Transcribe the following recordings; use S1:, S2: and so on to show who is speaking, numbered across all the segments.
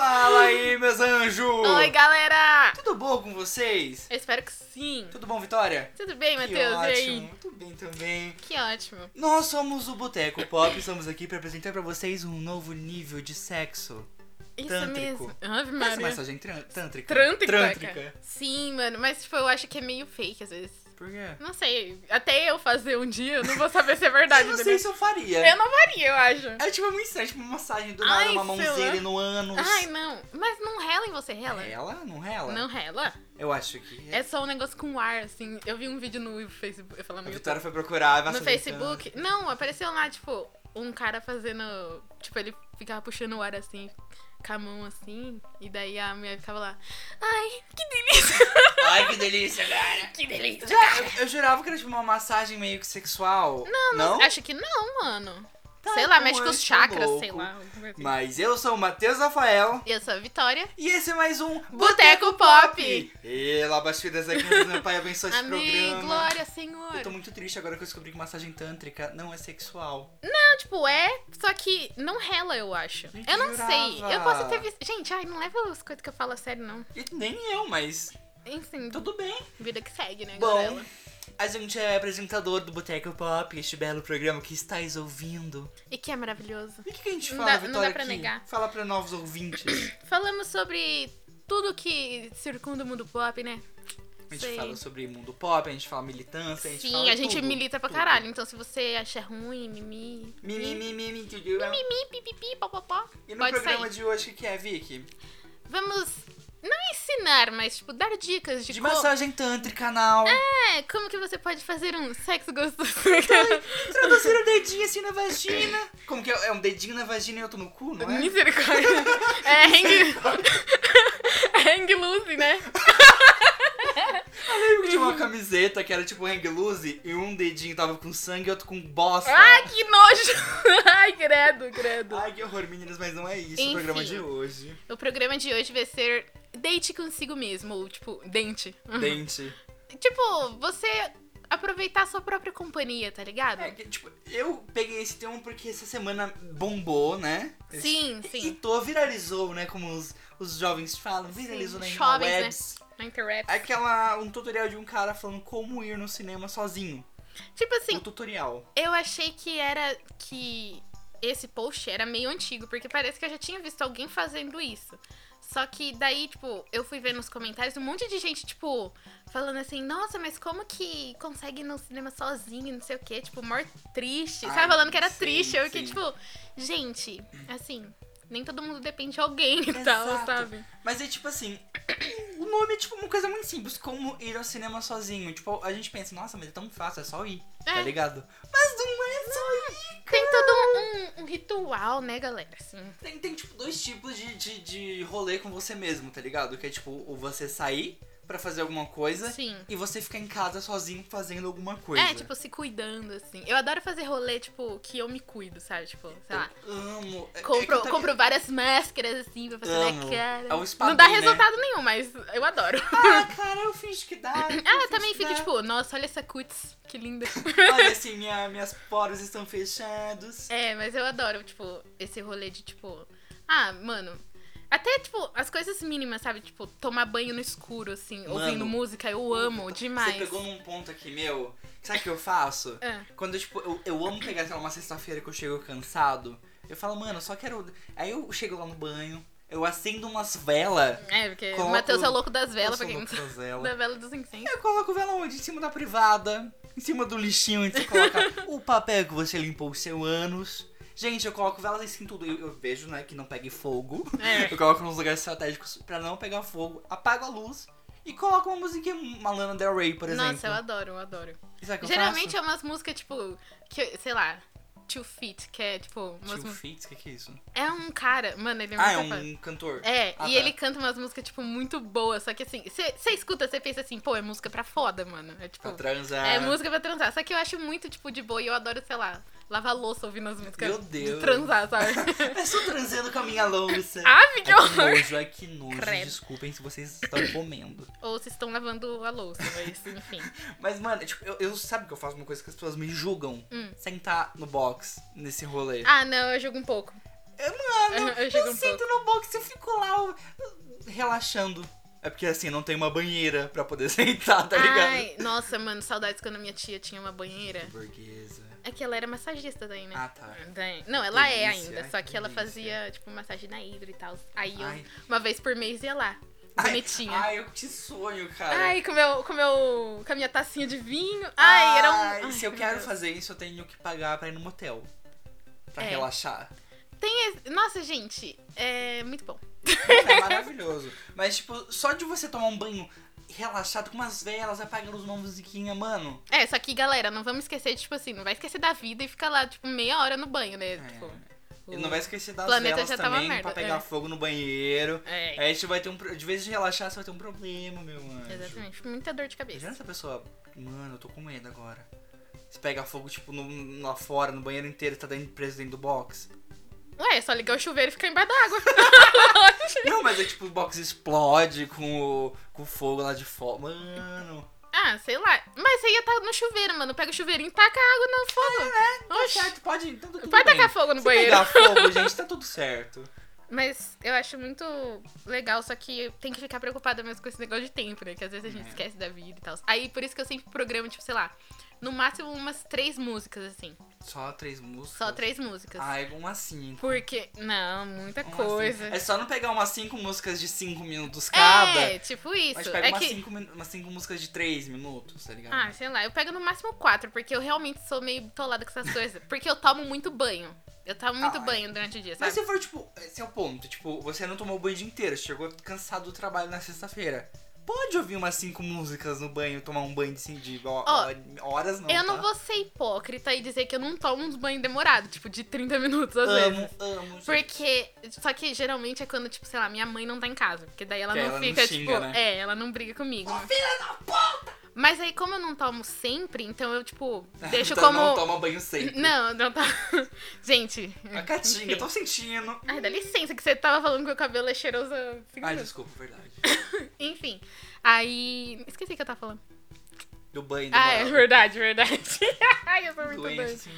S1: aí, meus anjos!
S2: Oi, galera!
S1: Tudo bom com vocês?
S2: Eu espero que sim.
S1: Tudo bom, Vitória?
S2: Tudo bem,
S1: que
S2: Matheus? E
S1: ótimo,
S2: aí?
S1: muito bem também.
S2: Que ótimo.
S1: Nós somos o Boteco Pop, estamos aqui pra apresentar pra vocês um novo nível de sexo.
S2: Isso
S1: Tântrico.
S2: mesmo. Ave
S1: Parece
S2: Maria.
S1: massagem tran- tântrica.
S2: Trântrica.
S1: Trântrica.
S2: Sim, mano. Mas, tipo, eu acho que é meio fake às vezes.
S1: Por quê?
S2: Não sei. Até eu fazer um dia, eu não vou saber se é verdade.
S1: Eu não sei
S2: entendeu?
S1: se é. eu faria.
S2: Eu não faria, eu acho.
S1: É tipo muito estranho, tipo uma massagem do nada,
S2: Ai,
S1: uma
S2: sei
S1: mãozinha
S2: lá.
S1: no ânus.
S2: Ai, não. Mas não rela em você, rela?
S1: Ela? Não rela?
S2: Não rela?
S1: Eu acho que...
S2: É só um negócio com ar, assim. Eu vi um vídeo no Facebook. Eu falo
S1: A
S2: no YouTube.
S1: Vitória foi procurar. vai
S2: No
S1: saber,
S2: Facebook. Não, apareceu lá, tipo, um cara fazendo. Tipo, ele ficava puxando o ar assim, com a mão assim. E daí a mulher ficava lá. Ai, que delícia!
S1: então. Ai, que delícia, cara.
S2: que delícia!
S1: Já, eu, eu jurava que era tipo uma massagem meio que sexual. Não, não.
S2: Acho que não, mano.
S1: Tá,
S2: sei lá,
S1: então
S2: mexe com
S1: eu
S2: os
S1: sou
S2: chakras,
S1: louco.
S2: sei lá. alguma coisa assim.
S1: Mas eu sou o Matheus Rafael
S2: Eu sou a Vitória.
S1: e esse é mais um
S2: Boteco Pop!
S1: E lá abaixo das aqui, meu pai abençoa esse
S2: Amém,
S1: programa.
S2: glória, Senhor.
S1: Eu tô muito triste agora que eu descobri que massagem tântrica não é sexual.
S2: Não, tipo, é, só que não rela, eu acho.
S1: Gente,
S2: Eu não
S1: jurava.
S2: sei. Eu posso ter visto. Gente, ai, não leva as coisas que eu falo a sério, não.
S1: E nem eu, mas
S2: Enfim,
S1: tudo bem.
S2: vida que segue, né,
S1: Bom,
S2: galera?
S1: a gente é apresentador do Boteco Pop, este belo programa que estáis ouvindo.
S2: E que é maravilhoso.
S1: E o que, que a gente
S2: Não
S1: fala,
S2: dá- não
S1: Vitória?
S2: dá pra
S1: aqui?
S2: negar.
S1: Fala pra novos ouvintes.
S2: Falamos sobre tudo que circunda o mundo pop, né?
S1: A gente
S2: Sei.
S1: fala sobre mundo pop, a gente fala militância, a gente fala
S2: Sim, a gente
S1: tudo,
S2: milita pra
S1: tudo.
S2: caralho. Então, se você acha ruim, mimi.
S1: Mimi, mimi, mimi, tudo.
S2: mimi, pipipi, popopó,
S1: E no
S2: pode
S1: programa
S2: sair.
S1: de hoje, o que que é, Vicky?
S2: Vamos não ensinar, mas, tipo, dar dicas de,
S1: De
S2: como.
S1: massagem tântrica, não.
S2: É, como que você pode fazer um sexo gostoso.
S1: Introduzir o dedinho assim na vagina. Como que é? É um dedinho na vagina e outro no cu, não é?
S2: Misericórdia. É hang. é hang loose, né?
S1: Eu lembro de uma camiseta que era tipo hang loose e um dedinho tava com sangue e outro com bosta.
S2: Ai, que nojo! Ai, credo, credo.
S1: Ai, que horror, meninas, mas não é isso
S2: Enfim.
S1: o programa de hoje.
S2: O programa de hoje vai ser date consigo mesmo, ou tipo, dente.
S1: Dente.
S2: Tipo, você aproveitar a sua própria companhia, tá ligado?
S1: É, que, tipo, eu peguei esse tema porque essa semana bombou, né? Esse
S2: Sim,
S1: E
S2: sim.
S1: tô viralizou, né? Como os, os jovens falam, viralizou
S2: Sim,
S1: na
S2: jovens, né?
S1: webs.
S2: Na internet.
S1: Aquela. Um tutorial de um cara falando como ir no cinema sozinho.
S2: Tipo
S1: O
S2: assim,
S1: tutorial.
S2: eu achei que era que esse post era meio antigo, porque parece que eu já tinha visto alguém fazendo isso. Só que daí, tipo, eu fui ver nos comentários um monte de gente, tipo, falando assim, nossa, mas como que consegue ir no cinema sozinho, não sei o quê, tipo, mor triste.
S1: Ai,
S2: Sabe, falando que era
S1: sim,
S2: triste. Eu que,
S1: sim.
S2: tipo, gente, assim, nem todo mundo depende de alguém e
S1: Exato.
S2: tal, sabe?
S1: Mas é tipo assim. O nome é tipo uma coisa muito simples, como ir ao cinema sozinho. Tipo, a gente pensa, nossa, mas é tão fácil, é só ir, tá
S2: É.
S1: ligado? Mas não é só ir.
S2: Tem todo um, um ritual, né, galera? Assim.
S1: Tem, tem tipo dois tipos de, de, de rolê com você mesmo, tá ligado? Que é tipo, o você sair pra fazer alguma coisa
S2: Sim.
S1: e você ficar em casa sozinho fazendo alguma coisa.
S2: É, tipo, se cuidando, assim. Eu adoro fazer rolê, tipo, que eu me cuido, sabe? Tipo, sei lá.
S1: Eu amo. É- é
S2: Compro,
S1: que tá-
S2: compro várias máscaras, assim, pra fazer
S1: Amo.
S2: na cara.
S1: É o spa
S2: Não dá
S1: day, né?
S2: resultado nenhum, mas eu adoro.
S1: Ah, cara, eu finge que dá.
S2: Ah, eu também fico,
S1: fica
S2: tipo, nossa, olha essa cutis, que linda.
S1: Olha assim, minha, minhas poros estão fechados.
S2: É, mas eu adoro, tipo, esse rolê de, tipo... Ah, mano... Até, tipo, as coisas mínimas, sabe? Tipo, tomar banho no escuro, assim,
S1: Mano,
S2: ouvindo música, eu amo demais.
S1: Você pegou num ponto aqui, meu. Sabe o que eu faço?
S2: Ah.
S1: Quando, tipo, eu, eu amo pegar, sei lá, uma sexta-feira que eu chego cansado. Eu falo, mano, eu só quero. Aí eu chego lá no banho, eu acendo umas velas.
S2: É, porque
S1: Coloco-
S2: o Matheus é o louco das velas, pra
S1: eu
S2: quem não
S1: sou
S2: sabe.
S1: louco das velas.
S2: Da vela dos incêndios.
S1: Eu coloco vela onde? Em cima da privada, em cima do lixinho onde você coloca o papel que você limpou o seu ânus. Gente, eu coloco velas assim em tudo. Eu, eu vejo, né, que não pegue fogo.
S2: É.
S1: Eu coloco nos lugares estratégicos pra não pegar fogo. Apago a luz e coloco uma musiquinha, uma Lana Del Rey, por exemplo.
S2: Nossa, eu adoro, eu adoro.
S1: E sabe o que
S2: Geralmente
S1: eu
S2: é umas músicas, tipo, que, sei lá, Two Feet, que é tipo. umas
S1: faço? Tio
S2: mu-
S1: Fitz, o que, que é isso?
S2: É um cara, mano, ele é muito
S1: Ah, é
S2: safado.
S1: um cantor.
S2: É,
S1: Ah, tá.
S2: e ele canta umas músicas, tipo, muito boas. Só que assim, você escuta, você pensa assim, pô, é música pra foda, mano. É tipo.
S1: Pra transar.
S2: É música pra transar. Só que eu acho muito, tipo, de boa e eu adoro, sei lá, lavar louça ouvindo as músicas.
S1: Meu Deus.
S2: De transar, sabe?
S1: É só transando com a minha louça.
S2: Ave, que
S1: Ai, que
S2: horror!
S1: nojo, ai que nojo.
S2: Credo.
S1: Desculpem se vocês estão comendo.
S2: Ou se estão lavando a louça, mas enfim.
S1: Mas, mano, tipo, eu, eu sabe que eu faço uma coisa que as pessoas me julgam.
S2: Hum.
S1: Sentar no box nesse rolê.
S2: Ah, não, eu jogo um pouco.
S1: Eu, mano,
S2: Eu
S1: eu,
S2: chego um
S1: sento no box e eu fico lá. eu- relaxando. É porque assim, não tem uma banheira pra poder sentar, tá ligado?
S2: Ai, nossa, mano, saudades quando minha tia tinha uma banheira.
S1: Burguesa.
S2: É que ela era massagista daí, né?
S1: Ah, tá.
S2: Daí- Não, ela é
S1: Delícia,
S2: ainda,
S1: ai,
S2: só que ela
S1: delícia.
S2: fazia, tipo, massagem na hidra e tal. Aí eu,
S1: Ai.
S2: uma vez por mês, ia lá.
S1: Ai,
S2: Bonitinha. Ai,
S1: Ai, eu te sonho, cara.
S2: com, meu, com, meu, com a minha tacinha de vinho. Ai, era um.
S1: Ai,
S2: ai,
S1: se eu
S2: meu
S1: quero
S2: Deus.
S1: fazer isso, eu tenho que pagar pra ir no motel. Pra
S2: É.
S1: relaxar.
S2: Tem esse- Nossa, gente, é muito bom.
S1: Mano, é maravilhoso. Mas, tipo, só de você tomar um banho relaxado com umas velas, apagando uma musiquinha, mano.
S2: É, só que, galera, não vamos esquecer, tipo assim, não vai esquecer da vida e ficar lá, tipo, meia hora no banho, né?
S1: É.
S2: Tipo,
S1: E não vai esquecer das
S2: planeta
S1: velas
S2: já tá uma
S1: também pra
S2: merda,
S1: pegar
S2: é.
S1: fogo no banheiro.
S2: É,
S1: Aí você vai ter um. pro- De vez de relaxar, você vai ter um problema, meu anjo.
S2: exatamente. Muita dor de
S1: Imagina
S2: cabeça.
S1: essa pessoa, mano, eu tô com medo agora. Você pega fogo, tipo, no, lá fora, no banheiro inteiro, tá dentro, preso dentro do box.
S2: Ué, é só ligar o chuveiro e ficar embaixo da água.
S1: Não, mas é tipo, o box explode com o, com o fogo lá de fora. Mano.
S2: Ah, sei lá. Mas você ia estar no chuveiro, mano. Pega o chuveirinho e taca a água no fogo. Oxi.
S1: É, né? Certo, pode. Então, tá tudo
S2: Pode
S1: bem.
S2: tacar fogo no
S1: Se
S2: banheiro.
S1: pegar fogo, gente, tá tudo certo.
S2: Mas eu acho muito legal, só que tem que ficar preocupada mesmo com esse negócio de tempo, né? Que às vezes a gente
S1: É.
S2: esquece da vida e tal. Aí por isso que eu sempre programo, tipo, sei lá, no máximo umas três músicas, assim.
S1: Só três músicas.
S2: Só três músicas.
S1: Ai, umas cinco.
S2: Porque. Não, muita
S1: umas
S2: coisa.
S1: cinco. Ah. É só não pegar umas cinco músicas de cinco minutos cada.
S2: É, tipo isso.
S1: mas pega assim.
S2: é
S1: umas,
S2: que.
S1: cinco, min- umas cinco músicas de três minutos, tá ligado?
S2: Ah, sei lá, eu pego no máximo quatro, porque eu realmente sou meio tolada com essas coisas. Porque eu tomo muito banho. Eu tomo muito
S1: Ah,
S2: banho durante o dia,
S1: Mas
S2: sabe?
S1: se for, tipo, esse é o ponto. Tipo, você não tomou o banho o dia inteiro, chegou cansado do trabalho na sexta-feira. Pode ouvir umas cinco músicas no banho, tomar um banho de, assim, de ho-
S2: Ó,
S1: ho- horas, não.
S2: eu não
S1: tá?
S2: vou ser hipócrita e dizer que eu não tomo uns banhos demorados, tipo, de 30 minutos às vezes.
S1: Amo, amo. gente.
S2: Porque. Só que geralmente é quando, tipo, sei lá, minha mãe não tá em casa. Porque daí ela
S1: Que
S2: não
S1: ela não
S2: fica,
S1: xinga,
S2: tipo.
S1: né?
S2: É, ela não briga comigo. né?
S1: Ô, filha da puta!
S2: Mas aí, como eu não tomo sempre, então eu, tipo, deixo
S1: Então
S2: como.
S1: Não toma banho sempre.
S2: não, não tá. Gente.
S1: A Catinga,
S2: enfim.
S1: tô sentindo.
S2: Ai, dá licença que você tava falando que o cabelo é cheiroso. há cinco
S1: Ai,
S2: minutos.
S1: desculpa, verdade.
S2: Enfim. Aí. Esqueci o que eu tava falando.
S1: Do banho, do
S2: Ah, é verdade, é verdade. Ai, eu sou muito doida.
S1: Doença.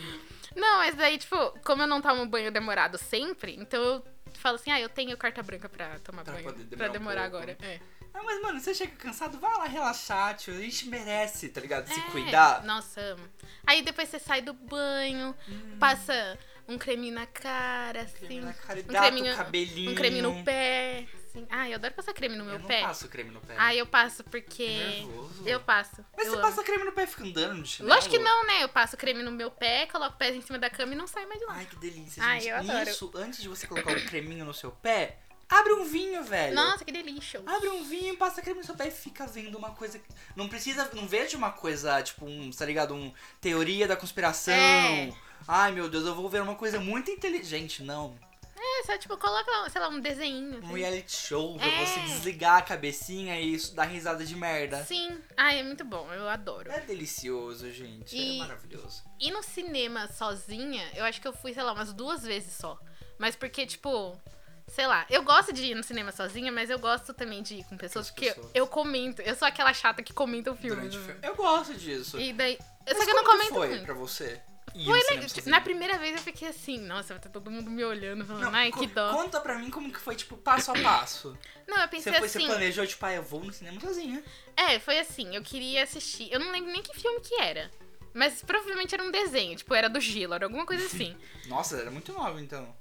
S2: Não, mas daí, tipo, como eu não tomo banho demorado sempre, então eu falo assim, ah, eu tenho carta branca pra tomar
S1: Pra
S2: banho.
S1: poder
S2: pra
S1: demorar um
S2: demorar
S1: pouco.
S2: agora. É.
S1: Ah, mas, mano, você chega cansado, vai lá relaxar, tio. A gente merece, tá ligado? Se
S2: É,
S1: cuidar.
S2: Nossa, amo. Aí depois você sai do banho, passa um creme na cara, assim.
S1: Hum. Creme na cara,
S2: um
S1: hidrata o
S2: creminho-
S1: cabelinho.
S2: Um creme no pé. Assim. Ah, eu adoro passar creme no meu
S1: eu
S2: pé.
S1: não passo creme no pé.
S2: Ah, eu passo
S1: É
S2: porque.
S1: nervoso.
S2: Eu passo.
S1: Mas
S2: eu
S1: você
S2: amo.
S1: passa creme no pé e fica andando de chinelo?
S2: Lógico que não, né? Eu passo creme no meu pé, coloco o pé em cima da cama e não saio mais de lá.
S1: Ai, que delícia,
S2: Ai,
S1: gente.
S2: eu adoro.
S1: Isso, antes de você colocar o creminho no seu pé, abre um vinho, velho.
S2: Nossa, que delícia.
S1: Abre um vinho, passa creme no seu pé e fica vendo uma coisa. que- Não precisa. Não veja uma coisa, tipo, um, tá ligado? Um teoria da conspiração.
S2: É.
S1: Ai, meu Deus, eu vou ver uma coisa muito inteligente. Não.
S2: É, só tipo, coloca, sei lá, um desenho.
S1: Um
S2: assim.
S1: reality show pra
S2: É.
S1: você desligar a cabecinha e isso dar risada de merda.
S2: Sim. Ai, é muito bom, eu adoro.
S1: É delicioso, gente.
S2: E-
S1: É maravilhoso.
S2: E no cinema sozinha, eu acho que eu fui, sei lá, umas duas vezes só. Mas porque, tipo, sei lá, eu gosto de ir no cinema sozinha, mas eu gosto também de ir com
S1: Com
S2: pessoas,
S1: as
S2: porque
S1: pessoas.
S2: eu comento. Eu sou aquela chata que comenta o filme.
S1: Durante o
S2: né?
S1: filme. Eu gosto disso.
S2: E daí. Eu
S1: Mas
S2: só que eu não
S1: como
S2: comento
S1: foi
S2: muito.
S1: pra você? ir no
S2: Foi legal.
S1: cinema
S2: Tipo,
S1: sozinho?
S2: Na primeira vez eu fiquei assim, nossa, vai tá todo mundo me olhando, falando,
S1: Não,
S2: ai,
S1: co-
S2: né? que dó.
S1: Conta pra mim como que foi, tipo, passo a passo.
S2: Não, eu
S1: Você,
S2: pensei
S1: foi, você
S2: assim.
S1: planejou, tipo, ah, eu vou no cinema sozinha.
S2: É, foi assim, eu queria assistir. Eu não lembro nem que filme que era. Mas provavelmente era um desenho, tipo, era do Gilo, era alguma coisa assim.
S1: Nossa, era muito nova, então.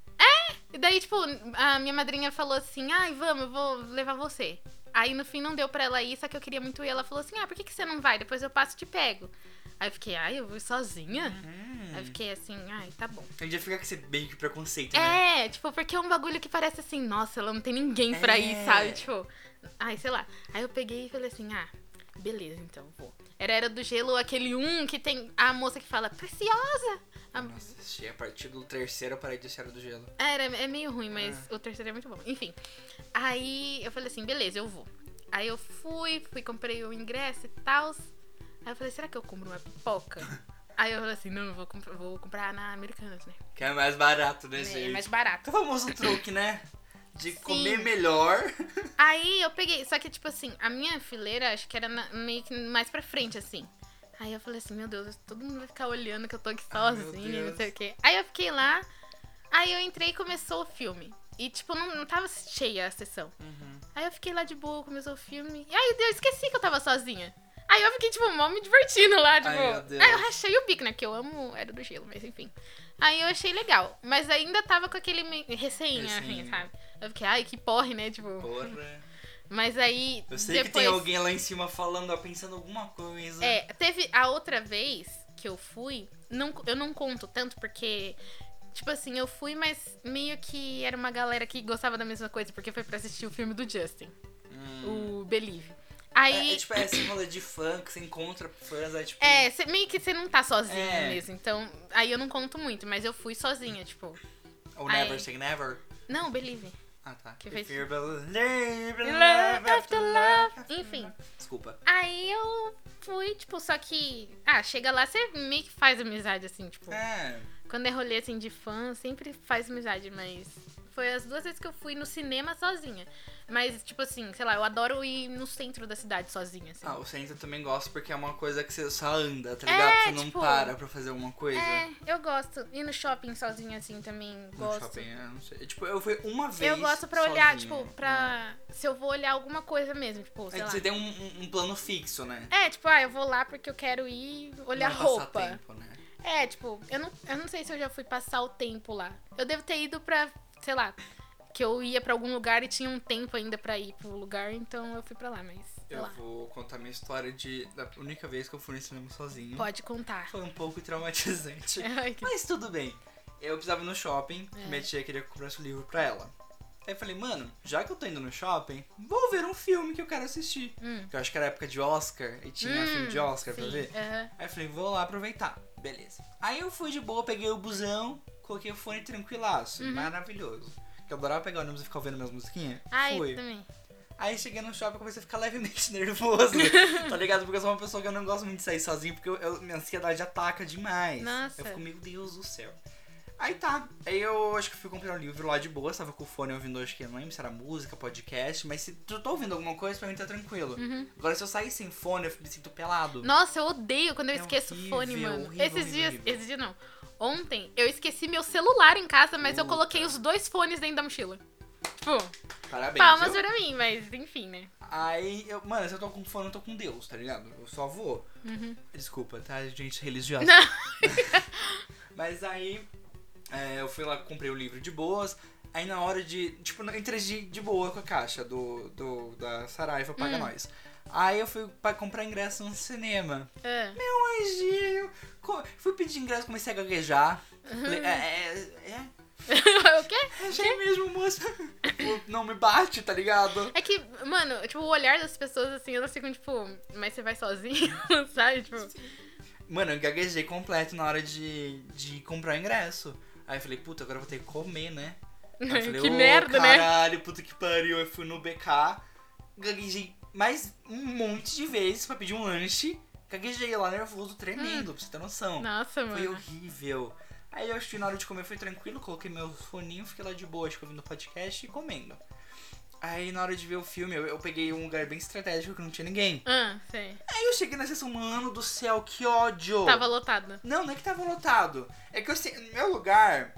S2: E daí, tipo, a minha madrinha falou assim: ai, vamos, eu vou levar você. Aí no fim não deu pra ela ir, só que eu queria muito ir. Ela falou assim: ah, por que, que você não vai? Depois eu passo e te pego. Aí eu fiquei, ai, eu vou ir sozinha? Aí eu
S1: Hum.
S2: fiquei assim, ai, tá bom.
S1: A gente ia ficar com esse meio que preconceito, né?
S2: É, tipo, porque é um bagulho que parece assim, nossa, ela não tem ninguém pra
S1: É.
S2: ir, sabe? Tipo, ai, sei lá. Aí eu peguei e falei assim, ah, beleza, então vou. Era Era do Gelo, aquele um que tem a moça que fala, preciosa! A-
S1: Nossa, achei a partir do terceiro eu parei de ser do gelo.
S2: Era, é meio ruim,
S1: Ah.
S2: mas o terceiro é muito bom. Enfim. Aí eu falei assim, beleza, eu vou. Aí eu fui, fui, comprei o ingresso e tal. Aí eu falei, será que eu compro uma pipoca? Aí eu falei assim, não, não vou, comprar, vou comprar na Americanas, né?
S1: Que é mais barato, né,
S2: É
S1: gente?
S2: mais barato.
S1: O famoso truque, né? De
S2: Sim.
S1: comer melhor.
S2: Aí eu peguei, só que tipo assim, a minha fileira acho que era na- meio que mais pra frente, assim. Aí eu falei assim, meu Deus, todo mundo vai ficar olhando que eu tô aqui
S1: Ai, Ah, meu
S2: sozinha,
S1: Deus.
S2: não sei o quê. Aí eu fiquei lá, aí eu entrei e começou o filme. E tipo, não, não tava cheia a sessão.
S1: Uhum.
S2: Aí eu fiquei lá de boa, comecei o filme. E aí eu esqueci que eu tava sozinha. Aí eu fiquei, tipo, mó me divertindo lá, tipo.
S1: Ai, meu Deus.
S2: Aí eu rachei o bico, né? Que eu amo Era do Gelo, mas enfim. Aí eu achei legal. Mas ainda tava com aquele me- recém, assim,
S1: Recém.
S2: sabe? Eu fiquei, ai, que porre, né? Tipo.
S1: Porra.
S2: Mas aí.
S1: Eu sei
S2: depois...
S1: que tem alguém lá em cima falando, ó, pensando alguma coisa.
S2: É, teve a outra vez que eu fui, não, eu não conto tanto porque, tipo assim, eu fui, mas meio que era uma galera que gostava da mesma coisa, porque foi pra assistir o filme do Justin,
S1: Hum.
S2: o Believe.
S1: É,
S2: Aí,
S1: é tipo, é esse rolê de fã que você encontra fãs, é tipo.
S2: é, cê- meio que você não tá sozinha
S1: É.
S2: mesmo, então, aí eu não conto muito, mas eu fui sozinha, tipo,
S1: Ou
S2: ai.
S1: Never Say Never.
S2: não, Believe.
S1: Ah, tá.
S2: Que fez-
S1: If you're believe in
S2: Love
S1: love
S2: after
S1: after
S2: love.
S1: love.
S2: Enfim,
S1: Desculpa.
S2: aí eu fui, tipo, só que, ah, chega lá, você meio que faz amizade, assim, tipo...
S1: É.
S2: Quando é rolê assim de fã, sempre faz amizade, mas. Foi as duas vezes que eu fui no cinema sozinha. Mas, tipo assim, sei lá, eu adoro ir no centro da cidade sozinha, assim.
S1: Ah, o centro eu também gosto porque é uma coisa que você só anda, tá ligado? você não
S2: tipo-
S1: para pra fazer alguma coisa.
S2: é, eu gosto. Ir no shopping sozinha, assim, também
S1: No
S2: gosto.
S1: shopping, eu não sei. Tipo, eu fui uma vez.
S2: Eu gosto pra olhar,
S1: sozinho.
S2: tipo, pra. Se eu vou olhar alguma coisa mesmo, tipo,
S1: né? É
S2: sei
S1: que
S2: lá.
S1: você tem um, um- um plano fixo, né?
S2: É, tipo, ah, eu vou lá porque eu quero ir olhar
S1: Não é
S2: roupa.
S1: passatempo, né?
S2: É, tipo, eu não, eu não sei se eu já fui passar o tempo lá. Eu devo ter ido pra, sei lá, que eu ia pra algum lugar e tinha um tempo ainda pra ir pro lugar, então eu fui pra lá, mas sei
S1: Eu
S2: lá.
S1: vou contar minha história de da única vez que eu fui no cinema sozinho.
S2: Pode É. contar.
S1: Foi um pouco traumatizante.
S2: Ai, que-
S1: Mas tudo bem. Eu precisava ir no shopping,
S2: É.
S1: minha tia queria que eu comprasse o livro pra ela. Aí eu falei, mano, já que eu tô indo no shopping, vou ver um filme que eu quero assistir.
S2: Hum.
S1: Que eu acho que era época de Oscar, e tinha
S2: Hum,
S1: filme de Oscar pra
S2: sim,
S1: ver.
S2: aham.
S1: Aí eu falei, vou lá aproveitar. Beleza. Aí eu fui de boa, peguei o busão, coloquei o fone tranquilaço.
S2: Uhum.
S1: Maravilhoso. Que eu adorava pegar o ônibus e ficar ouvindo minhas musiquinhas.
S2: Ai,
S1: fui.
S2: também.
S1: Aí cheguei no shopping e comecei a ficar levemente nervoso. tá ligado? Porque eu sou uma pessoa que eu não gosto muito de sair sozinho, porque eu, eu- minha ansiedade ataca demais.
S2: Nossa.
S1: Eu fico, meu Deus do céu. Aí tá. Aí eu acho que fui comprar um livro lá de boa, tava com o fone ouvindo, acho que eu não lembro se era música, podcast, mas se eu tô ouvindo alguma coisa, pra mim tá tranquilo.
S2: Uhum.
S1: Agora se eu sair sem fone, eu me sinto pelado.
S2: Nossa, eu odeio quando eu
S1: É
S2: esqueço o
S1: horrível,
S2: fone, mano.
S1: horrível,
S2: esses
S1: horrível,
S2: dias.
S1: horrível.
S2: Esses dias não. Ontem eu esqueci meu celular em casa, mas eu
S1: Puta.
S2: coloquei os dois fones dentro da mochila. Tipo,
S1: Parabéns.
S2: palmas
S1: viu?
S2: pra mim, mas enfim, né?
S1: Aí, eu, mano, se eu tô com fone, eu tô com Deus, tá ligado? Eu só vou. Desculpa, tá, gente religiosa.
S2: Uhum. Não.
S1: Mas aí, é, eu fui lá, comprei o livro de boas. Aí na hora de. Tipo, eu entrei de, de boa com a caixa do, do da Saraiva
S2: Hum.
S1: Paga Nós. Aí eu fui pra comprar ingresso no cinema.
S2: Ah.
S1: Mas, Gi, eu co- fui pedir ingresso, comecei a gaguejar. Falei, é, é, é,
S2: Uhum. o quê?
S1: é gente mesmo, moça. Não me bate, tá ligado?
S2: É que, mano, tipo, o olhar das pessoas, assim, elas ficam, tipo, mas você vai sozinho, sabe? Tipo,
S1: Mano, eu gaguejei completo na hora de, de comprar o ingresso. Aí eu falei, puta, agora eu vou ter que comer, né? Aí eu falei,
S2: que
S1: "Ô,
S2: merda, né?
S1: Caralho, puta que pariu. Eu fui no BK, gaguejei mais um monte de vezes pra pedir um lanche. Gaguejei lá nervoso, tremendo, pra você ter noção.
S2: Nossa,
S1: foi
S2: Hum. mano.
S1: horrível. Aí eu acho que na hora de comer foi tranquilo, coloquei meu foninho, fiquei lá de boa, acho que ouvindo podcast e comendo. Aí na hora de ver o filme, eu, eu peguei um lugar bem estratégico que não tinha ninguém.
S2: Ah, sei.
S1: Aí eu cheguei na sessão, mano do céu, que ódio!
S2: Tava lotada.
S1: Não, não é que tava lotado. É que eu, se- no meu lugar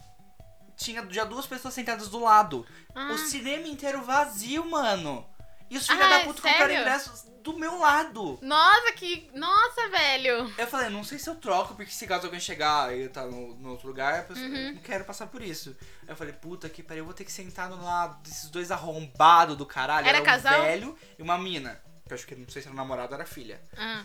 S1: tinha já duas pessoas sentadas do lado.
S2: Ah.
S1: O cinema inteiro vazio, mano. E os filhos
S2: Ah,
S1: da puta compraram
S2: sério?
S1: ingressos do meu lado.
S2: Nossa, que. Nossa, velho!
S1: Eu falei, não sei se eu troco, porque se caso alguém chegar e eu tá no, no outro lugar, a pessoa-
S2: Uhum.
S1: eu não quero passar por isso. Aí eu falei, puta que pariu, eu vou ter que sentar do lado desses dois arrombados do caralho.
S2: Era
S1: um
S2: casal?
S1: velho e uma mina. Que eu acho que não sei se era namorado ou era filha.
S2: Ah.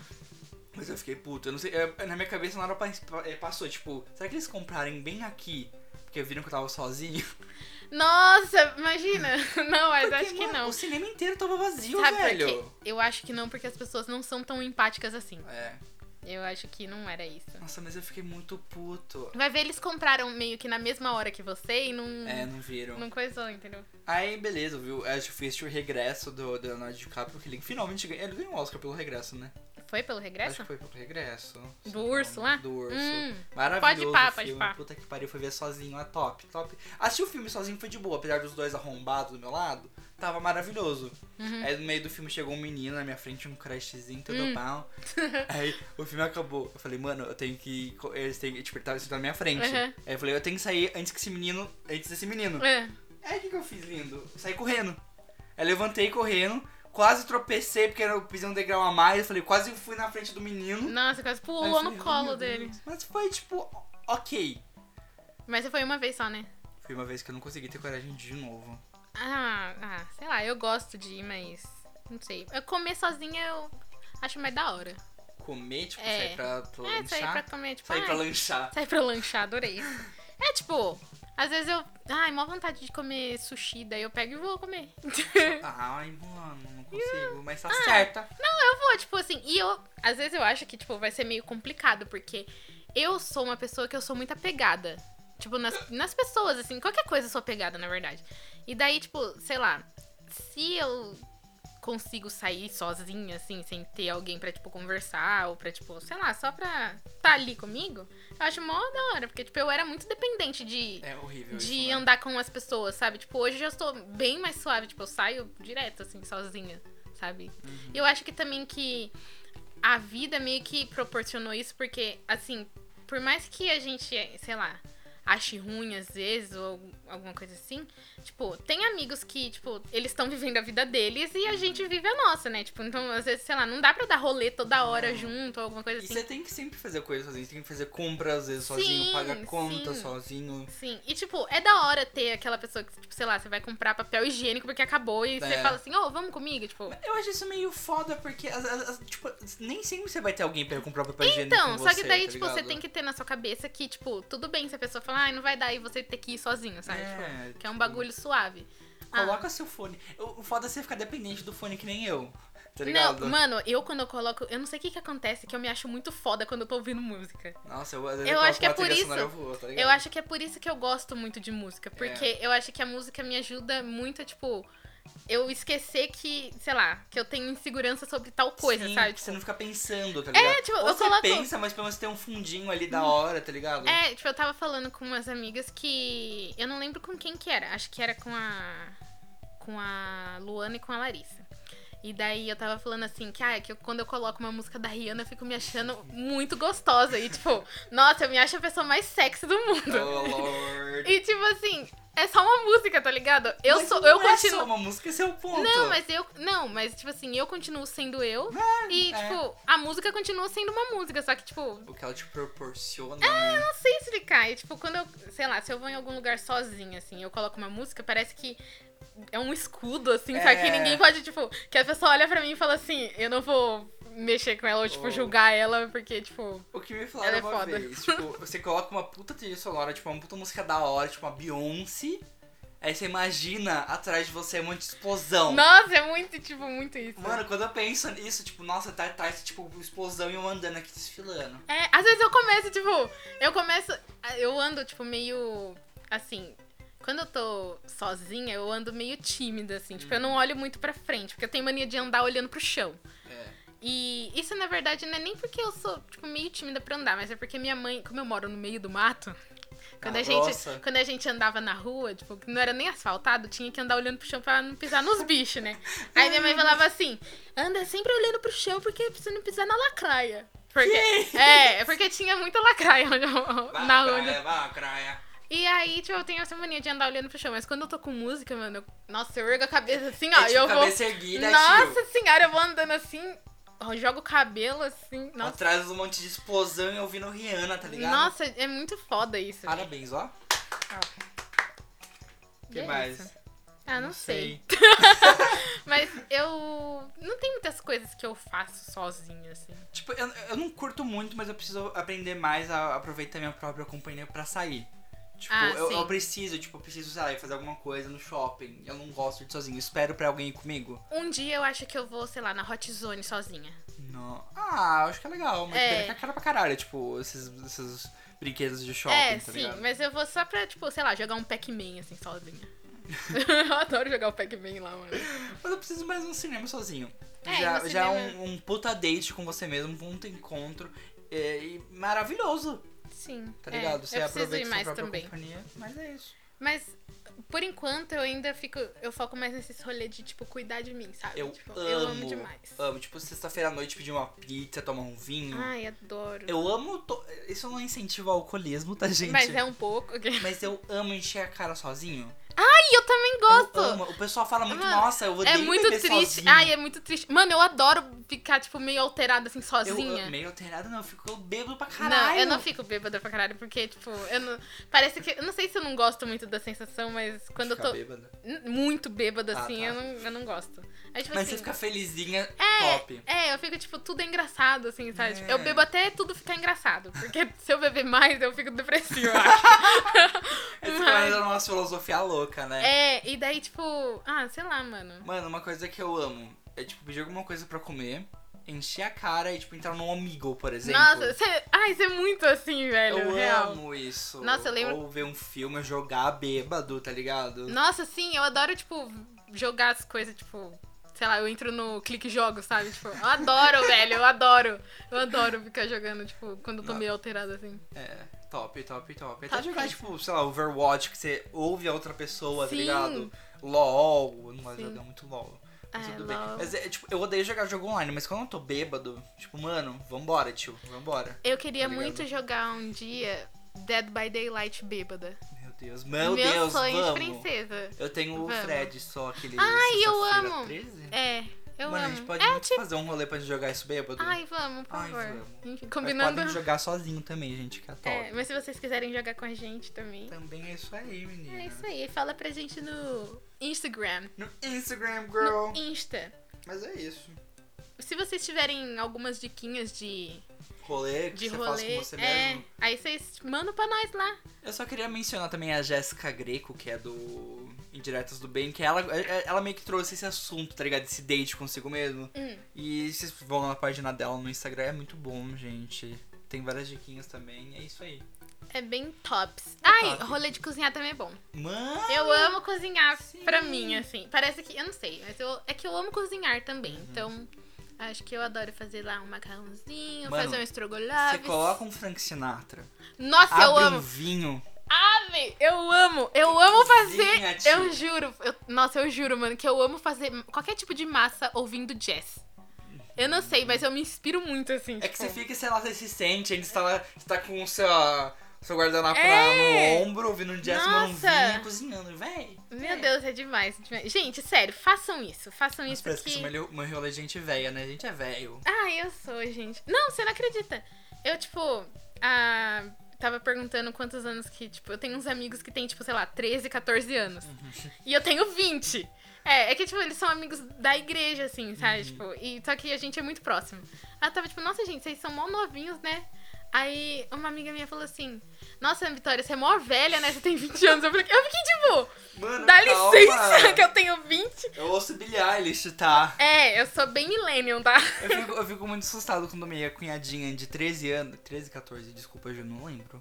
S1: Mas eu fiquei puto, eu não sei. eu- na minha cabeça na hora pa- pa- eh, passou, tipo, será que eles comprarem bem aqui? Porque viram que eu tava sozinho?
S2: Nossa, imagina! Não, mas
S1: Porque,
S2: acho que
S1: mano,
S2: não.
S1: O cinema inteiro tava vazio,
S2: Sabe
S1: velho.
S2: por quê? Eu acho que não, porque as pessoas não são tão empáticas assim.
S1: É.
S2: Eu acho que não era isso.
S1: Nossa, mas eu fiquei muito puto.
S2: Vai ver, eles compraram meio que na mesma hora que você e não.
S1: É, não viram.
S2: Hum. Não coisou, entendeu?
S1: Aí, beleza, viu? Eu acho que foi este o regresso do do Leonardo DiCaprio, que ele finalmente ganhou. Ele ganhou um Oscar pelo regresso, né?
S2: Foi pelo
S1: Acho
S2: regresso?
S1: que foi pelo regresso.
S2: Do urso lá?
S1: Do urso.
S2: Hum.
S1: Maravilhoso
S2: Pode pá,
S1: o
S2: pode
S1: filme.
S2: pá.
S1: Puta que pariu, foi ver sozinho, é top, top. Assistir o filme sozinho foi de boa, apesar dos dois arrombados do meu lado, tava maravilhoso.
S2: Uhum.
S1: Aí no meio do filme chegou um menino na minha frente, um crushzinho todo
S2: Hum.
S1: pau. Aí o filme acabou. Eu falei, mano, eu tenho que. co- Eles têm que. Tipo, ele tava sentado na minha frente.
S2: Uhum.
S1: Aí eu falei, eu tenho que sair antes que esse menino. Antes desse menino.
S2: É.
S1: Aí o que, que eu fiz, lindo? Eu saí correndo. Aí levantei correndo, quase tropecei porque eu pisei um degrau a mais. Eu falei, quase fui na frente do menino.
S2: Nossa, quase
S1: Aí eu
S2: pulou
S1: falei,
S2: no
S1: "Oh,
S2: colo
S1: meu
S2: dele.
S1: Deus." Mas foi tipo, ok.
S2: Mas você foi uma vez só, né?
S1: Foi uma vez que eu não consegui ter coragem de ir de novo.
S2: Ah, ah, sei lá, eu gosto de ir, mas. Não sei. Eu comer sozinha eu acho mais da hora.
S1: Comer, tipo,
S2: É.
S1: sair pra, pra
S2: é, sair
S1: lanchar.
S2: pra comer, tipo.
S1: Sair
S2: ai,
S1: pra lanchar.
S2: sair pra lanchar, adorei isso. É tipo, às vezes eu. Ai, mó vontade de comer sushi, daí eu pego e vou comer. É.
S1: Ai, mano, não consigo. Mas tá certa.
S2: eu vou, tipo assim, e eu. Às vezes eu acho que, tipo, vai ser meio complicado, porque eu sou uma pessoa que eu sou muito apegada. Tipo, nas, nas pessoas, assim, qualquer coisa eu sou apegada, na verdade. E daí, tipo, sei lá, se eu consigo sair sozinha, assim, sem ter alguém pra, tipo, conversar, ou pra, tipo, sei lá, só pra tá ali comigo, eu acho mó da hora, porque, tipo, eu era muito dependente de
S1: É horrível
S2: de
S1: isso, né?
S2: andar com as pessoas, sabe? Tipo, hoje eu já estou bem mais suave, tipo, eu saio direto, assim, sozinha, sabe?
S1: Uhum.
S2: E Eu acho que também que a vida meio que proporcionou isso, porque, assim, por mais que a gente, sei lá, ache ruim às vezes, ou alguma coisa assim, tipo, tem amigos que, tipo, eles estão vivendo a vida deles e
S1: Uhum.
S2: a gente vive a nossa, né? Tipo, então, às vezes, sei lá, não dá pra dar rolê toda hora
S1: Não.
S2: junto, ou alguma coisa
S1: E
S2: assim.
S1: você tem que sempre fazer coisa sozinho. Você tem que fazer compra às vezes sozinho,
S2: Sim,
S1: pagar conta
S2: sim.
S1: sozinho.
S2: Sim, e tipo, é da hora ter aquela pessoa que, tipo, sei lá, você vai comprar papel higiênico porque acabou e você
S1: É.
S2: fala assim, ô, vamos comigo, tipo.
S1: Eu acho isso meio foda porque, as- as- as- tipo, nem sempre você vai ter alguém pra comprar papel higiênico
S2: Então,
S1: com
S2: só
S1: você,
S2: que daí,
S1: tá
S2: tipo, você
S1: ligado?
S2: tem que ter na sua cabeça que, tipo, tudo bem se a pessoa falar, ai, não vai dar e você ter que ir sozinho, sabe?
S1: É,
S2: Tipo, que é um
S1: tipo,
S2: bagulho suave. Ah.
S1: Coloca seu fone. O o foda é você ficar dependente do fone que nem eu. Tá ligado?
S2: Não, mano, eu quando eu coloco. Eu não sei o que que acontece, que eu me acho muito foda quando eu tô ouvindo música.
S1: Nossa, eu, às vezes
S2: Eu
S1: coloco
S2: acho que é
S1: uma
S2: por
S1: trilha
S2: isso.
S1: sonora, Eu, vou, tá
S2: Eu
S1: ligado? É.
S2: acho que é por isso que eu gosto muito de música, porque eu acho que a música me ajuda muito, a, tipo, eu esquecer que, sei lá, que eu tenho insegurança sobre tal coisa,
S1: Sim,
S2: sabe?
S1: Você
S2: Tipo,
S1: não fica pensando, tá ligado?
S2: tipo,
S1: Ou
S2: eu
S1: você
S2: coloco- Uhum.
S1: pensa, mas pelo menos tem um fundinho ali da hora, tá ligado?
S2: É, tipo, eu tava falando com umas amigas que. Eu não lembro com quem que era. Acho que era com a. Com a Luana e com a Larissa. E daí eu tava falando assim, que, ah, é que eu- quando eu coloco uma música da Rihanna, eu fico me achando muito gostosa. E tipo, nossa, eu me acho a pessoa mais sexy do mundo.
S1: Oh, Lord.
S2: E tipo assim, é só uma música, tá ligado? Eu
S1: Mas
S2: sou.
S1: não é
S2: Eu continuo.
S1: só uma música, esse é o ponto.
S2: Não, mas eu. Não, mas tipo assim, eu continuo sendo eu. e,
S1: é.
S2: tipo, a música continua sendo uma música. Só que, tipo,
S1: O que ela te proporciona.
S2: É,
S1: né?
S2: não sei explicar. E, tipo, quando eu, sei lá, se eu vou em algum lugar sozinha, assim, eu coloco uma música, parece que é um escudo, assim,
S1: É.
S2: sabe? Que ninguém pode, tipo, que a pessoa olha pra mim e fala assim, eu não vou mexer com ela ou, tipo,
S1: Oh.
S2: julgar ela, porque, tipo.
S1: O que me falaram
S2: Ela é
S1: uma
S2: foda.
S1: vez, tipo, você coloca uma puta trilha sonora, tipo, uma puta música da hora, tipo, uma Beyoncé, aí você imagina atrás de você um monte de explosão.
S2: Nossa, é muito, tipo, muito isso.
S1: Mano, quando eu penso nisso, tipo, nossa, tá, tá esse, tipo, explosão e eu andando aqui desfilando.
S2: É, às vezes eu começo, tipo, eu começo. Eu ando, tipo, meio. Assim. Quando eu tô sozinha, eu ando meio tímida, assim. Tipo, eu não olho muito pra frente, porque eu tenho mania de andar olhando pro chão.
S1: É.
S2: E isso, na verdade, não é nem porque eu sou, tipo, meio tímida pra andar, mas é porque minha mãe, como eu moro no meio do mato, quando,
S1: Ah,
S2: a, gente,
S1: nossa.
S2: quando a gente andava na rua, tipo, que não era nem asfaltado, tinha que andar olhando pro chão pra não pisar nos bichos, né? Aí minha mãe falava assim, anda sempre olhando pro chão porque pra você não pisar na lacraia. Porque, é, é porque tinha muita lacraia onde eu-
S1: Vai,
S2: na rua.
S1: praia, vai, praia.
S2: E aí, tipo, eu tenho essa mania de andar olhando pro chão, mas quando eu tô com música, mano, eu- nossa, eu ergo a cabeça assim, ó,
S1: é,
S2: e
S1: tipo,
S2: eu vou...
S1: cabeça erguida, tio.
S2: Nossa senhora, eu vou andando assim, ó, jogo o cabelo assim. Nossa,
S1: Atrás de um monte de explosão e ouvindo Rihanna, tá ligado?
S2: nossa é muito foda isso. velho.
S1: Parabéns, ó. O que
S2: É
S1: mais?
S2: isso. Ah, não, sei. Mas eu. Não tem muitas coisas que eu faço sozinha, assim.
S1: Tipo, eu, eu não curto muito, mas eu preciso aprender mais a aproveitar minha própria companhia pra sair. Tipo,
S2: Ah,
S1: eu,
S2: sim.
S1: eu preciso, tipo, eu preciso, sei lá, ir fazer alguma coisa no shopping. Eu não gosto de ir sozinho. Eu espero pra alguém ir comigo.
S2: Um dia eu acho que eu vou, sei lá, na Hot Zone sozinha.
S1: Não. Ah, acho que é legal, mas
S2: É.
S1: pena que é cara pra caralho, tipo, esses, esses brinquedos de shopping,
S2: é,
S1: tá
S2: sim,
S1: ligado?
S2: mas eu vou só pra, tipo, sei lá, jogar um Pac-Man, assim, sozinha. eu adoro jogar o Pac-Man lá, mano.
S1: Mas eu preciso mais um cinema sozinho.
S2: É, e
S1: já
S2: no
S1: já
S2: cinema-
S1: um, um puta date com você mesmo, um puta encontro. é, e maravilhoso,
S2: Sim.
S1: tá
S2: é,
S1: ligado?
S2: eu
S1: você
S2: preciso ir
S1: aproveita sua
S2: mais
S1: própria
S2: também.
S1: companhia, mas é isso.
S2: Mas, por enquanto, eu ainda fico. Eu foco mais nesses rolê de, tipo, cuidar de mim, sabe?
S1: Eu
S2: Tipo,
S1: amo.
S2: eu amo demais.
S1: Amo. Tipo, sexta-feira à noite pedir uma pizza, tomar um vinho.
S2: Ai, adoro.
S1: Eu amo. to- Isso não incentiva o alcoolismo, tá, gente?
S2: Mas é um é pouco. ok?
S1: Mas eu amo encher a cara sozinho.
S2: Ai, Ai, eu também gosto.
S1: Eu amo. O pessoal fala muito,
S2: Mano,
S1: nossa, eu odeio
S2: É muito
S1: beber
S2: triste.
S1: sozinho.
S2: Ai, é muito triste. Mano, eu adoro ficar, tipo, meio alterada, assim,
S1: eu,
S2: sozinha.
S1: eu meio alterado, não, eu fico bêbado pra caralho.
S2: Não, eu não fico bêbada pra caralho, porque, tipo, eu não. Parece que. Eu não sei se eu não gosto muito da sensação, mas quando eu
S1: Ficar
S2: tô tipo
S1: bêbada.
S2: n- muito bêbada,
S1: Ah,
S2: assim,
S1: tá.
S2: eu, não, eu não gosto. Aí, tipo
S1: Mas
S2: assim.
S1: você fica felizinha,
S2: é,
S1: top.
S2: é, eu fico, tipo, tudo é engraçado, assim, sabe? Tipo, Eu
S1: É.
S2: bebo até tudo ficar engraçado. Porque se eu beber mais, eu fico depressiva, eu acho.
S1: Essa
S2: Mas-
S1: é uma filosofia louca, né?
S2: é, e daí, tipo, ah, sei lá, mano.
S1: Mano, uma coisa que eu amo é, tipo, pedir alguma coisa pra comer, encher a cara e, tipo, entrar num amigo, por exemplo.
S2: Nossa, você. Ai, você é muito assim, velho.
S1: eu
S2: real.
S1: amo isso.
S2: Nossa, eu lembro-
S1: Ou ver um filme, jogar bêbado, tá ligado?
S2: Nossa, sim, eu adoro, tipo, jogar as coisas, tipo, sei lá, eu entro no clique jogo, sabe? Tipo, eu adoro, velho, eu adoro. Eu adoro ficar jogando, tipo, quando eu tô
S1: Não.
S2: meio alterada, assim.
S1: É, top, top, top. Até
S2: Top.
S1: jogar, tipo, sei lá, Overwatch, que você ouve a outra pessoa,
S2: Sim.
S1: tá ligado? LOL, eu não gosto de
S2: Sim.
S1: jogar muito LOL. Mas
S2: Ah,
S1: tudo bem.
S2: LOL.
S1: Mas é, tipo, eu odeio jogar jogo online, mas quando eu tô bêbado, tipo, mano, vambora, tio, vambora.
S2: Eu queria
S1: Tá ligado?
S2: muito jogar um dia Dead by Daylight bêbada.
S1: Meu Deus, meu,
S2: Meu
S1: Deus,
S2: sonho
S1: vamos.
S2: de princesa.
S1: Eu tenho o
S2: Vamos.
S1: Fred só, aquele.
S2: Ai, eu
S1: Sexta-feira
S2: amo.
S1: 13.
S2: É, eu
S1: Mano,
S2: amo.
S1: a gente pode
S2: é,
S1: muito fazer um rolê pra gente jogar isso bêbado.
S2: ai, vamos, por
S1: Ai,
S2: favor.
S1: vamos.
S2: Enfim,
S1: Mas
S2: combinando.
S1: podem jogar sozinho também, gente, que é top.
S2: É, mas se vocês quiserem jogar com a gente também.
S1: Também é isso aí, menina.
S2: É isso aí, fala pra gente no Instagram.
S1: No Instagram,
S2: No
S1: girl.
S2: Insta.
S1: Mas é isso.
S2: Se vocês tiverem algumas diquinhas de,
S1: Rolê que
S2: de
S1: você faz
S2: rolê,
S1: com você
S2: é,
S1: mesmo.
S2: aí vocês mandam pra nós lá.
S1: Eu só queria mencionar também a Jéssica Greco, que é do Indiretas do Bem, que ela, é- ela meio que trouxe esse assunto, tá ligado? Esse date consigo mesmo.
S2: Hum.
S1: E vocês vão lá na página dela no Instagram, é muito bom, gente. Tem várias diquinhas também, é isso aí.
S2: É bem tops. Ai,
S1: top.
S2: rolê de cozinhar também é bom.
S1: Mano!
S2: Eu amo cozinhar
S1: sim.
S2: pra mim, assim. Parece que, eu não sei, mas eu, é que eu amo cozinhar
S1: Uhum.
S2: também. Então, acho que eu adoro fazer lá um macarrãozinho,
S1: Mano,
S2: fazer um
S1: Você
S2: estrogonofe.
S1: coloca um Frank Sinatra,
S2: Nossa, eu
S1: abre um
S2: amo.
S1: vinho.
S2: Ave, eu amo. Eu amo fazer.
S1: Cozinha, tio.
S2: Eu juro. eu- nossa, eu juro, mano, que eu amo fazer qualquer tipo de massa ouvindo jazz. Eu não sei, mas eu me inspiro muito, assim.
S1: É que você
S2: tipo-
S1: fica, sei lá, você se sente, ainda está, lá- você tá com o seu, seu guardanapo
S2: É.
S1: no ombro, ouvindo um jazz, tomando um
S2: Nossa.
S1: vinho, cozinhando, véi.
S2: Meu Deus, é demais, é demais. Gente, sério, façam isso. Façam isso
S1: Parece que
S2: porque.
S1: isso é meu meu rolê de gente velha, né? A gente é velho.
S2: Ah, eu sou, gente. Não, você não acredita. Eu, tipo, ah, tava perguntando quantos anos que, tipo, eu tenho uns amigos que tem, tipo, sei lá, 13, 14 anos. E eu tenho 20. É, é que, tipo, eles são amigos da igreja, assim, sabe? Tipo, e só que a gente é muito próximo. Ela tava, tipo, nossa, gente, vocês são mó novinhos, né? Aí uma amiga minha falou assim, nossa, Vitória, você é mó velha, né? Você tem 20 anos. Eu fiquei, eu fiquei tipo,
S1: Mano,
S2: dá
S1: calma.
S2: licença que eu tenho 20.
S1: Eu ouço Billie Eilish, tá?
S2: É, eu sou bem millennium, tá?
S1: Eu fico, eu fico muito assustado quando minha cunhadinha de 13 anos. 13, 14, desculpa, eu não lembro.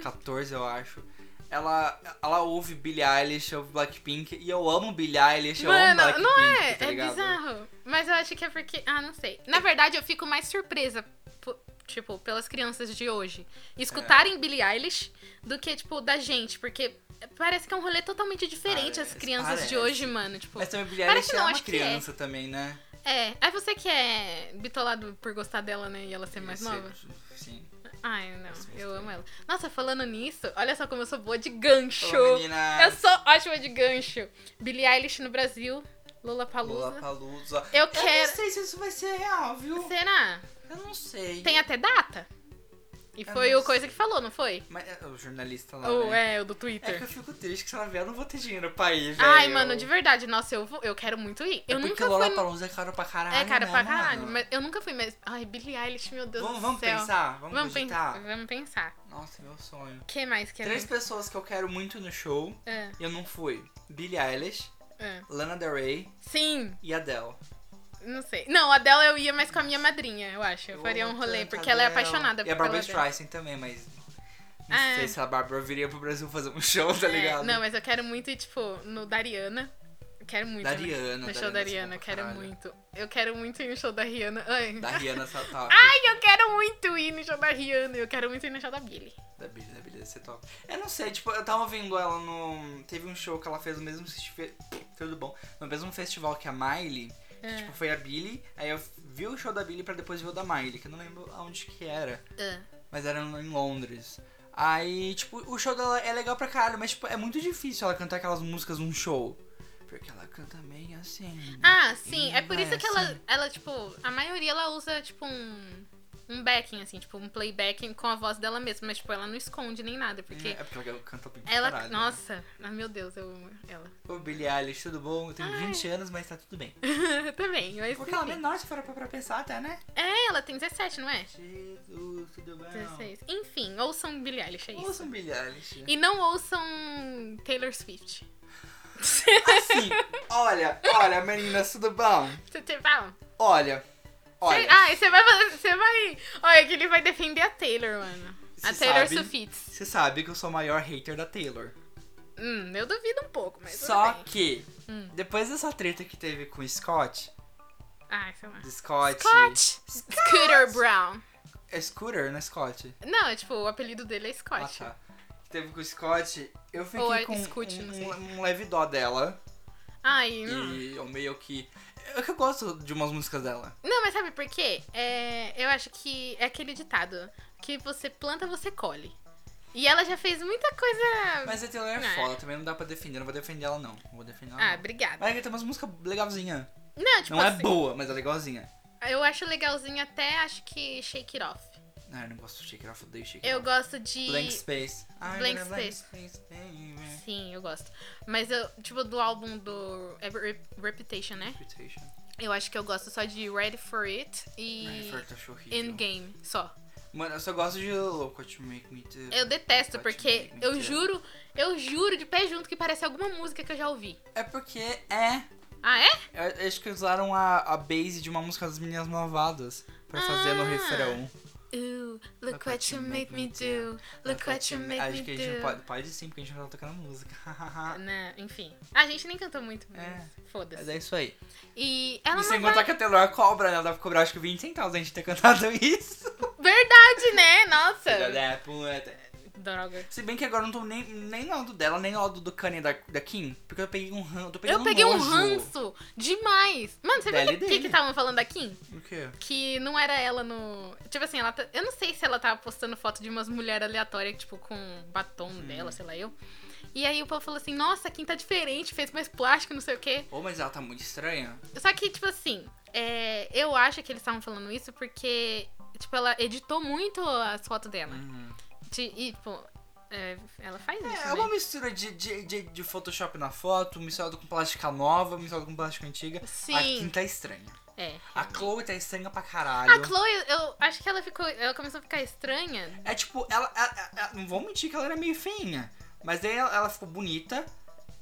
S1: 14, eu acho. Ela, ela ouve Billie Eilish, ouve Blackpink, e eu amo Billie Eilish, eu amo
S2: Mano,
S1: Blackpink.
S2: não é?
S1: tá
S2: é
S1: ligado?
S2: bizarro. Mas eu acho que é porque. Ah, não sei. Na verdade, eu fico mais surpresa, po- tipo, pelas crianças de hoje escutarem Billie Eilish do que, tipo, da gente. Porque parece que é um rolê totalmente diferente as
S1: Parece,
S2: crianças
S1: parece.
S2: de hoje, mano. Tipo,
S1: Mas também Billie
S2: Parece
S1: Eilish
S2: não,
S1: é uma
S2: acho que é.
S1: criança também, né?
S2: é. É você que é bitolado por gostar dela, né? E ela ser mais
S1: Esse-
S2: nova.
S1: Sim.
S2: Ai, não. Eu
S1: estranho.
S2: amo ela. Nossa, falando nisso, olha só como eu sou boa de gancho.
S1: Ô, menina.
S2: eu sou ótima de gancho. Billie Eilish no Brasil, Lula Palusa.
S1: Lollapalooza.
S2: Eu
S1: Eu
S2: quero.
S1: não sei se isso vai ser real, viu?
S2: Será?
S1: Eu não sei.
S2: Tem até data. E
S1: Eu
S2: foi
S1: não
S2: o coisa
S1: sei.
S2: que falou, não foi?
S1: Mas é, o jornalista lá,
S2: Ou
S1: né?
S2: é, o do
S1: É que
S2: Twitter.
S1: eu fico triste que se ela vier, eu não vou ter dinheiro pra ir, velho.
S2: Ai, mano, de verdade, nossa, eu, vou, eu quero muito ir. Eu
S1: é
S2: nunca
S1: porque
S2: fui.
S1: Lola
S2: no-
S1: Palusa é caro pra caralho,
S2: é, cara,
S1: né,
S2: pra
S1: mano?
S2: caralho. Mas eu nunca fui mesmo. Ai, Billie Eilish, meu Deus
S1: Vamos,
S2: do
S1: vamos
S2: céu.
S1: pensar? Vamos,
S2: Vamos, pen-
S1: cogitar?
S2: vamos pensar.
S1: Nossa, é meu sonho.
S2: O que mais que é?
S1: Três pessoas que eu quero muito no show
S2: Ah,
S1: e eu não fui. Billie Eilish,
S2: ah.
S1: Lana Del Rey
S2: Sim,
S1: e Adele.
S2: não sei. Não, a dela eu ia mais com a minha madrinha, eu acho. Eu faria um
S1: amo
S2: rolê,
S1: tanto
S2: porque ela é
S1: Adele.
S2: apaixonada
S1: E a
S2: pela
S1: Barbara
S2: Adele.
S1: Streisand também, mas... Não
S2: Ah.
S1: sei se a Barbara viria pro Brasil fazer um show, tá
S2: É,
S1: ligado?
S2: não, mas eu quero muito ir, tipo, no Dariana. Eu quero muito.
S1: Da
S2: né?
S1: Rihanna,
S2: No
S1: da
S2: show da Rihanna,
S1: é
S2: eu
S1: bom pra
S2: quero
S1: caralho.
S2: muito. Eu quero muito ir no show da Rihanna. Ai.
S1: Da Rihanna, tá top.
S2: Ai, eu quero muito ir no show da Rihanna. Eu quero muito ir no show da Billy.
S1: Da Billie, da Billie, você top. Eu não sei, tipo, eu tava vendo ela no. Teve um show que ela fez no mesmo festival. Tudo bom. No mesmo festival que a Miley. Que,
S2: É.
S1: tipo, foi a Billie. Aí eu vi o show da Billie pra depois ver o da Miley, que eu não lembro aonde que era. Mas era em Londres. Aí, tipo, o show dela é legal pra caralho, mas tipo, é muito difícil ela cantar aquelas músicas num show. Porque ela canta bem assim.
S2: Ah, sim. É por
S1: Vai
S2: isso que ela,
S1: assim.
S2: ela, tipo, a maioria ela usa, tipo, um, um backing, assim, tipo, um playback com a voz dela mesma, mas, tipo, ela não esconde nem nada, porque
S1: É porque ela canta bem pra
S2: ela.
S1: caralho. né?
S2: Nossa, ah, meu Deus, eu amo ela.
S1: Ô, Billie Eilish, tudo bom? Eu tenho 20 anos, mas tá tudo bem.
S2: Também, mas.
S1: Porque ela é
S2: enfim.
S1: menor, se for pra- pra pensar até, né?
S2: É, ela tem 17, não é?
S1: Jesus, tudo bem?
S2: 16. Enfim, ouçam Billie Eilish, é isso.
S1: Ouçam um Billie Eilish.
S2: E não ouçam Taylor Swift.
S1: Assim, olha, olha, meninas, tudo bom?
S2: Você você fala?
S1: Olha, olha.
S2: Ah, e você vai fazer. Você vai. Olha, que ele vai defender a Taylor, mano. A
S1: Você
S2: Taylor
S1: sabe?
S2: Swift.
S1: Você sabe que eu sou o maior hater da Taylor.
S2: Hum, eu duvido um pouco, mas. tudo
S1: Só
S2: bem.
S1: que,
S2: Hum.
S1: depois dessa treta que teve com o Scott,
S2: Ai, sei lá.
S1: do Scott.
S2: Scott! Scooter Brown.
S1: É Scooter, né, Scott?
S2: Não, é tipo, o apelido dele é
S1: Ah,
S2: Scott.
S1: tá. Que teve com o Scott, eu fiquei
S2: Ou é
S1: com
S2: Scoot, não sei. Hum.
S1: um, um, um leve dó dela.
S2: Ai, não.
S1: E eu meio que. Eu que gosto de umas músicas dela.
S2: Não, mas sabe por quê? É, eu acho que é aquele ditado: que você planta, você colhe. E ela já fez muita coisa.
S1: Mas a Taylor
S2: É.
S1: é foda, também não dá pra defender, não vou defender ela não. Não vou defender ela.
S2: Ah,
S1: não.
S2: obrigada.
S1: Mas é que tem umas músicas legalzinha.
S2: Não, tipo
S1: Não é
S2: assim,
S1: boa, mas é legalzinha.
S2: eu acho legalzinho até, acho que Shake It Off.
S1: Ah, eu não gosto de Shake It Off, odeio Shake It
S2: Eu
S1: Off.
S2: gosto de.
S1: Blank Space. Ah,
S2: Blank
S1: agora
S2: Space.
S1: Space, né? baby.
S2: Sim, eu gosto. Mas eu, tipo, do álbum do é Rep- Reputation, né?
S1: Reputation.
S2: Eu acho que eu gosto só de Ready for It e
S1: Ai, Fert, eu acho é horrível.
S2: Endgame, só.
S1: Mano, eu só gosto de Look What You Make Me Do.
S2: Eu detesto,
S1: What
S2: porque
S1: You Make Me
S2: eu
S1: Do.
S2: juro, eu juro de pé junto que parece alguma música que eu já ouvi.
S1: É porque é
S2: Ah, é?
S1: Eu eu acho que usaram a, a base de uma música das meninas malvadas pra fazer no
S2: Ah.
S1: refrão.
S2: Ooh, look what you make me do, look what you make
S1: Acho que a
S2: me
S1: gente não
S2: do.
S1: pode, pode sim, porque a gente não tá tocando música.
S2: Né, enfim. A gente nem cantou muito, mas
S1: ah, É. Mas
S2: foda-se.
S1: é isso aí.
S2: E ela
S1: e sem
S2: não
S1: contar
S2: vai...
S1: que a Taylor cobra, né? Ela deve cobrar acho que 20 centavos a gente ter cantado isso.
S2: Verdade, né? Nossa.
S1: É, puta.
S2: Droga.
S1: Se bem que agora eu não tô nem, nem no lado dela, nem no lado do Kanye da, da Kim, porque eu peguei um ranço. tô pegando
S2: Eu peguei um
S1: nojo.
S2: ranço demais. Mano, você
S1: Dele
S2: viu o que- que
S1: dele.
S2: que estavam falando aqui?
S1: O quê?
S2: Que não era ela no. Tipo assim, ela tá- eu não sei se ela tava postando foto de umas mulheres aleatórias, tipo, com batom dela, sei lá eu. E aí o povo falou assim: nossa, quem tá diferente, fez mais plástico, não sei o quê.
S1: Ô, mas ela tá muito estranha.
S2: Só que, tipo assim, é, eu acho que eles estavam falando isso porque, tipo, ela editou muito as fotos dela.
S1: Uhum.
S2: De- e, tipo, é, ela faz isso.
S1: É,
S2: né?
S1: é uma mistura de, de, de, de Photoshop na foto, misturado com plástica nova, misturado com plástica antiga.
S2: Sim.
S1: A Kim tá estranha.
S2: É.
S1: A Chloe tá estranha pra caralho.
S2: A Ah, Chloe, eu acho que ela ficou. Ela começou a ficar estranha
S1: É tipo, ela, ela- ela- Não vou mentir que ela era meio feinha. Mas aí ela, ela ficou bonita.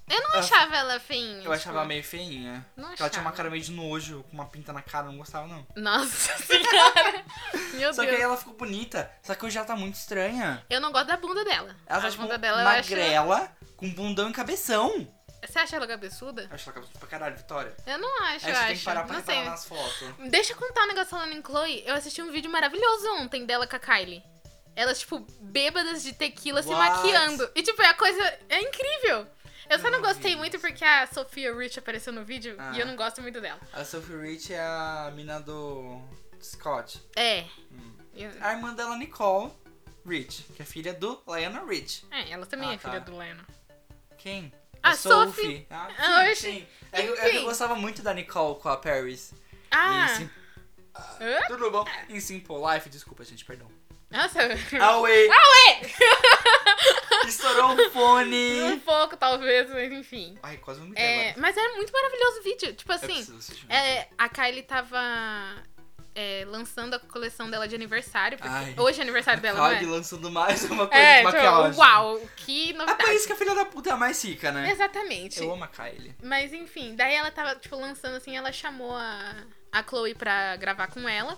S2: Eu não
S1: Ah,
S2: achava ela feinha.
S1: Eu achava ela meio feinha.
S2: Não
S1: Porque ela tinha uma
S2: achava.
S1: cara meio de nojo, com uma pinta na cara, eu não gostava não.
S2: Nossa senhora. Meu
S1: Só que
S2: Deus.
S1: aí ela ficou bonita, só que hoje ela tá muito estranha.
S2: Eu não gosto da bunda dela.
S1: Ela tá
S2: a
S1: tipo
S2: bunda dela eu acho...
S1: magrela, com bundão e cabeção.
S2: Você acha ela cabeçuda?
S1: Eu acho ela cabeçuda pra caralho, Vitória.
S2: Eu não acho,
S1: Aí
S2: eu
S1: você
S2: acho.
S1: tem que parar pra
S2: não sei.
S1: reparar nas fotos.
S2: Deixa eu contar um negócio falando em Chloe. Eu assisti um vídeo maravilhoso ontem dela com a Kylie. Elas, tipo, bêbadas de tequila se
S1: What?
S2: maquiando. E, tipo, é a coisa. É incrível. Eu só
S1: Eu
S2: não
S1: não vi
S2: gostei muito porque a Sophia Rich apareceu no vídeo
S1: Ah.
S2: e eu não gosto muito dela.
S1: A Sophie Rich é a mina do Scott.
S2: É.
S1: Hum.
S2: Eu-
S1: A irmã dela, Nicole Rich, que é filha do Lionel Rich.
S2: É, ela também
S1: Ah,
S2: é filha
S1: tá.
S2: do Leno.
S1: Quem?
S2: A Sophie.
S1: Ah,
S2: Ah,
S1: sim,
S2: oxi.
S1: sim. É que eu, é que eu
S2: Enfim.
S1: gostava muito da Nicole com a Paris. em
S2: Ah!
S1: Sim-
S2: Hã?
S1: Tudo bom? Em Simple Life. Desculpa, gente, perdão.
S2: Nossa,
S1: Away! Estourou o
S2: um
S1: fone!
S2: pouco talvez, mas enfim.
S1: Ai, quase vomitei
S2: É,
S1: agora.
S2: mas era muito maravilhoso o vídeo. Tipo
S1: Eu
S2: assim,
S1: preciso assistir.
S2: é, a Kylie tava é, lançando a coleção dela de aniversário, porque
S1: Ai.
S2: hoje é aniversário dela, não é?
S1: Calgue lançando mais uma coisa
S2: É,
S1: de maquiagem.
S2: tipo, uau, que
S1: É por
S2: novidade.
S1: isso que a filha da puta é a mais rica, né?
S2: Exatamente.
S1: Eu amo a Kylie.
S2: Mas enfim, daí ela tava, tipo, lançando assim, ela chamou a, a Chloe pra gravar com ela.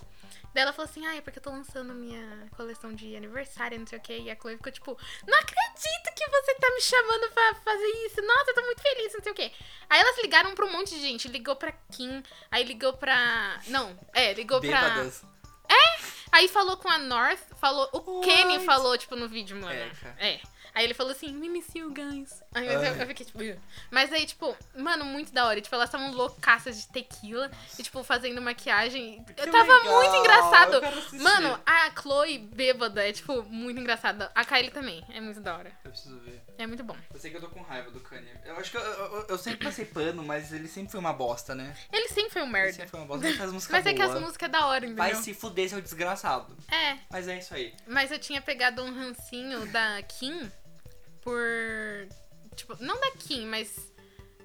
S2: Daí ela falou assim, ai, é porque eu tô lançando minha coleção de aniversário, não sei o quê. E a Chloe ficou tipo, não acredito que você tá me chamando pra fazer isso. Nossa, eu tô muito feliz, não sei o quê. Aí elas ligaram pra um monte de gente. Ligou pra Kim, aí ligou pra... Não, é, ligou pra...
S1: Bêbadas.
S2: Aí falou com a North, falou. O
S1: What?
S2: Kenny falou, tipo, no vídeo, mano.
S1: É, cara.
S2: É. Aí ele falou assim, we miss you guys. Ai, mas eu, eu fiquei tipo. "Ugh". Mas aí, tipo, mano, muito da hora. Tipo, elas estavam loucaças de tequila e, tipo, fazendo maquiagem.
S1: Que
S2: Eu tava
S1: legal,
S2: muito engraçado.
S1: eu quero assistir.
S2: Mano, a Chloe bêbada é, tipo, muito engraçada. A Kylie também. É muito da hora.
S1: Eu preciso ver.
S2: É muito bom.
S1: Eu sei que eu tô com raiva do Kanye. Eu acho que eu, eu- eu sempre passei pano, mas ele sempre foi uma bosta, né?
S2: Ele sempre foi um
S1: Ele
S2: merda.
S1: sempre foi uma bosta, mas faz música
S2: Mas é que as
S1: boa.
S2: músicas é da hora, entendeu?
S1: Vai se fuder, seu desgraçado.
S2: É,
S1: Mas é isso aí.
S2: mas eu tinha pegado um rancinho da Kim por. Tipo, não da Kim, mas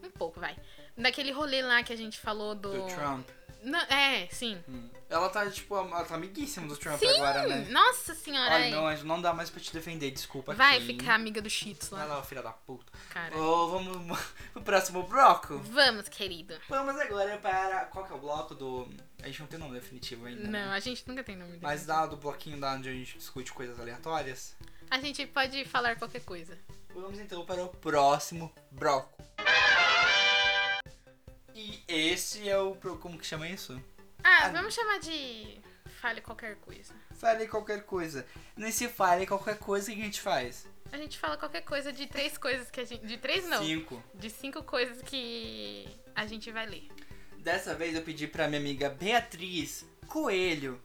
S2: um pouco, vai. Daquele rolê lá que a gente falou do.
S1: Do Trump.
S2: Não, é, sim.
S1: Hum. Ela tá, tipo, am- ela tá amiguíssima do Trump
S2: Sim!
S1: agora, né?
S2: Hum, Nossa senhora.
S1: Ai,
S2: é.
S1: não, anjo, não dá mais pra te defender, desculpa.
S2: Vai
S1: Kim.
S2: ficar amiga do Cheetos
S1: Vai
S2: lá,
S1: lá, ô filha da puta.
S2: cara.
S1: Ô, vamos pro próximo bloco?
S2: Vamos, querido.
S1: Vamos agora para. Qual que é o bloco do. A gente não tem nome definitivo ainda. né?
S2: Não, a gente nunca tem nome dele.
S1: Mas dá do bloquinho da onde a gente discute coisas aleatórias.
S2: A gente pode falar qualquer coisa.
S1: Vamos então para o próximo bloco. E esse é o. pro- Como que chama isso?
S2: Ah,
S1: Ah.
S2: vamos chamar de. Fale qualquer coisa.
S1: Fale qualquer coisa. Nesse fale qualquer coisa o que a gente faz.
S2: A gente fala qualquer coisa de três coisas que a gente. De três não.
S1: Cinco.
S2: De cinco coisas que a gente vai ler.
S1: Dessa vez eu pedi pra minha amiga Beatriz Coelho.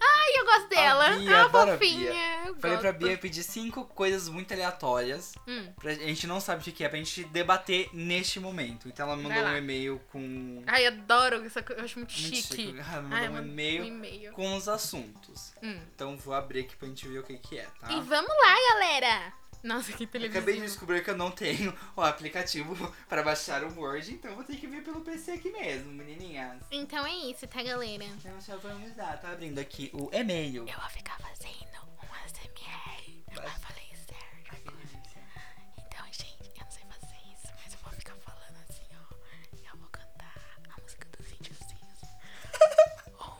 S2: Ai, eu gosto dela.
S1: Bia,
S2: Ela é
S1: adoro a
S2: fofinha. Eu
S1: Falei
S2: gosto.
S1: pra Bia pedir cinco coisas muito aleatórias.
S2: Hum.
S1: Pra, a gente não sabe o que que é, pra gente debater neste momento. Então ela me mandou
S2: Vai
S1: um
S2: lá.
S1: e-mail com.
S2: Ai, adoro essa coisa. Eu acho muito,
S1: Muito
S2: chique.
S1: chique. Ela me
S2: Ai,
S1: mandou um e-mail
S2: e-mail.
S1: com os assuntos.
S2: Hum.
S1: Então vou abrir aqui pra gente ver o que, que é, tá?
S2: E vamos lá, galera! Nossa, que televisão.
S1: Acabei de descobrir que eu não tenho o aplicativo pra baixar o Word, então vou ter que vir pelo PC aqui mesmo, menininhas.
S2: Então é isso, tá, galera?
S1: Então só vamos lá, tá abrindo aqui o e-mail.
S2: Eu vou ficar fazendo um ASMR. Eu
S1: Vai.
S2: falei certo. Então, gente, eu não sei fazer isso, mas eu vou ficar falando assim, ó. E Eu vou cantar a música dos índiozinhos. um,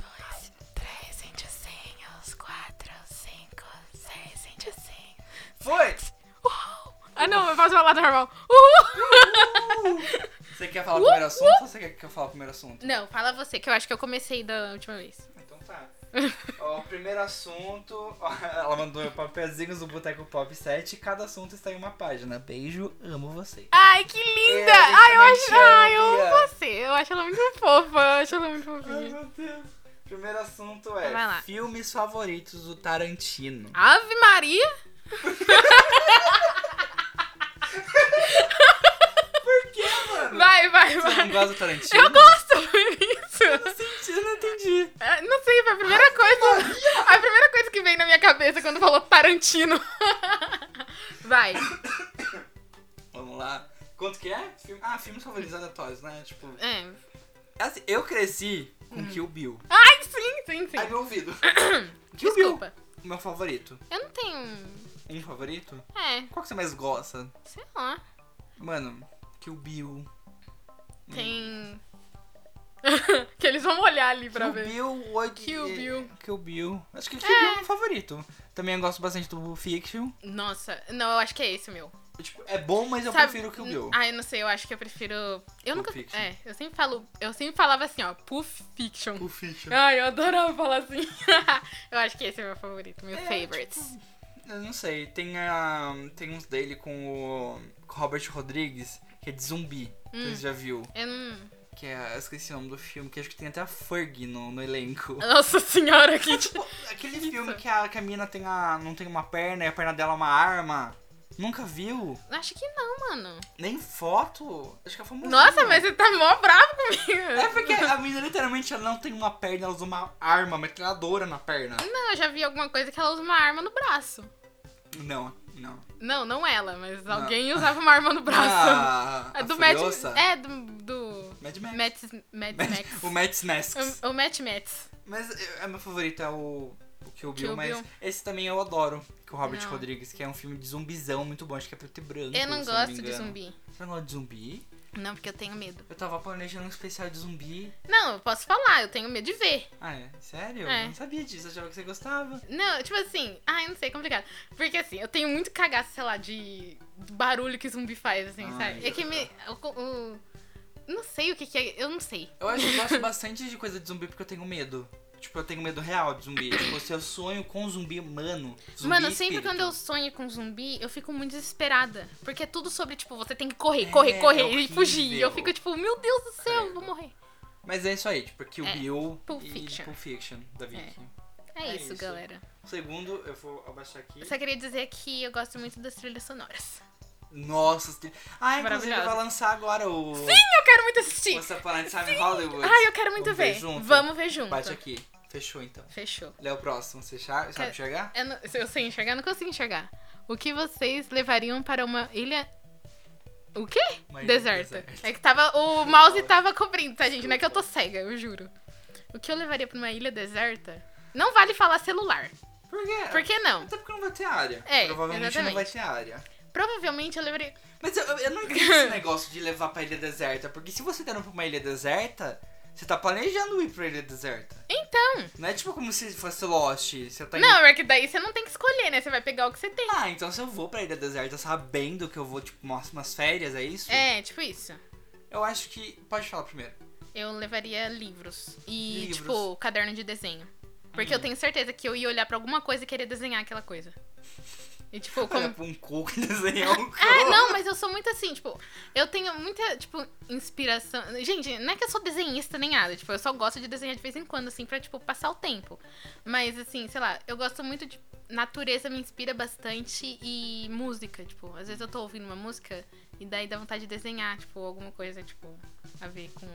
S2: dois, três índiozinhos, quatro, cinco, seis índiozinhos.
S1: Foi!
S2: Uau! Ah, não, eu posso falar normal. Uhul!
S1: Você quer falar o primeiro assunto ou você quer que eu fale o primeiro assunto?
S2: Não, fala você, que eu acho que eu comecei da última vez.
S1: Então tá. Ó, o primeiro assunto. ó, Ela mandou papelzinhos do Boteco Pop 7 e cada assunto está em uma página. Beijo, amo você.
S2: Ai, que linda!
S1: É, a gente também
S2: ai, eu acho.
S1: te ama,
S2: Ai, eu amo
S1: Bia.
S2: você. Eu acho ela muito fofa. Eu acho ela muito
S1: Ai
S2: fofinha.
S1: meu Deus. Primeiro assunto
S2: Vai lá.
S1: é filmes favoritos do Tarantino.
S2: Ave Maria!
S1: Por que, mano?
S2: Vai, vai,
S1: Você não
S2: vai.
S1: gosta do Tarantino?
S2: Eu gosto isso.
S1: Senti, eu não entendi.
S2: Ah, Não sei, foi a primeira coisa. A primeira coisa que veio na minha cabeça quando falou Tarantino. Vai.
S1: Vamos lá. Quanto que é? Filme- Ah, filmes favoritos aleatórios, né? Tipo.
S2: É.
S1: assim, eu cresci com Kill Bill.
S2: Ai, Hum. sim, sim, sim.
S1: Ai, meu ouvido. Kill Bill.
S2: Desculpa.
S1: Meu favorito.
S2: Eu não tenho.
S1: Um favorito?
S2: É,
S1: Qual que você mais gosta?
S2: sei lá.
S1: Mano, Kill Bill. Hum.
S2: Tem. que eles vão olhar ali pra
S1: Kill
S2: ver.
S1: Bill, oito.
S2: Kill Bill.
S1: Kill Bill. Acho que Kill Bill é o meu favorito. Também eu gosto bastante do Pulp Fiction.
S2: Nossa, não, eu acho que é esse o meu.
S1: Tipo, é bom, mas eu
S2: Sabe-
S1: prefiro Kill Bill.
S2: Ah, eu não sei, eu acho que eu prefiro. Eu
S1: Pulp
S2: nunca.
S1: Fiction.
S2: É, eu sempre falo. Eu sempre falava assim, ó, Pulp Fiction.
S1: Pulp Fiction.
S2: Ai, eu adorava falar assim. eu acho que esse é meu favorito, meu
S1: É,
S2: favorites.
S1: Eu não sei. Tem, a, tem uns dele com o com o Robert Rodrigues, que é de zumbi. Que
S2: Hum.
S1: você já viu.
S2: Eu não.
S1: Que é, eu esqueci o nome do filme, que acho que tem até a Ferg no, no elenco.
S2: Nossa senhora, que.
S1: Tipo, aquele filme que a, que a mina tem a, não tem uma perna e a perna dela é uma arma. Nunca viu?
S2: Acho que não, mano.
S1: Nem foto? Acho que é famosa.
S2: Nossa, mas você tá mó bravo comigo.
S1: É porque a mina literalmente ela não tem uma perna, ela usa uma arma, uma metralhadora na perna.
S2: Não, eu já vi alguma coisa que ela usa uma arma no braço.
S1: Não, não.
S2: Não, não ela, mas alguém usava uma arma no braço.
S1: Ah,
S2: É
S1: a
S2: do Matt.
S1: Furiosa?
S2: É, do. do...
S1: Mad Max.
S2: Matt, Matt
S1: Mad-
S2: Max.
S1: O Matt Masks.
S2: O, o Matt Max.
S1: Mas eu- é meu favorito, é o, o Kill Bill,
S2: Kill
S1: mas
S2: Bill.
S1: esse também eu adoro. Que é o Robert
S2: Não.
S1: Rodrigues, que é um filme de zumbizão muito bom, acho que é preto e branco.
S2: Eu não
S1: se me
S2: gosto de
S1: engano.
S2: zumbi.
S1: Você não gosta de zumbi?
S2: Não, porque eu tenho medo.
S1: Eu tava planejando um especial de zumbi.
S2: Não, eu posso falar, eu tenho medo de ver.
S1: Ah, é? Sério?
S2: É.
S1: Eu não sabia disso, achava que você gostava.
S2: Não, tipo assim, ai, não sei, é complicado. Porque assim, eu tenho muito cagaço, sei lá, de barulho que zumbi faz, assim,
S1: Ai,
S2: sabe? É que me. O, o- não sei o que, que é. Eu não sei.
S1: Eu acho que eu gosto bastante de coisa de zumbi porque eu tenho medo. Tipo, eu tenho medo real de zumbi. tipo, se eu sonho com zumbi, mano. Zumbi
S2: Mano, sempre
S1: espírito.
S2: quando eu sonho com zumbi, eu fico muito desesperada. Porque é tudo sobre, tipo, você tem que correr,
S1: É,
S2: correr,
S1: é
S2: correr e
S1: horrível. É.
S2: fugir. E eu fico tipo, meu Deus do céu, eu vou morrer.
S1: Mas é isso aí, tipo, Kill
S2: É,
S1: Bill
S2: Pulp
S1: e
S2: Fiction.
S1: Pulp Fiction da Vicky.
S2: É,
S1: É
S2: isso,
S1: isso.
S2: galera.
S1: Segundo, eu vou abaixar aqui.
S2: Eu só queria dizer que eu gosto muito das trilhas sonoras.
S1: Nossa, tem... ah, inclusive
S2: Maravilhosa.
S1: vai lançar agora o
S2: Eu quero muito assistir.
S1: Once Upon a Time in Hollywood.
S2: Ai, eu quero muito
S1: Vamos ver
S2: ver.
S1: junto?
S2: Vamos ver junto.
S1: Bate aqui. Fechou então.
S2: Fechou.
S1: Lê o próximo. Você cha- sabe
S2: Quer-
S1: enxergar?
S2: Eu, não- se eu sei enxergar, eu não consigo enxergar. O que vocês levariam para uma ilha. O quê?
S1: Uma ilha
S2: deserta.
S1: deserta.
S2: É que tava. O mouse tava cobrindo, tá, gente? Não é que eu tô cega, eu juro. O que eu levaria pra uma ilha deserta? Não vale falar celular.
S1: Por quê?
S2: Por que não?
S1: Até porque não vai ter área.
S2: É,
S1: Provavelmente
S2: exatamente.
S1: não vai ter área.
S2: Provavelmente eu levaria.
S1: Mas eu, eu não entendo esse negócio de levar pra ilha deserta. Porque se você tá indo pra uma ilha deserta, você tá planejando ir pra ilha deserta.
S2: Então.
S1: Não é tipo como se fosse Lost. Você tá indo.
S2: Não, é que daí você não tem que escolher, né? Você vai pegar o que você tem.
S1: Ah, então se eu vou pra ilha deserta sabendo que eu vou, tipo, umas, umas férias, é isso?
S2: É, tipo isso.
S1: Eu acho que. Pode falar primeiro.
S2: Eu levaria livros. E,
S1: Livros. Uhum.
S2: tipo, caderno de desenho. Porque eu tenho certeza que eu ia olhar pra alguma coisa e querer desenhar aquela coisa. E, tipo, como.
S1: Olha pra um cu e desenhar um cu.
S2: Ah, não, mas eu sou muito assim, tipo, eu tenho muita, tipo, inspiração. Gente, não é que eu sou desenhista nem nada, tipo, eu só gosto de desenhar de vez em quando, assim, pra, tipo, passar o tempo. Mas, assim, sei lá, eu gosto muito de. Natureza me inspira bastante e música, tipo, às vezes eu tô ouvindo uma música e daí dá vontade de desenhar, tipo, alguma coisa, tipo, a ver com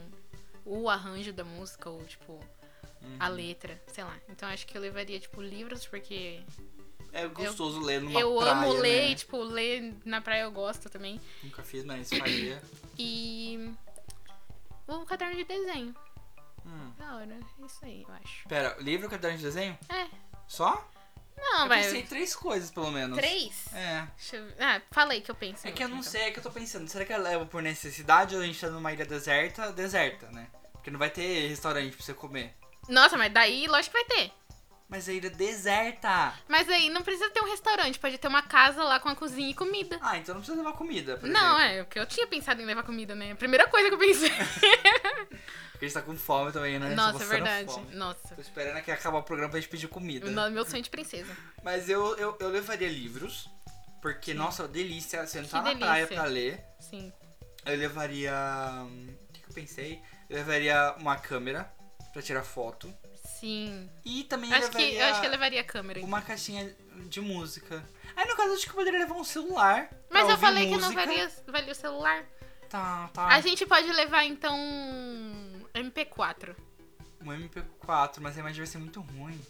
S2: o arranjo da música ou, tipo, a
S1: Uhum.
S2: letra, sei lá. Então acho que eu levaria, tipo, livros, porque
S1: É gostoso ler numa
S2: eu
S1: praia,
S2: amo ler,
S1: né?
S2: e, tipo, ler na praia eu gosto também.
S1: Nunca fiz, mas faria.
S2: E. O caderno de desenho.
S1: Hum.
S2: Da hora. É isso aí, eu acho.
S1: Pera, livro, caderno de desenho?
S2: É.
S1: Só?
S2: Não,
S1: eu
S2: vai.
S1: pensei em três coisas, pelo menos.
S2: Três?
S1: É.
S2: Deixa eu... Ah, falei que eu penso.
S1: É
S2: no
S1: que eu não
S2: último, então.
S1: sei, é que eu tô pensando, será que eu levo por necessidade ou a gente tá numa ilha deserta? Deserta, né? Porque não vai ter restaurante pra você comer.
S2: Nossa, mas daí, lógico que vai ter.
S1: Mas a ilha deserta!
S2: Mas aí não precisa ter um restaurante, pode ter uma casa lá com a cozinha e comida.
S1: Ah, então não precisa levar comida, por
S2: Não,
S1: exemplo.
S2: é, porque eu tinha pensado em levar comida, né? A primeira coisa que eu pensei.
S1: Porque a gente tá com fome também, né?
S2: Nossa, é
S1: Passando
S2: verdade.
S1: fome.
S2: Nossa.
S1: Tô esperando que acabar o programa pra gente pedir comida.
S2: O nome- Meu sonho de princesa.
S1: Mas eu, eu, eu levaria livros, porque, nossa, delícia sentar
S2: Que
S1: na praia
S2: delícia.
S1: pra ler.
S2: Sim.
S1: Eu levaria. hum, O que, que eu pensei? Eu levaria uma câmera pra tirar foto.
S2: Sim.
S1: E também
S2: Acho
S1: levaria
S2: que, eu acho que eu levaria a câmera. então.
S1: uma caixinha de música. Aí no caso acho que eu poderia levar um celular. pra
S2: Mas eu
S1: ouvir
S2: falei que não
S1: música.
S2: valia, valia o celular.
S1: Tá, tá.
S2: A gente pode levar, então, um MP4.
S1: Um MP4, mas a imagem vai ser muito ruim.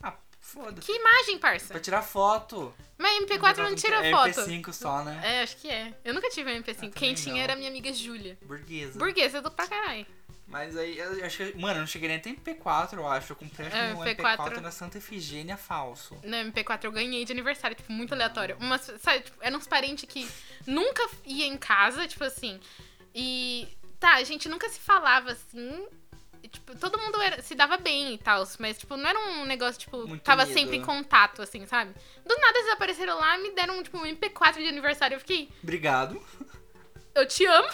S1: Ah, foda-se.
S2: Que imagem,
S1: Pra
S2: parça?
S1: tirar foto.
S2: Mas MP4 não tira
S1: é
S2: foto.
S1: MP5 só, né?
S2: É, acho que é. Eu nunca tive um MP5.
S1: Eu também
S2: Quem tinha
S1: não.
S2: era minha amiga Júlia.
S1: Burguesa.
S2: Burguesa do pra caralho.
S1: Mas aí, eu acho que. Mano, eu não cheguei nem até MP4, eu acho. Eu comprei acho que
S2: É,
S1: um
S2: MP4.
S1: MP4 na Santa Efigênia falso.
S2: No MP4 eu ganhei de aniversário, tipo, muito aleatório. Umas, sabe, tipo, eram uns parentes que nunca ia em casa, tipo assim. E. Tá, a gente nunca se falava assim. E, tipo, todo mundo era- se dava bem e tal, mas, tipo, não era um negócio, tipo,
S1: Muito
S2: tava
S1: unido,
S2: sempre em
S1: né?
S2: contato, assim, sabe? Do nada eles apareceram lá e me deram, tipo, um MP4 de aniversário. Eu fiquei,
S1: Obrigado.
S2: eu te amo.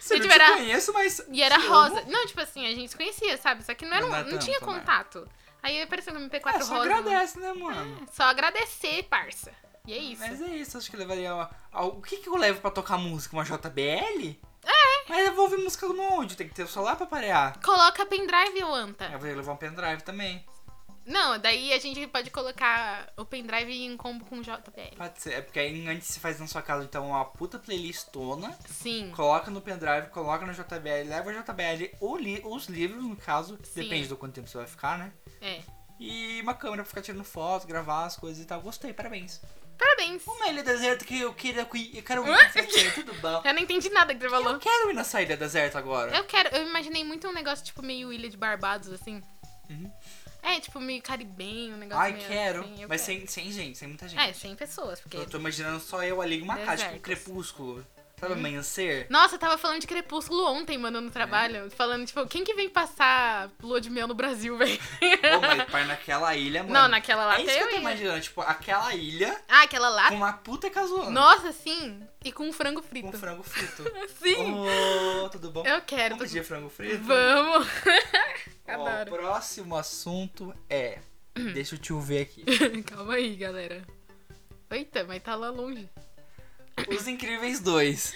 S1: Se eu não
S2: tiver a-
S1: te conheço, mas.
S2: E era
S1: te amo.
S2: rosa. Não, tipo assim, a gente se conhecia, sabe? Só que não, era
S1: Não
S2: um-
S1: dá
S2: não
S1: tanto,
S2: tinha
S1: né?
S2: contato. Aí apareceu no MP4
S1: É, só
S2: rosa.
S1: agradece, né, mano?
S2: Só agradecer, parça. E é isso.
S1: Mas é isso, acho que eu levaria. uma- a- O que, que eu levo pra tocar música? Uma JBL? É! Mas eu vou ouvir música do onde? Tem que ter o celular pra parear.
S2: Coloca pendrive, ô Anta.
S1: Eu vou levar um pendrive também.
S2: Não, daí a gente pode colocar o pendrive em combo com o JBL.
S1: Pode ser. É porque aí antes você faz na sua casa, então, uma puta playlistona.
S2: Sim.
S1: Coloca no pendrive, coloca no JBL, leva o JBL ou li- os livros, no caso.
S2: Sim.
S1: Depende do quanto tempo você vai ficar, né?
S2: É.
S1: E uma câmera pra ficar tirando foto, gravar as coisas e tal. Gostei, parabéns.
S2: Parabéns.
S1: Uma ilha deserta que eu queria. Eu quero
S2: Hã?
S1: ir. Tudo bom.
S2: Eu não entendi nada que você
S1: Eu
S2: falou.
S1: quero ir nessa ilha deserta agora.
S2: Eu quero. Eu imaginei muito um negócio tipo meio Ilha de Barbados, assim.
S1: Uhum.
S2: É, tipo meio caribenho, um negócio
S1: Ai,
S2: meio
S1: quero.
S2: assim, eu
S1: Mas
S2: quero.
S1: Sem, sem gente, sem muita gente.
S2: É, 100 pessoas, porque.
S1: Eu tô imaginando só eu ali em uma casa, tipo
S2: Desertos. Uhum.
S1: crepúsculo. Sabe amanhecer?
S2: Nossa, eu tava falando de Crepúsculo ontem, mano,
S1: É.
S2: no trabalho. Falando, tipo, quem que vem passar lua de mel no Brasil, velho?
S1: Ô, mas pai, naquela ilha, mano.
S2: Não, naquela lá
S1: É isso
S2: até
S1: que eu
S2: eu
S1: tô
S2: ia.
S1: imaginando, tipo, aquela ilha
S2: Ah, aquela lá?
S1: com uma puta casona.
S2: Nossa, sim. E com frango
S1: Com
S2: frito.
S1: frango frito.
S2: Sim.
S1: Ô, tudo bom?
S2: Eu quero.
S1: Vamos pedir frango frito?
S2: Vamos.
S1: Ó, o
S2: Adoro. Hum.
S1: próximo assunto é. Deixa o tio ver aqui.
S2: Calma aí, galera. Eita, mas tá lá longe.
S1: Os Incríveis 2.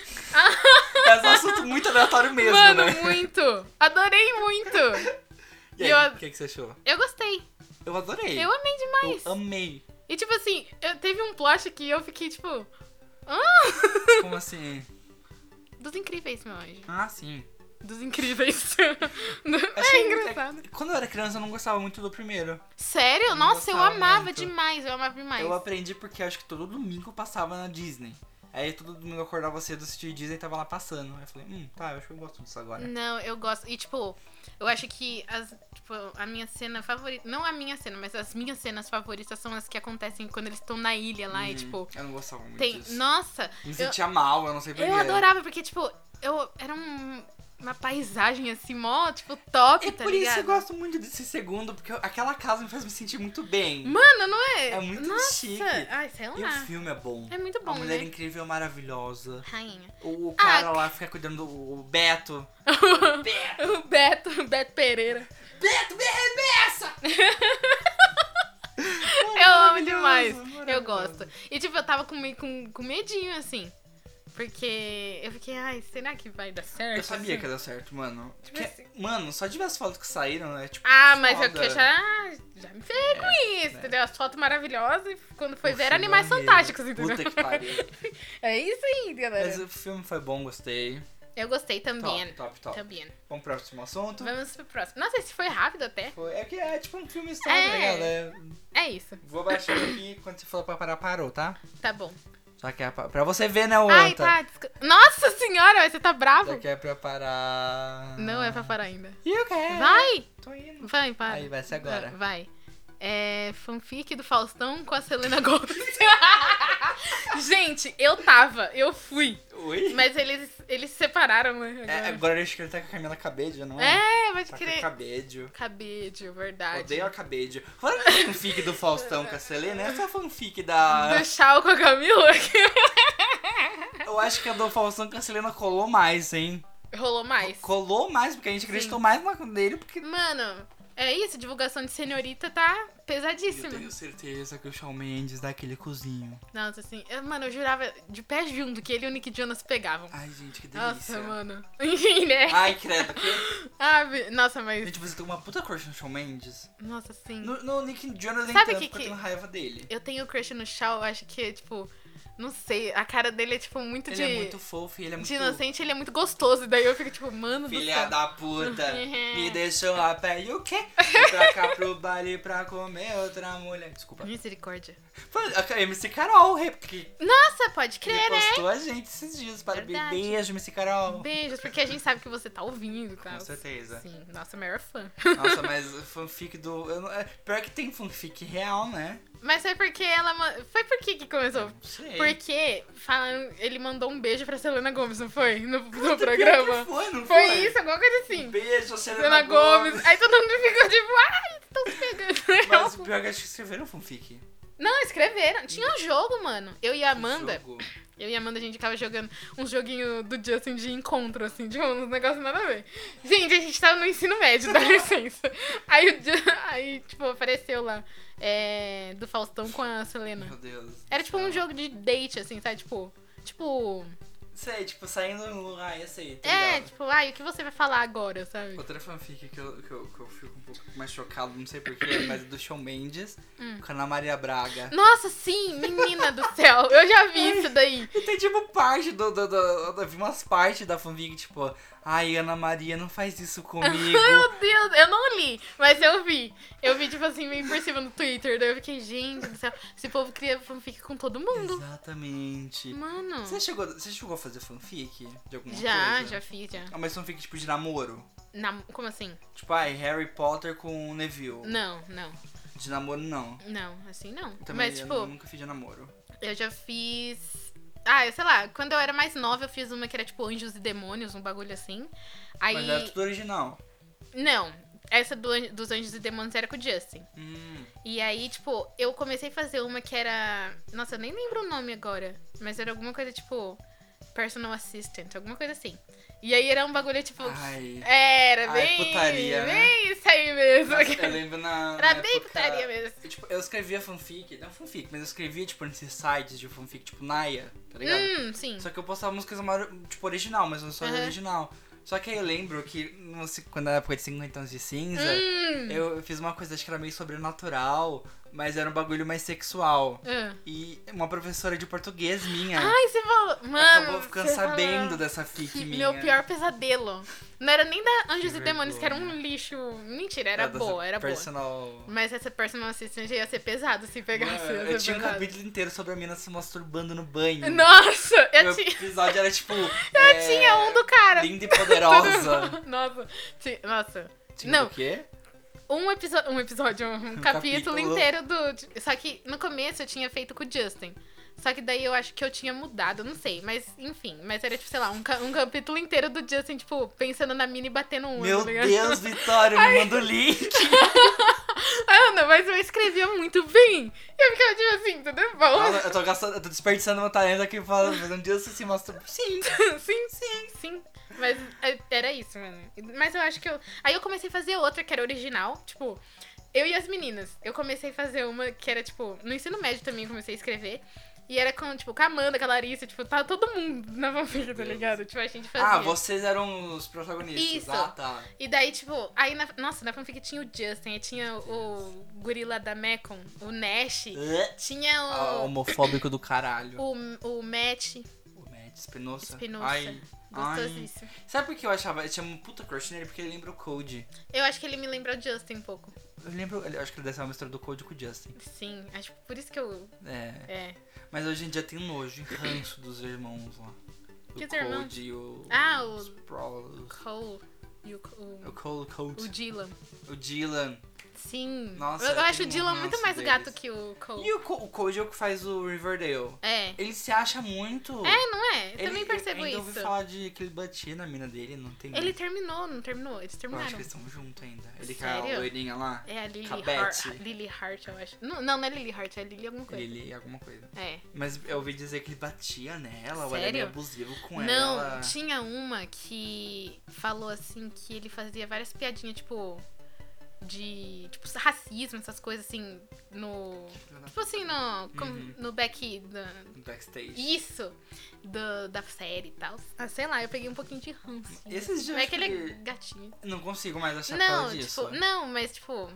S1: é um assunto muito aleatório mesmo,
S2: Mano,
S1: né?
S2: muito! Adorei muito!
S1: E aí,
S2: eu-
S1: o que, que você achou?
S2: Eu gostei.
S1: Eu adorei.
S2: Eu amei demais.
S1: Eu amei.
S2: E tipo assim, eu- teve um plot que eu fiquei tipo,
S1: Como assim?
S2: dos incríveis, meu anjo.
S1: Ah, sim.
S2: Dos incríveis.
S1: Achei
S2: é
S1: muito-
S2: engraçado.
S1: Quando eu era criança, eu não gostava muito do primeiro.
S2: Sério? Nossa, eu
S1: gostava
S2: amava
S1: muito.
S2: demais, eu amava demais.
S1: Eu aprendi porque acho que todo domingo passava na Disney. Aí todo domingo eu acordava cedo, assistia Disney e tava lá passando. Aí eu falei, hum, tá, eu acho que eu gosto disso agora.
S2: Não, eu gosto. E, tipo, eu acho que as, tipo, a minha cena favorita. Não a minha cena, mas as minhas cenas favoritas são as que acontecem quando eles estão na ilha lá e,
S1: Uhum.
S2: tipo.
S1: Eu não gostava muito
S2: Tem.
S1: disso.
S2: Nossa!
S1: Me
S2: eu-
S1: sentia mal, eu não sei porquê.
S2: Eu adorava, porque, tipo, eu era um- uma paisagem assim, mó, tipo, top,
S1: É
S2: tá
S1: por isso
S2: ligado?
S1: que eu gosto muito desse segundo, porque eu- aquela casa me faz me sentir muito bem.
S2: Mano, não é?
S1: É muito
S2: Nossa.
S1: chique.
S2: Ai, sei
S1: E o
S2: lá.
S1: filme é bom.
S2: É muito
S1: A
S2: bom,
S1: mulher
S2: né? Ah,
S1: incrível, maravilhosa.
S2: Rainha.
S1: O, o cara lá fica cuidando do o Beto. Beto!
S2: O Beto, o Beto Pereira.
S1: Beto, me arremessa!
S2: É Eu amo demais.
S1: Maravilhoso,
S2: Eu
S1: maravilhoso.
S2: gosto. E tipo, eu tava com, meio- com, com medinho, assim. Porque eu fiquei, ai, será que vai dar certo?
S1: Eu sabia
S2: assim?
S1: que ia dar certo, mano.
S2: Tipo
S1: Que-
S2: assim.
S1: Mano, só de ver as fotos que saíram, né? Tipo,
S2: Ah, mas é
S1: foda. É, né?
S2: que eu já, já me ferrei com isso, entendeu? As fotos maravilhosas e quando foi ver
S1: Puxa,
S2: era animais
S1: meu Deus.
S2: fantásticos, entendeu?
S1: é Puta que pariu.
S2: É isso aí, galera.
S1: Mas o filme foi bom, gostei.
S2: Eu gostei
S1: Top,
S2: também.
S1: top, top.
S2: Também.
S1: Vamos pro próximo assunto.
S2: Vamos pro próximo. Nossa, esse foi rápido até.
S1: Foi- É que é tipo um filme só, tá
S2: É.
S1: ligado? É,
S2: É isso.
S1: Vou baixar aqui, quando você for pra parar, parou, tá?
S2: Tá bom.
S1: Só que é pra, pra você ver, né, Anta?
S2: Ai, tá. descu- Nossa senhora, você tá bravo?
S1: Só que é pra parar...
S2: Não é pra parar ainda.
S1: E eu quero.
S2: Vai!
S1: Tô indo.
S2: Vai, para.
S1: É. Aí, vai ser agora.
S2: Ah, Vai. É fanfic do Faustão com a Selena Gomez. Gente, eu tava, eu fui.
S1: Oi?
S2: Mas eles, eles se separaram, né?
S1: É,
S2: Agora.
S1: agora eu acho que ele tá com a Camila Cabello, não é?
S2: É, pode
S1: Tá com a
S2: crer.
S1: Cabello.
S2: Cabide, verdade.
S1: Odeio a Cabello. Fora da fanfic do Faustão com a Selena, essa é a fanfic da...
S2: Do Chau com a Camila.
S1: Eu acho que a do Faustão com a Selena colou mais, hein?
S2: Rolou mais.
S1: Colou mais, porque a gente acreditou mais na dele, porque...
S2: Mano, é isso. Divulgação de senhorita tá
S1: Eu
S2: pesadíssima.
S1: tenho certeza que o Shawn Mendes dá aquele cozinho.
S2: Nossa, assim, eu- mano, eu jurava de pé junto que ele e o Nick Jonas pegavam.
S1: Ai, gente, que delícia.
S2: Nossa, mano. Enfim, né?
S1: Ai, credo. que-
S2: Ah, vi- nossa, mas.
S1: Gente, você tem uma puta crush no Shawn Mendes.
S2: Nossa, sim.
S1: No, no Nick Jonas nem
S2: Sabe
S1: tanto,
S2: que
S1: porque eu
S2: que-
S1: tenho raiva dele.
S2: Eu tenho crush no Shaw, acho que, tipo, não sei, a cara dele é, tipo, muito
S1: Ele
S2: de.
S1: é muito fofo e ele é muito...
S2: De inocente, ele é muito gostoso. E daí eu fico, tipo, mano
S1: Filha
S2: do céu.
S1: da puta,
S2: Uhum.
S1: me deixou a pé e o quê? Vim pra cá pro baile pra comer outra mulher. Desculpa.
S2: Misericórdia.
S1: Foi a MC Carol, re- que
S2: Nossa, pode crer, né?
S1: repostou a gente esses dias. Para
S2: Verdade.
S1: beijo, MC Carol.
S2: Beijos, porque a gente sabe que você tá ouvindo, tá?
S1: Com certeza.
S2: Sim, nossa maior fã.
S1: Nossa, mas fanfic do. eu não- é, pior que tem fanfic real, né?
S2: Mas foi porque ela. ma- Foi por que que começou?
S1: Não sei.
S2: Porque falam, ele mandou um beijo pra Selena Gomes, não foi? No, no
S1: Puta, pior que
S2: programa.
S1: Foi, não foi?
S2: Foi, isso, alguma coisa assim.
S1: Beijo, Selena
S2: Selena
S1: Gomes.
S2: Gomes. Aí todo mundo ficou tipo, ai, estão se pegando.
S1: Mas o pior que acho que escreveram fanfic.
S2: Não, escreveram. Tinha um jogo, mano. Eu e a Amanda.
S1: Jogo.
S2: Eu e a Amanda, a gente ficava jogando um joguinho do Justin de encontro, assim, de um negócio nada a ver. Gente, a gente tava no ensino médio, dá licença. Aí, o Ju- aí tipo, apareceu lá, é, do Faustão com a Selena.
S1: Meu Deus.
S2: Era tipo um jogo de date, assim, sabe? Tipo, tipo...
S1: Sei, tipo, saindo no lugar, esse aí, tá
S2: É,
S1: ligado?
S2: tipo, ai, o que você vai falar agora, sabe?
S1: Outra fanfic que eu, que, eu, que eu fico um pouco mais chocado, não sei porquê, mas é do Shawn Mendes
S2: Hum.
S1: com a Ana Maria Braga.
S2: Nossa, sim, menina do céu, eu já vi isso daí.
S1: E tem tipo parte do. do, do, do- vi umas partes da fanfic, tipo, ai, Ana Maria, não faz isso comigo.
S2: Meu Deus, eu não li, mas eu vi. Eu vi, tipo assim, meio por cima no Twitter, daí eu fiquei, gente do céu, esse povo cria fanfic com todo mundo.
S1: Exatamente.
S2: Mano.
S1: Você chegou, você chegou a fazer fanfic de alguma
S2: já,
S1: coisa?
S2: já fiz, já.
S1: Ah, mas fanfic tipo de namoro?
S2: Nam- como assim?
S1: Tipo, ai, Harry Potter com Neville.
S2: Não, não.
S1: De namoro, não.
S2: Não, assim não.
S1: Também
S2: Mas,
S1: eu
S2: tipo,
S1: nunca fiz de namoro.
S2: eu já fiz. Ah, eu sei lá, quando eu era mais nova, eu fiz uma que era tipo anjos e demônios, um bagulho assim. Aí.
S1: Mas era tipo tudo original.
S2: Não, essa do an- dos anjos e demônios era com o Justin.
S1: Hum.
S2: E aí, tipo, eu comecei a fazer uma que era. Nossa, eu nem lembro o nome agora. Mas era alguma coisa tipo. Personal assistant, alguma coisa assim. E aí era um bagulho tipo.
S1: Ai.
S2: Era
S1: Ai,
S2: bem.
S1: putaria, né? é
S2: bem isso aí mesmo.
S1: Eu lembro na.
S2: Era
S1: na
S2: bem
S1: época-
S2: putaria mesmo.
S1: Eu, tipo, eu escrevia fanfic, não fanfic, mas eu escrevia, tipo, nesses sites de fanfic, tipo, Naya, tá ligado?
S2: Hum, sim.
S1: Só que eu postava músicas, maior- tipo, original, mas não só
S2: Aham.
S1: original. Só que aí eu lembro que, não sei, quando era a época de 50 anos de cinza,
S2: Hum.
S1: eu fiz uma coisa, acho que era meio sobrenatural, mas era um bagulho mais sexual.
S2: Ah.
S1: E uma professora de português minha
S2: Ai, você falou. Ah, Mano.
S1: acabou ficando
S2: você falou
S1: sabendo dessa fic
S2: que
S1: minha.
S2: Meu pior pesadelo. Não era nem da Anjos
S1: Que
S2: e Demônios, que era um
S1: vergonha.
S2: lixo. Mentira, era
S1: é, dessa
S2: boa, era boa.
S1: personal...
S2: Mas essa personal assistant ia ser pesado se pegasse.
S1: Mano,
S2: essa
S1: eu tinha um
S2: verdade.
S1: capítulo inteiro sobre a mina se masturbando no banho.
S2: Nossa, eu,
S1: Meu
S2: ti-
S1: episódio era tipo.
S2: eu tinha um do cara.
S1: Linda e poderosa.
S2: Tudo- Nossa. ti- Nossa.
S1: Tinha
S2: Não.
S1: do quê?
S2: Um, episo- um episódio, um, capítulo,
S1: capítulo.
S2: inteiro do. Só que no começo eu tinha feito com o Justin. Só que daí eu acho que eu tinha mudado, não sei. Mas enfim, mas era tipo, sei lá, um, ca- um capítulo inteiro do Justin, tipo, pensando na mina e batendo um.
S1: Meu
S2: tá ligado?
S1: Deus, Vitória, me manda o link.
S2: Ana, Ah, mas eu escrevia muito bem. E eu ficava tipo assim, tudo
S1: Nossa,
S2: bom?
S1: eu tô gastando, eu tô desperdiçando meu talento aqui falando, fazendo Deus se masturba. Sim.
S2: sim, sim, sim. Mas é, era isso, mano. Mas eu acho que eu. Aí eu comecei a fazer outra que era original, tipo. Eu e as meninas. Eu comecei a fazer uma que era, tipo, no ensino médio também eu comecei a escrever. E era com, tipo, com a Amanda, com a Larissa, tipo, tava todo mundo na fanfic, tá
S1: Deus.
S2: ligado? Tipo, a gente fazia.
S1: Ah, vocês eram os protagonistas.
S2: Isso.
S1: Ah, tá.
S2: E daí, tipo, aí na. Nossa, na fanfic tinha o Justin, aí tinha o gorila da Mekon, o Nash, tinha o.
S1: É. Ah, homofóbico do caralho.
S2: O, o Matt,
S1: O Matt Espinosa.
S2: Espinosa.
S1: Ai. Ai.
S2: gostosíssimo.
S1: Sabe por que eu achava? Eu tinha um puta crush nele porque ele lembra o Code.
S2: Eu acho que ele me lembra o Justin um pouco.
S1: Eu lembro, eu acho que ele deve ser uma mistura do Code com o Justin.
S2: Sim, acho que por isso que eu.
S1: É.
S2: É.
S1: Mas hoje em dia tem nojo e ranço dos irmãos lá.
S2: Que
S1: o
S2: irmãos?
S1: Code e o.
S2: Ah, o-
S1: Sproul.
S2: Cole e o. O,
S1: O Cole
S2: o
S1: Coates.
S2: Dylan.
S1: O Dylan.
S2: Sim.
S1: Nossa,
S2: eu, eu
S1: eu
S2: acho o
S1: tenho
S2: Dylan
S1: um
S2: muito
S1: ranço
S2: mais gato
S1: deles.
S2: que o Cole.
S1: E o, Co o Cody é o que faz o Riverdale.
S2: É.
S1: Ele se acha muito.
S2: É, não é? Eu
S1: Ele-
S2: também percebo
S1: eu ainda ouvi
S2: isso.
S1: falar de que ele batia na mina dele, não tem.
S2: Ele terminou, não terminou? Eles
S1: Eu acho que
S2: terminaram.
S1: eles estão juntos ainda. Ele com a
S2: Sério?
S1: loirinha lá.
S2: É a Lily Hart.
S1: Cabete.
S2: Lily Hart, eu acho. Não, não, não é Lily Hart, é Lily alguma coisa.
S1: Ele alguma coisa.
S2: É.
S1: Mas eu ouvi dizer que ele batia nela, ou era
S2: Sério?
S1: meio abusivo com
S2: não, tipo,
S1: ela.
S2: tinha uma que falou assim que ele fazia várias piadinhas, tipo. De. Tipo, racismo, essas coisas assim. No. Tipo assim, no. como-
S1: Uhum.
S2: No back. da-
S1: No Backstage.
S2: isso! do- da série e tal. Ah, sei lá, eu peguei um pouquinho de ranço.
S1: Esses dias
S2: Não é que
S1: eu
S2: ele é
S1: peguei-
S2: gatinho.
S1: Não consigo mais achar
S2: Não,
S1: por causa disso. né?
S2: tipo, não, mas tipo.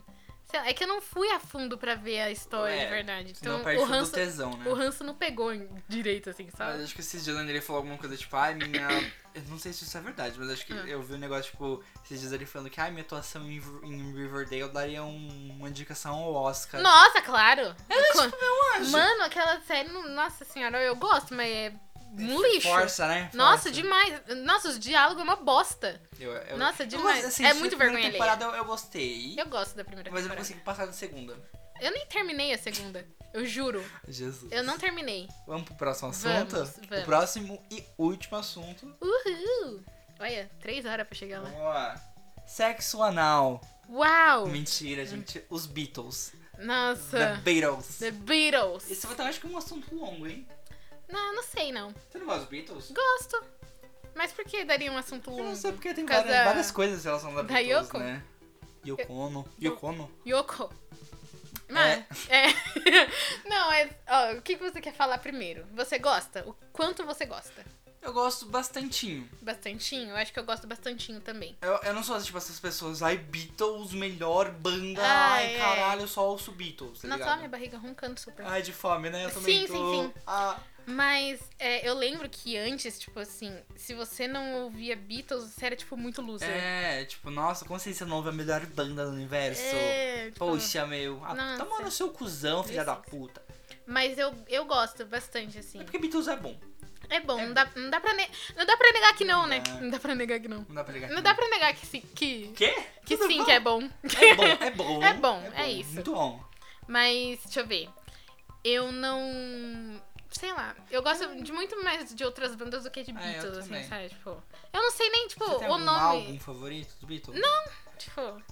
S2: sei lá, é que eu não fui a fundo pra ver a história
S1: É,
S2: de verdade.
S1: Senão
S2: Então
S1: perde
S2: o
S1: todo
S2: ranço.
S1: o tesão, né?
S2: O ranço não pegou em- direito, assim,
S1: Mas
S2: sabe?
S1: acho que esses dias ele falou alguma coisa tipo, ai, minha. Eu não sei se isso é verdade, mas acho que
S2: Hum.
S1: eu vi um negócio tipo, esses dias ele falando que, ai, minha atuação em, Riv- em Riverdale daria um- uma indicação ao Oscar. Tipo,
S2: Nossa,
S1: É,
S2: claro! Co-
S1: anjo.
S2: Mano, aquela série, não- nossa senhora, eu gosto, mas é um
S1: Você
S2: lixo.
S1: Força, né? Força.
S2: Nossa, demais. Nossa, os diálogos é uma bosta.
S1: Eu, eu,
S2: Nossa,
S1: eu
S2: demais.
S1: gosto-
S2: É
S1: assisti
S2: muito
S1: a primeira
S2: vergonha alheia.
S1: temporada eu, eu gostei.
S2: Eu gosto da primeira
S1: Mas eu não
S2: temporada.
S1: consegui passar da segunda.
S2: Eu nem terminei a segunda. Eu juro.
S1: Jesus.
S2: Eu não terminei.
S1: Vamos pro próximo assunto?
S2: Vamos, vamos.
S1: O próximo e último assunto.
S2: Uhul! Olha, três horas pra chegar lá.
S1: Vamos lá. Sexo anal.
S2: Uau!
S1: Mentira, gente. Os Beatles. The
S2: Nossa!
S1: Beatles.
S2: The Beatles!
S1: Isso vai estar, acho que, um assunto longo, hein?
S2: Não, não sei não.
S1: Você não gosta dos Beatles?
S2: Gosto. Mas por que daria um assunto
S1: Eu
S2: longo?
S1: não sei porque tem
S2: Por causa
S1: várias,
S2: da-
S1: várias coisas relacionadas a
S2: da
S1: Beatles,
S2: Yoko?
S1: né? Yoko Ono. Yoko Ono?
S2: Yoko. Mas, é. não, é. ó, o que que você quer falar primeiro? Você gosta? O quanto você gosta?
S1: Eu gosto bastantinho.
S2: Bastantinho? Eu acho que eu gosto bastantinho também.
S1: Eu, eu não sou, tipo, essas pessoas, ai, Beatles, melhor banda,
S2: Ai,
S1: ai,
S2: é.
S1: caralho, eu só ouço Beatles, tá
S2: Nossa, ó, minha
S1: ligado?
S2: barriga roncando super.
S1: Ai, de fome, né? Eu também
S2: Sim,
S1: tô...
S2: sim, sim.
S1: Ah,
S2: Mas é, eu lembro que antes, tipo assim, se você não ouvia Beatles, você era, tipo, muito loser.
S1: é, tipo, nossa, como assim você não ouve a melhor banda do universo?
S2: É, tipo,
S1: Poxa, meu, ah,
S2: Nossa.
S1: toma no seu cuzão, filha da
S2: Licença.
S1: puta.
S2: Mas eu, eu gosto bastante, assim.
S1: É porque Beatles é bom,
S2: É bom,
S1: É
S2: Não, dá, não, dá pra ne- não dá pra negar que não, né?
S1: Não dá.
S2: Não dá pra negar que não.
S1: não dá pra ligar.
S2: Não dá pra negar que sim, que,
S1: Quê?
S2: que,
S1: Tudo
S2: sim,
S1: bom?
S2: que é bom.
S1: É bom, é bom.
S2: É bom, é isso.
S1: Muito bom.
S2: Mas, deixa eu ver. Eu não. Sei lá. Eu gosto de muito mais de outras bandas do que de
S1: Ah, eu
S2: Beatles, assim,
S1: também.
S2: sabe? Tipo. Eu não sei nem, tipo,
S1: Você tem
S2: o
S1: algum
S2: nome.
S1: álbum favorito do Beatles? Não.
S2: Tipo.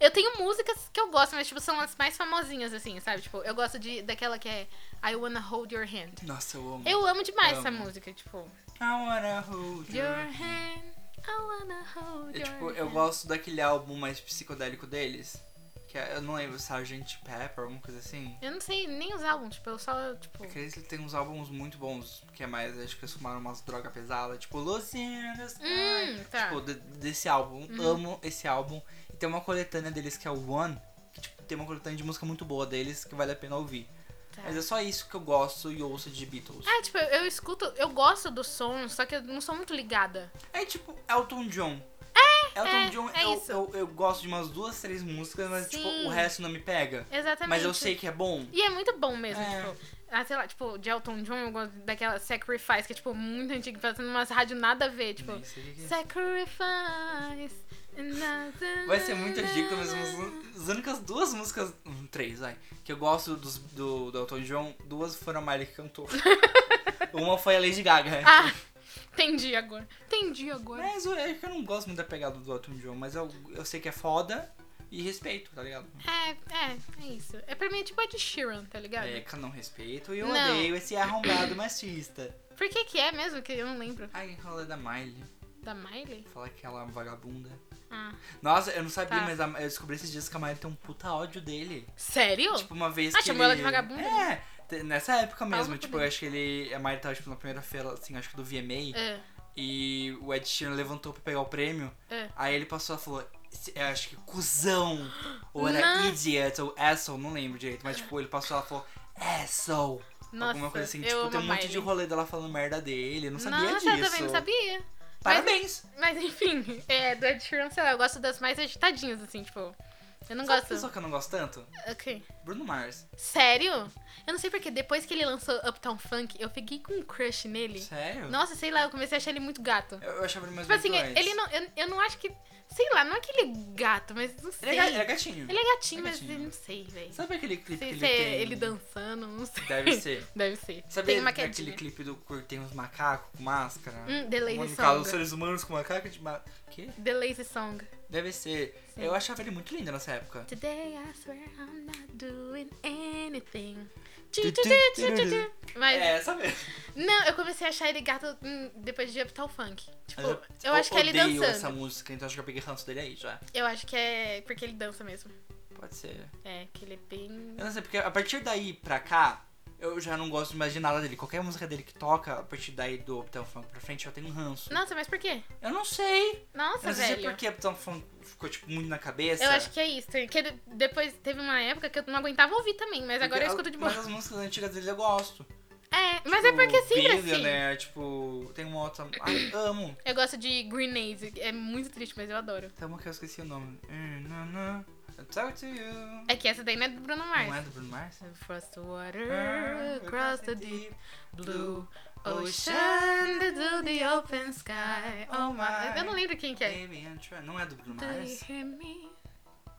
S2: Eu tenho músicas que eu gosto, mas, tipo, são as mais famosinhas, assim, sabe? Tipo, eu gosto de, daquela que é I Wanna Hold Your Hand.
S1: Nossa, eu amo.
S2: Eu amo demais essa
S1: Amo.
S2: música, tipo.
S1: I wanna hold
S2: Your
S1: you.
S2: hand. I wanna hold
S1: É,
S2: your
S1: tipo, eu
S2: hand.
S1: gosto daquele álbum mais psicodélico deles. Que é, eu não lembro, Sgt. Pepper, alguma coisa assim.
S2: Eu não sei nem os álbuns, tipo, eu só, tipo...
S1: Porque eles têm uns álbuns muito bons, que é mais, acho que eles fumaram umas drogas pesadas, tipo Lucinda,
S2: Hum, tá.
S1: tipo,
S2: Uhum.
S1: de- desse álbum. Amo esse álbum. E tem uma coletânea deles que é o One, que tipo, tem uma coletânea de música muito boa deles que vale a pena ouvir.
S2: tá.
S1: Mas é só isso que eu gosto e ouço de Beatles.
S2: É, tipo, eu, eu escuto, eu gosto do som, só que eu não sou muito ligada.
S1: É tipo Elton John. É, Elton
S2: é,
S1: John,
S2: é
S1: eu,
S2: isso.
S1: Eu, eu gosto de umas duas, três músicas, mas tipo,
S2: Sim.
S1: o resto não me pega.
S2: Exatamente.
S1: Mas eu sei que é bom.
S2: E é muito bom mesmo,
S1: É.
S2: tipo. Ah, sei lá, tipo, de Elton John, eu gosto daquela Sacrifice, que é, tipo, muito antiga, fazendo umas rádio nada a ver, tipo.
S1: Nem sei o que que é.
S2: Sacrifice. nada-
S1: Vai ser muito ridículo, mas umas- as únicas duas músicas. hum, Três, vai. Que eu gosto dos, do, do Elton John, duas foram a Miley que cantou. Uma foi a Lady Gaga.
S2: Ah, entendi agora. Entendi agora.
S1: Mas eu, é que eu não gosto muito da pegada do Elton John, mas eu, eu sei que é foda e respeito, tá ligado?
S2: É, é, é isso. É pra mim é tipo Ed Sheeran, tá ligado?
S1: É, que eu não respeito e eu
S2: Não.
S1: odeio esse arrombado machista.
S2: Por que que é mesmo? Que eu não lembro.
S1: Ai, rola da Miley.
S2: Da Miley?
S1: Fala que ela é uma vagabunda.
S2: Ah.
S1: Nossa, eu não sabia,
S2: Tá.
S1: mas a- eu descobri esses dias que a Miley tem um puta ódio dele.
S2: Sério?
S1: Tipo, uma vez
S2: Ah,
S1: que
S2: chamou
S1: ele...
S2: ela de vagabunda? Tá
S1: É, te- nessa época
S2: Fala
S1: mesmo.
S2: no
S1: Tipo,
S2: poder.
S1: eu acho que ele... A Miley tava, tipo, na primeira feira, assim, acho que do VMA.
S2: É,
S1: E o Ed Sheeran levantou pra pegar o prêmio.
S2: é.
S1: Aí ele passou e falou... "Esse- Eu acho que cuzão. Ou era
S2: Não.
S1: idiot, ou asshole, não lembro direito. Mas, tipo, ele passou e ela falou... Asshole.
S2: Nossa,
S1: Alguma coisa assim.
S2: eu
S1: Tipo,
S2: amo
S1: tem um
S2: a
S1: monte de
S2: Miley.
S1: rolê dela falando merda dele. Eu não sabia
S2: Nossa,
S1: disso.
S2: eu também não sabia.
S1: Parabéns.
S2: Mas enfim, é, do Ed Sheeran, sei lá, eu gosto das mais agitadinhas, assim, tipo. Eu não
S1: Sabe
S2: gosto.
S1: pessoa que eu não gosto tanto?
S2: Ok.
S1: Bruno Mars.
S2: Sério? Eu não sei porque depois que ele lançou Uptown Funk, eu fiquei com um crush nele.
S1: Sério? É
S2: Nossa, sei lá, eu comecei a achar ele muito gato.
S1: Eu, eu achava ele mais
S2: Tipo assim,
S1: bonito antes.
S2: ele não. Eu, eu não acho que. Sei lá, não é aquele gato, mas não sei.
S1: Ele é, ga- ele é gatinho.
S2: Ele é gatinho,
S1: É
S2: mas
S1: gatinho.
S2: eu não sei, velho.
S1: Sabe aquele clipe que
S2: Sei
S1: ele
S2: se é
S1: tem?
S2: ele dançando, não sei.
S1: Deve ser.
S2: Deve ser.
S1: Sabe
S2: Tem uma
S1: aquele
S2: quedinha.
S1: clipe do que tem uns macacos com máscara?
S2: Hum, The
S1: Ou,
S2: Lazy
S1: no caso, os
S2: Song.
S1: seres humanos com macaco de ma... Que?
S2: The Lazy Song.
S1: Deve ser.
S2: Sim.
S1: Eu achava ele muito lindo nessa época.
S2: Today I swear I'm not doing anything.
S1: Tu,
S2: Tchu,
S1: tu,
S2: tchu, tchu, tchu, tchu. Mas,
S1: É, sabe?
S2: não, eu comecei a achar ele gato hum, depois de Uptown Funk. Tipo,
S1: Mas
S2: eu acho que é ele
S1: odeio essa
S2: dançando.
S1: música, então acho que eu peguei ranço dele aí já.
S2: Eu acho que é porque ele dança mesmo.
S1: Pode ser.
S2: É, que ele é bem.
S1: Eu não sei, porque a partir daí pra cá, eu já não gosto mais de nada dele. Qualquer música dele que toca, a partir daí do Uptown Funk pra frente, eu tenho um ranço.
S2: Nossa, mas por quê?
S1: Eu não sei.
S2: Nossa,
S1: Eu não sei se é
S2: velho.
S1: porque Uptown Funk ficou, tipo, muito na cabeça.
S2: Eu acho que é isso. Porque de- depois teve uma época que eu não aguentava ouvir também, mas agora
S1: Porque é
S2: eu escuto de boa.
S1: algumas das músicas antigas dele eu gosto.
S2: É, mas é porque sempre assim.
S1: tipo, né? Tipo, tem uma outra. Ai, amo.
S2: Eu gosto de Grenade, é muito triste, mas eu adoro.
S1: Tem uma que eu esqueci o nome. Eh, na, na, I Talk to you.
S2: É que essa daí não é do Bruno Mars.
S1: Não é do Bruno Mars?
S2: Across the water, across the deep blue ocean, through the open sky. Oh my. Eu não lembro quem que é.
S1: Baby, I'm trying- Não é do Bruno
S2: Do you
S1: Mars?
S2: hear me?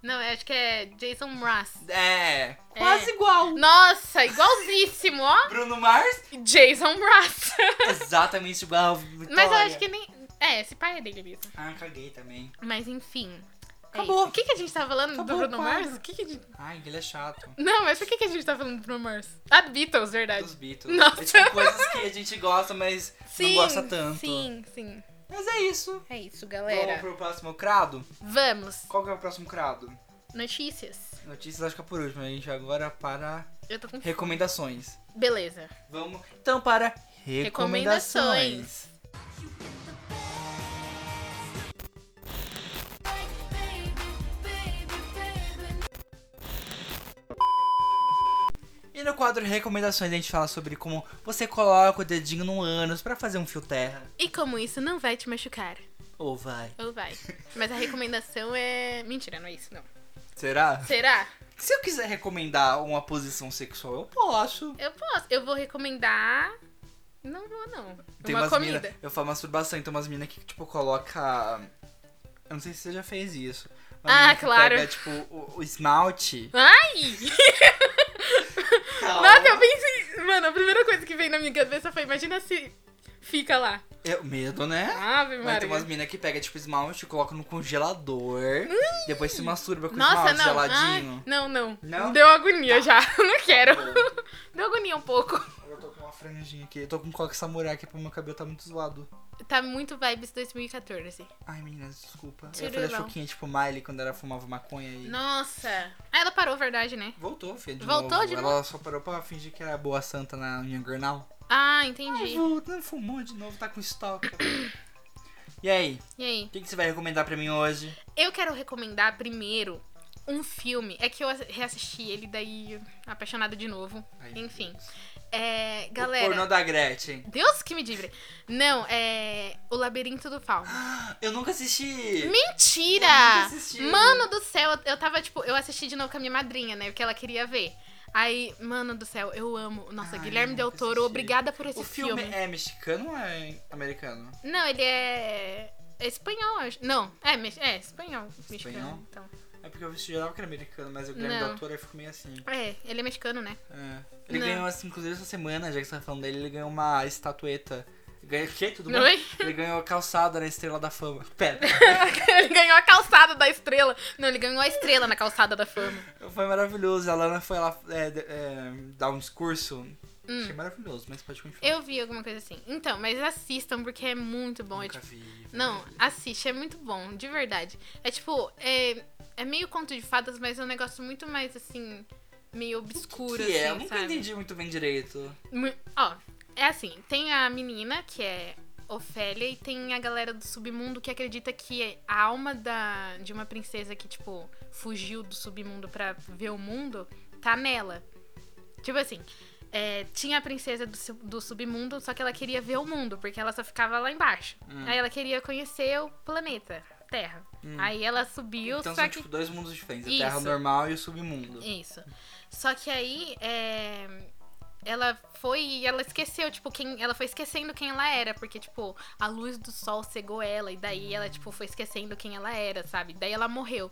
S2: Não, eu acho que é Jason Mraz.
S1: É, quase igual.
S2: Nossa, igualzíssimo, ó.
S1: Bruno Mars?
S2: Jason Mraz.
S1: Exatamente igual. Vitória.
S2: Mas eu acho que nem. É, esse pai é dele mesmo.
S1: Ah, caguei também.
S2: Mas enfim. é
S1: Acabou.
S2: isso. O que, que a gente tá falando
S1: Acabou o
S2: do Bruno
S1: quadro.
S2: Mars? O que que a gente...
S1: Ai, ele é chato.
S2: Não, mas por que, que a gente tá falando do Bruno Mars? Ah, Beatles, verdade.
S1: Dos Beatles.
S2: Nossa.
S1: É tipo coisas que a gente gosta, mas não gosta tanto.
S2: Sim, sim.
S1: Mas é isso.
S2: É isso,
S1: Vamos
S2: galera.
S1: pro próximo crado?
S2: Vamos.
S1: Qual que é o próximo crado?
S2: Notícias.
S1: Notícias acho que é por último. A gente vai agora para
S2: Eu tô com.
S1: recomendações.
S2: Beleza.
S1: Vamos então para recomendações.
S2: Recomendações.
S1: E no quadro recomendações a gente fala sobre como você coloca o dedinho no ânus para fazer um fio terra.
S2: E como isso não vai te machucar?
S1: Ou vai.
S2: Ou vai? Mas a recomendação é. Mentira, não é isso, não.
S1: Será?
S2: Será?
S1: Se eu quiser recomendar uma posição sexual, eu posso.
S2: Eu posso. Eu vou recomendar. Não vou, não.
S1: Tem
S2: Uma
S1: umas
S2: comida.
S1: mina- eu falo masturbação, então umas minas que, tipo, coloca. Eu não sei se você já fez isso. Uma
S2: Ah,
S1: mina que
S2: claro.
S1: Pega, tipo, o, o esmalte.
S2: Ai!
S1: Calma.
S2: Nossa, eu pensei. Mano, a primeira coisa que veio na minha cabeça foi: imagina se fica lá.
S1: Eu- medo, né?
S2: Ave
S1: Mas
S2: Maria.
S1: tem umas minas que pega, tipo, esmalte, coloca no congelador. Depois se masturba com
S2: Nossa,
S1: esmalte
S2: não.
S1: geladinho.
S2: Ai, não, não.
S1: Não?
S2: Deu agonia já. Não quero.
S1: Tá bom.
S2: Deu agonia um pouco.
S1: Eu eu tô com uma franjinha aqui. Eu tô com um coque samurai aqui porque meu cabelo tá muito zoado.
S2: Tá muito vibes 2014.
S1: Ai, meninas, desculpa. Eu
S2: Tchururau.
S1: falei a Chuquinha, tipo Miley, quando ela fumava maconha e...
S2: Nossa. Ah, ela parou, verdade, né?
S1: Voltou, filha, de
S2: Voltou
S1: novo.
S2: de
S1: Ela só parou pra fingir que era boa santa na União Granal.
S2: Ah,
S1: Ah,
S2: entendi.
S1: voltou, fumou de novo, tá com estoque. e aí,
S2: E aí?
S1: o que, que você vai recomendar pra mim hoje?
S2: Eu quero recomendar primeiro um filme. É que eu reassisti ele, daí apaixonada de novo.
S1: Ai, meu
S2: Enfim.
S1: Deus.
S2: É,
S1: O pornô
S2: galera.
S1: da Gretchen.
S2: Deus que me livre. Não, é. O Labirinto do Fauno.
S1: Eu nunca assisti.
S2: Mentira!
S1: Ah, Eu nunca assisti.
S2: Mano do céu, eu- eu tava, tipo, eu assisti de novo com a minha madrinha, né? Porque ela queria ver. Aí, mano do céu, eu amo. Nossa,
S1: Ai,
S2: Guilherme
S1: eu
S2: Del
S1: nunca
S2: Toro,
S1: assisti.
S2: obrigada por esse
S1: O filme, é mexicano ou é americano?
S2: Não, ele é. É espanhol, acho. Não, é, me- é
S1: Espanhol?
S2: espanhol. Mexicano, então.
S1: É porque eu jurava que era americano, mas o Guilherme
S2: Não.
S1: Del Toro aí ficou meio assim.
S2: É, ele é mexicano, né?
S1: É. Ele
S2: Não.
S1: ganhou, assim, inclusive essa semana, já que você tá falando dele, ele ganhou uma estatueta. Ganhou o quê? Tudo bem?
S2: Oi?
S1: Ele ganhou a calçada na Estrela da Fama. Pera,
S2: ele ganhou a calçada da estrela. Não, ele ganhou a estrela na calçada da fama.
S1: foi maravilhoso. A Lana foi lá é, de- é, dar um discurso.
S2: Hum.
S1: Achei maravilhoso, mas pode continuar.
S2: Eu vi alguma coisa assim. Então, mas assistam, porque é muito bom. É,
S1: Nunca
S2: tipo,
S1: vi.
S2: Não, assiste, é muito bom, de verdade. É tipo, é, é meio conto de fadas, mas é um negócio muito mais assim, meio obscuro,
S1: que é? Eu
S2: assim,
S1: nunca
S2: sabe?
S1: entendi muito bem direito.
S2: Mu- Ó, é assim, tem a menina que é Ofélia e tem a galera do submundo que acredita que a alma da, de uma princesa que, tipo, fugiu do submundo pra ver o mundo, tá nela. Tipo assim, é, tinha a princesa do, su- do submundo, só que ela queria ver o mundo, porque ela só ficava lá embaixo.
S1: Hum.
S2: Aí ela queria conhecer o planeta, Terra. Aí ela subiu,
S1: Então
S2: só
S1: são,
S2: que...
S1: tipo, dois mundos diferentes.
S2: Isso.
S1: A Terra normal e o submundo.
S2: Isso. Só que aí, é, ela foi e ela esqueceu, tipo, quem, ela foi esquecendo quem ela era, porque, tipo, a luz do sol cegou ela e daí ela, tipo, foi esquecendo quem ela era, sabe? Daí ela morreu.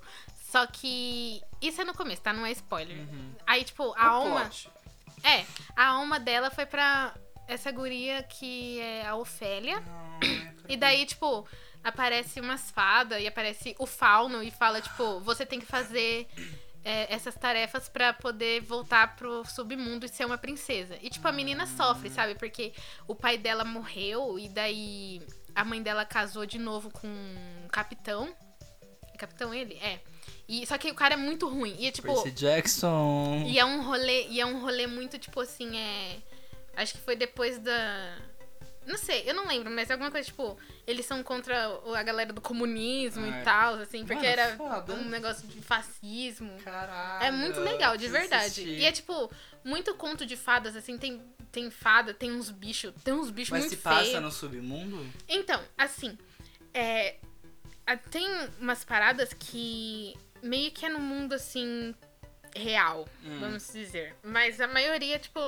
S2: Só que isso é no começo, tá? Não é spoiler.
S1: Hum.
S2: Aí, tipo, a
S1: O
S2: alma...
S1: Uhum. plot.
S2: É, a alma dela foi pra essa guria que é a Ofélia.
S1: Não, é pra-
S2: E daí, tipo, aparece umas fadas e aparece o fauno e fala, tipo, você tem que fazer é, essas tarefas pra poder voltar pro submundo e ser uma princesa. E, tipo, a menina sofre, sabe? Porque o pai dela morreu e daí a mãe dela casou de novo com um capitão. É Capitão ele? É. E, só que o cara é muito ruim. E, é, tipo,
S1: Percy Jackson.
S2: e é um rolê, e é um rolê muito tipo assim, é. Acho que foi depois da. Não sei, eu não lembro, mas alguma coisa tipo, eles são contra o- a galera do comunismo
S1: Ah, é.
S2: e tal, assim, porque
S1: Mano,
S2: era
S1: foda.
S2: um negócio de fascismo.
S1: Caralho.
S2: É muito legal, de
S1: preciso
S2: verdade.
S1: assistir.
S2: E é tipo, muito conto de fadas, assim, tem, tem fada, tem uns bichos, tem uns bichos
S1: Mas
S2: tipo,
S1: se
S2: muito
S1: passa
S2: feios.
S1: no submundo?
S2: Então, assim, é, a- tem umas paradas que meio que é no mundo, assim, real,
S1: Hum.
S2: vamos dizer. Mas a maioria, tipo,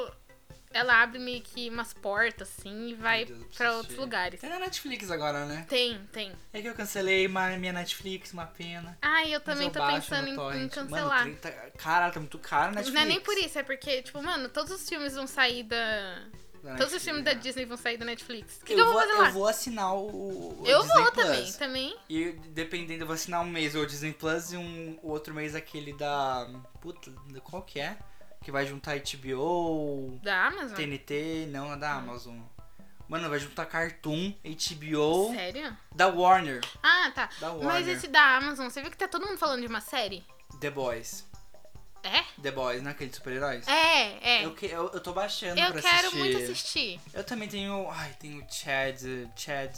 S2: ela abre meio que umas portas, assim, e vai
S1: Deus, eu preciso
S2: pra outros
S1: assistir.
S2: lugares.
S1: Tem na Netflix agora, né?
S2: Tem, tem.
S1: É que eu cancelei uma- minha Netflix, uma pena.
S2: Ai, eu
S1: Mas
S2: também
S1: eu
S2: tô
S1: baixo
S2: pensando
S1: no
S2: em- em,
S1: torrent.
S2: cancelar.
S1: Mano, 30... Caralho, tá muito caro a Netflix.
S2: Não é nem por isso, é porque, tipo, mano, todos os filmes vão sair da.
S1: Da
S2: Todos os
S1: Netflix,
S2: filmes da
S1: né?
S2: Disney vão sair da Netflix. O que,
S1: eu,
S2: que eu vou
S1: vou,
S2: fazer lá?
S1: eu vou assinar o. o
S2: Eu
S1: Disney
S2: vou
S1: Plus.
S2: também, tá? também.
S1: E dependendo, eu vou assinar um mês o Disney Plus e um o outro mês aquele da. Puta, qual que é? Que vai juntar HBO,
S2: Da Amazon.
S1: TNT, não, é da Amazon. Mano, vai juntar Cartoon, HBO,
S2: Sério?
S1: da Warner.
S2: Ah, tá.
S1: Da
S2: Mas
S1: Warner.
S2: esse da Amazon, você viu que tá todo mundo falando de uma série?
S1: The Boys.
S2: É?
S1: The Boys, não é aquele de super-heróis?
S2: É, é.
S1: Eu, que- eu, eu tô baixando
S2: Eu
S1: pra
S2: quero
S1: assistir.
S2: muito assistir.
S1: Eu também tenho. Ai, tenho o Chad. Chad.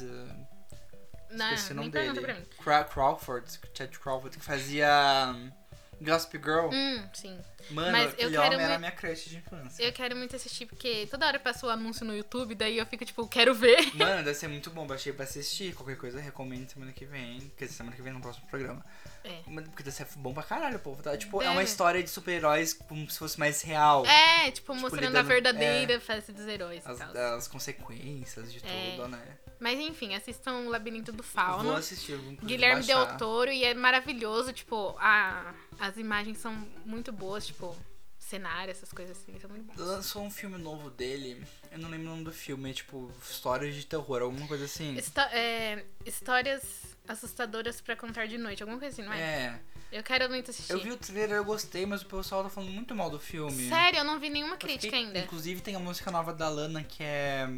S2: Não,
S1: esqueci o nome dele.
S2: Ah, nem pergunta pra mim.
S1: Cra- Crawford. Chad Crawford, que fazia. hum, Gossip Girl.
S2: Hum, sim.
S1: Mano,
S2: mas eu
S1: aquele
S2: quero
S1: homem era
S2: muito-
S1: minha crush de infância.
S2: Eu quero muito assistir, porque toda hora passa o anúncio no YouTube, daí eu fico tipo, quero ver.
S1: Mano, deve ser muito bom. Baixei pra assistir. Qualquer coisa, recomendo semana que vem. Quer dizer, semana que vem no próximo programa.
S2: É.
S1: Mano, Porque deve ser bom pra caralho, povo. Tá? Tipo, é uma
S2: Deve.
S1: história de super-heróis como se fosse mais real.
S2: É, tipo, mostrando a
S1: lidando-
S2: verdadeira face dos heróis
S1: As,
S2: e tal.
S1: as consequências de
S2: É.
S1: tudo, né?
S2: Mas enfim, assistam o Labirinto do
S1: Eu Vou
S2: Fauno.
S1: assistir. eu vou inclusive
S2: Guilherme
S1: baixar.
S2: Del Toro e é maravilhoso, tipo, a, as imagens são muito boas, tipo, cenário, essas coisas assim, são muito boas.
S1: Lançou um filme novo dele, eu não lembro o nome do filme, é tipo Histórias de Terror, alguma coisa assim.
S2: Histó- é, histórias assustadoras pra contar de noite, alguma coisa assim, não é?
S1: É.
S2: Eu quero muito assistir.
S1: Eu vi o trailer, eu gostei, mas o pessoal tá falando muito mal do filme.
S2: Sério, eu não vi nenhuma
S1: Eu
S2: crítica
S1: fiquei-
S2: ainda.
S1: Inclusive tem a música nova da Lana que é.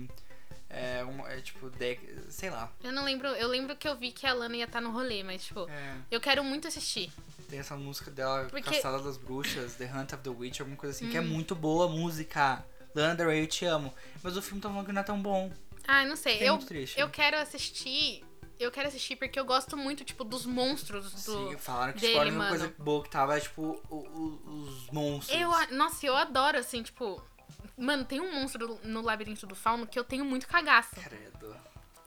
S1: É, um- é tipo, de- sei lá.
S2: Eu não lembro, eu lembro que eu vi que a Lana ia estar no rolê, mas tipo,
S1: É,
S2: eu quero muito assistir.
S1: tem essa música dela,
S2: Porque- Hum.
S1: Caçada das Bruxas, The Hunt of the Witch, alguma coisa assim, que é muito boa a música. Lana Del Rey, eu te amo. Mas o filme tá falando que não é tão bom.
S2: Ah, não sei.
S1: Fiquei
S2: Eu,
S1: muito triste.
S2: eu quero assistir. Eu quero assistir porque eu gosto muito, tipo, dos monstros do.
S1: Sim, falaram que
S2: dele,
S1: spoiler uma
S2: mano.
S1: coisa boa que tava, tipo, o- o- os monstros.
S2: Eu, a- nossa, eu adoro, assim, tipo. Mano, tem um monstro no labirinto do fauno que eu tenho muito cagaço.
S1: Credo.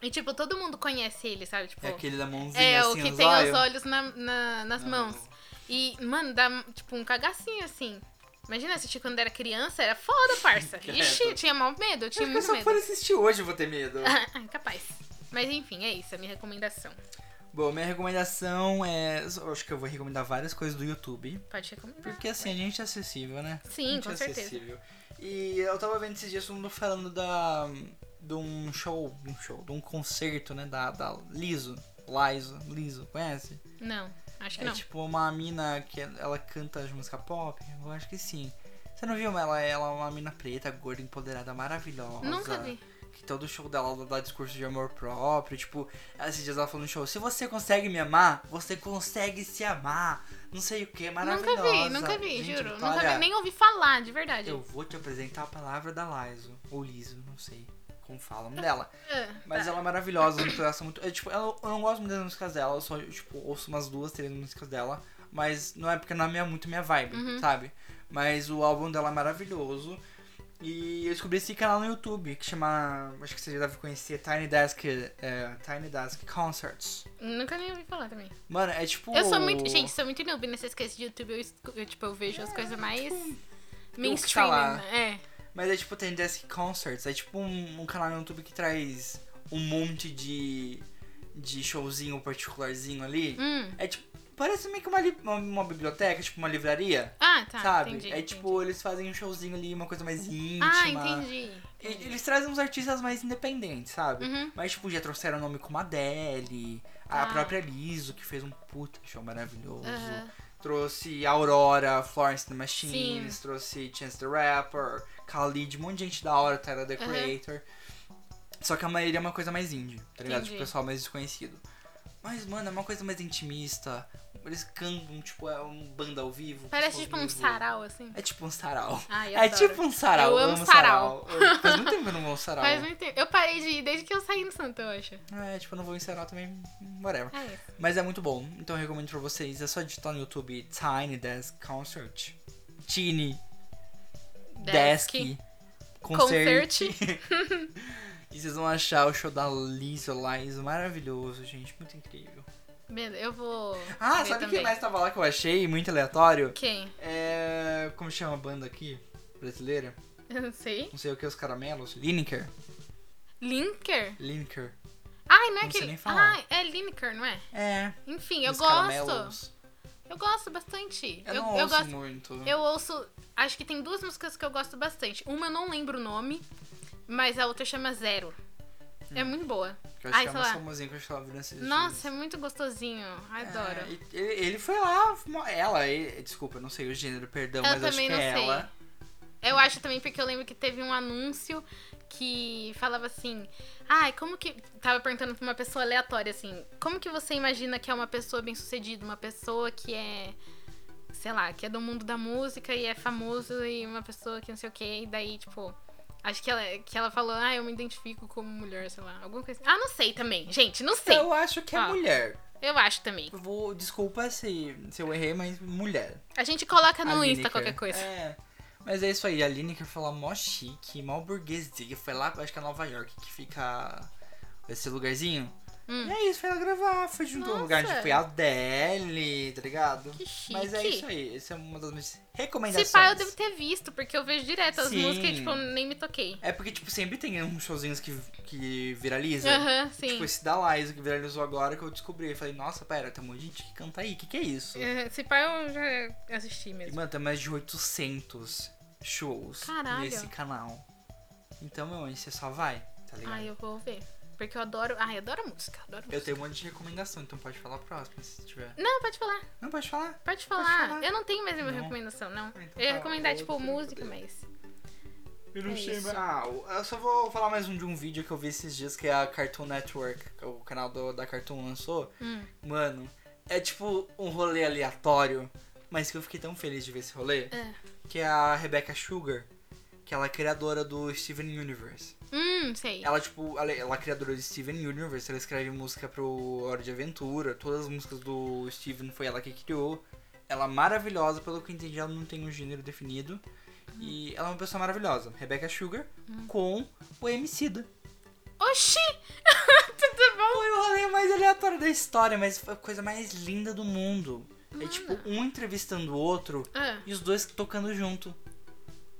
S2: E, tipo, todo mundo conhece ele, sabe? Tipo,
S1: É aquele da mãozinha
S2: é, o
S1: assim,
S2: que
S1: nos
S2: tem
S1: olhos.
S2: os olhos na- na- nas
S1: Não.
S2: mãos. E, mano, dá, tipo, um cagacinho, assim. Imagina assistir quando era criança, era foda, parça. Ixi, eu tinha mal medo, eu tinha
S1: Acho que
S2: muito
S1: se eu
S2: medo.
S1: for assistir hoje eu vou ter medo.
S2: Ah, capaz. Mas enfim, é isso, a minha recomendação.
S1: Bom, minha recomendação é. eu Acho que eu vou recomendar várias coisas do YouTube.
S2: Pode recomendar.
S1: Porque assim, a gente é acessível, né?
S2: Sim,
S1: a gente
S2: com
S1: é
S2: certeza.
S1: acessível. E eu tava vendo esses dias todo mundo falando da. de um show. De um show, de um concerto, né? Da, da Liso. Liso, Liso, conhece?
S2: Não, acho que
S1: É
S2: não.
S1: tipo uma mina que ela canta as música pop? Eu acho que sim. Você não viu? mas Ela, ela é uma mina preta, gorda, empoderada, maravilhosa.
S2: Nunca vi.
S1: Que todo show dela ela dá discurso de amor próprio. Tipo, esses dias ela falou no show: se você consegue me amar, você consegue se amar. Não sei o que, maravilhosa.
S2: Nunca vi, nunca vi,
S1: Gente,
S2: juro. Nunca
S1: Vitória,
S2: vi, nem ouvi falar, de verdade.
S1: Eu vou te apresentar a palavra da Liso, ou Liso, não sei como falam dela.
S2: Ah,
S1: Mas
S2: tá.
S1: ela é maravilhosa, as músicas dela são muito. Eu, tipo, eu, eu não gosto muito das músicas dela, eu só tipo, ouço umas duas, três músicas dela. Mas não é porque não é minha- muito minha vibe,
S2: Uhum.
S1: sabe? Mas o álbum dela é maravilhoso. E eu descobri esse canal no YouTube que chama. Acho que você já deve conhecer Tiny Desk. é, Tiny Desk Concerts.
S2: Nunca nem ouvi falar também.
S1: Mano, é tipo.
S2: Eu sou muito. Gente, sou muito noob nessas coisas de YouTube. Eu, escu- eu, tipo, eu vejo
S1: É,
S2: as coisas mais. mainstream.
S1: lá.
S2: né?
S1: Mas é tipo Tiny Desk Concerts. É tipo um, um canal no YouTube que traz um monte de. de showzinho particularzinho ali.
S2: É. Hum.
S1: É tipo. Parece meio que uma, li- uma, uma biblioteca, tipo uma livraria.
S2: Ah, tá.
S1: sabe?
S2: Entendi,
S1: é
S2: entendi.
S1: tipo, eles fazem um showzinho ali, uma coisa mais íntima.
S2: Ah, entendi.
S1: E-
S2: entendi.
S1: eles trazem uns artistas mais independentes, sabe?
S2: Uhum.
S1: Mas, tipo, já trouxeram nome como Adele, a
S2: Ah.
S1: própria Liso, que fez um puta show maravilhoso.
S2: Aham.
S1: tipo, Trouxe Aurora, Florence and the Machines,
S2: Sim.
S1: trouxe Chance the Rapper, Khalid, um monte de gente da hora, Tyler the
S2: Aham.
S1: Creator. Só que a maioria é uma coisa mais indie, tá ligado? Tipo,
S2: Entendi.
S1: pessoal mais desconhecido. Mas, mano, é uma coisa mais intimista. Eles cantam, tipo, é um banda ao vivo.
S2: Parece
S1: pessoal
S2: tipo
S1: ao
S2: um
S1: vivo.
S2: sarau, assim.
S1: É tipo um sarau.
S2: Ai, eu
S1: É
S2: adoro.
S1: tipo um sarau.
S2: Eu amo sarau.
S1: sarau. Faz muito tempo que eu não vou ao sarau.
S2: Faz muito tempo. Eu parei de ir desde que eu saí no Santo, eu acho.
S1: É, tipo, eu não vou em sarau também, whatever.
S2: É isso.
S1: Mas é muito bom, então eu recomendo pra vocês. É só digitar no YouTube Tiny Desk Concert. Tiny Desk, Concert. E vocês vão achar o show da Lisa Liza maravilhoso, gente. Muito incrível.
S2: Beleza, eu vou.
S1: Ah,
S2: ver
S1: sabe
S2: também.
S1: quem mais tava lá que eu achei muito aleatório?
S2: Quem?
S1: É. Como chama a banda aqui? Brasileira?
S2: Eu não sei.
S1: Não sei o que, os caramelos. Lineker.
S2: Linker?
S1: Lineker.
S2: Ai, não é
S1: Não sei
S2: aquele.
S1: nem falar.
S2: Ah, é Linker, não é?
S1: É.
S2: Enfim, eu
S1: os
S2: gosto.
S1: caramelos.
S2: Eu gosto bastante.
S1: Eu,
S2: eu,
S1: não
S2: eu
S1: ouço
S2: gosto.
S1: muito.
S2: Eu ouço. Acho que tem duas músicas que eu gosto bastante. Uma eu não lembro o nome, mas a outra chama Zero.
S1: Hum.
S2: É muito boa.
S1: Que eu acho
S2: Ai,
S1: que é
S2: sei
S1: mais
S2: lá.
S1: famosinho que eu acho que ela virou esses
S2: Nossa, é
S1: dias.
S2: muito gostosinho. Adoro.
S1: É, e- ele, ele foi lá, mo- ela, e- desculpa, eu não sei o gênero, perdão,
S2: Eu
S1: mas acho
S2: também
S1: que
S2: não
S1: é
S2: sei.
S1: ela.
S2: Eu acho também porque eu lembro que teve um anúncio que falava assim: "Ai, como que tava perguntando pra uma pessoa aleatória assim: "Como que você imagina que é uma pessoa bem-sucedida, uma pessoa que é sei lá, que é do mundo da música e é famoso e uma pessoa que não sei o quê?" E daí, tipo, acho que ela que ela falou: "Ah, eu me identifico como mulher, sei lá, alguma coisa". Ah, não sei também. Gente, não sei.
S1: Eu acho que é
S2: Ah.
S1: mulher.
S2: Eu acho também.
S1: Eu Vou, Tipo, desculpa se, se eu errei, mas mulher.
S2: A gente coloca no
S1: A
S2: Tá Insta
S1: Lineker.
S2: qualquer coisa.
S1: É. Mas é isso aí, a Lineker foi lá mó chique, mó burguesia. Foi lá, acho que é Nova York que fica esse lugarzinho.
S2: Hum.
S1: E é isso, foi lá gravar, foi junto a um lugar onde
S2: Nossa.
S1: foi a Adele, tá ligado?
S2: Que chique.
S1: Mas é isso aí, essa é uma das minhas recomendações.
S2: Se pá, eu devo ter visto, porque eu vejo direto as
S1: Sim.
S2: músicas e, tipo, eu nem me toquei.
S1: É porque, tipo, sempre tem uns showzinhos que, que viraliza.
S2: Aham, sim.
S1: Tipo, esse da Liza que viralizou agora que eu descobri. Eu falei, nossa, pera, tem um monte de gente que canta aí, o que, que é isso?
S2: Aham, Se pá, eu já assisti
S1: E,
S2: mesmo.
S1: mano, tem mais de 800 shows
S2: Caralho.
S1: nesse canal. Então, meu, anjo, você só vai, tá ligado?
S2: Ah, eu vou ver. porque eu adoro. Ai, eu adoro música, eu adoro música.
S1: Eu tenho um monte de recomendação, então pode falar a próxima se tiver.
S2: Não, pode falar.
S1: Não, pode falar.
S2: Pode falar.
S1: falar.
S2: Eu não tenho mais nenhuma
S1: Não.
S2: recomendação, não.
S1: Ah, então
S2: eu ia
S1: tá,
S2: recomendar,
S1: eu
S2: tipo,
S1: sei.
S2: música, mas.
S1: Eu não
S2: É
S1: sei,
S2: isso.
S1: mas- Ah, eu só vou falar mais um de um vídeo que eu vi esses dias que é a Cartoon Network, que é o canal do- da Cartoon lançou.
S2: Hum.
S1: Mano, é tipo um rolê aleatório, mas que eu fiquei tão feliz de ver esse rolê.
S2: É.
S1: Que é a Rebecca Sugar, que ela é criadora do Steven Universe.
S2: Hum, sei.
S1: Ela, tipo, ela, ela é criadora do Steven Universe, ela escreve música pro Hora de Aventura, todas as músicas do Steven foi ela que criou. Ela é maravilhosa, pelo que eu entendi, ela não tem um gênero definido. E ela é uma pessoa maravilhosa, Rebecca Sugar, com o Emicida.
S2: Oxi! Tudo bom?
S1: Foi o rolê mais aleatório da história, mas foi a coisa mais linda do mundo. É tipo, um entrevistando o outro
S2: Ah,
S1: e os dois tocando junto.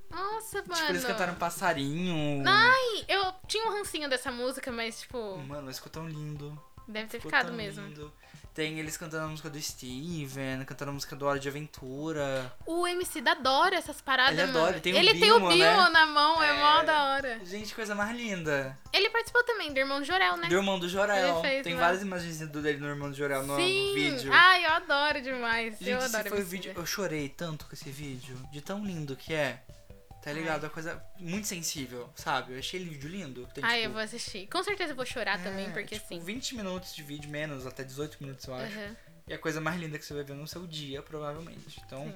S2: nossa, mano.
S1: Tipo, eles cantaram Passarinho.
S2: Ai, eu tinha um rancinho dessa música, mas, tipo,
S1: Mano, mas ficou tão lindo.
S2: deve ter
S1: Ficou
S2: ficado
S1: tão
S2: mesmo.
S1: lindo. Tem eles cantando a música do Steven, cantando a música do Hora de Aventura.
S2: O MC da adora essas paradas,
S1: Ele
S2: mano.
S1: adora, ele tem um
S2: ele tem o
S1: Bimo,
S2: Bill
S1: né?
S2: na mão, é...
S1: É.
S2: mó da hora.
S1: Gente, coisa mais linda.
S2: Ele participou também do Irmão de Jorel, né?
S1: Do irmão do Jorel.
S2: Ele fez,
S1: Tem
S2: né?
S1: várias imagens do dele no irmão do Jorel no, no
S2: Sim!
S1: vídeo.
S2: Ai, eu adoro demais.
S1: Gente,
S2: eu
S1: esse
S2: adoro
S1: foi o
S2: MC
S1: vídeo.
S2: da.
S1: Eu chorei tanto com esse vídeo. De tão lindo que é. Tá ligado? É uma coisa muito sensível, sabe? Eu achei ele vídeo lindo. Tem,
S2: Ai,
S1: tipo,
S2: eu vou assistir. Com certeza eu vou chorar também,
S1: é,
S2: porque assim.
S1: tipo,
S2: sim.
S1: 20 minutos de vídeo, menos, até 18 minutos, eu acho.
S2: Aham.
S1: E a coisa mais linda que você vai ver no seu dia, provavelmente. Então,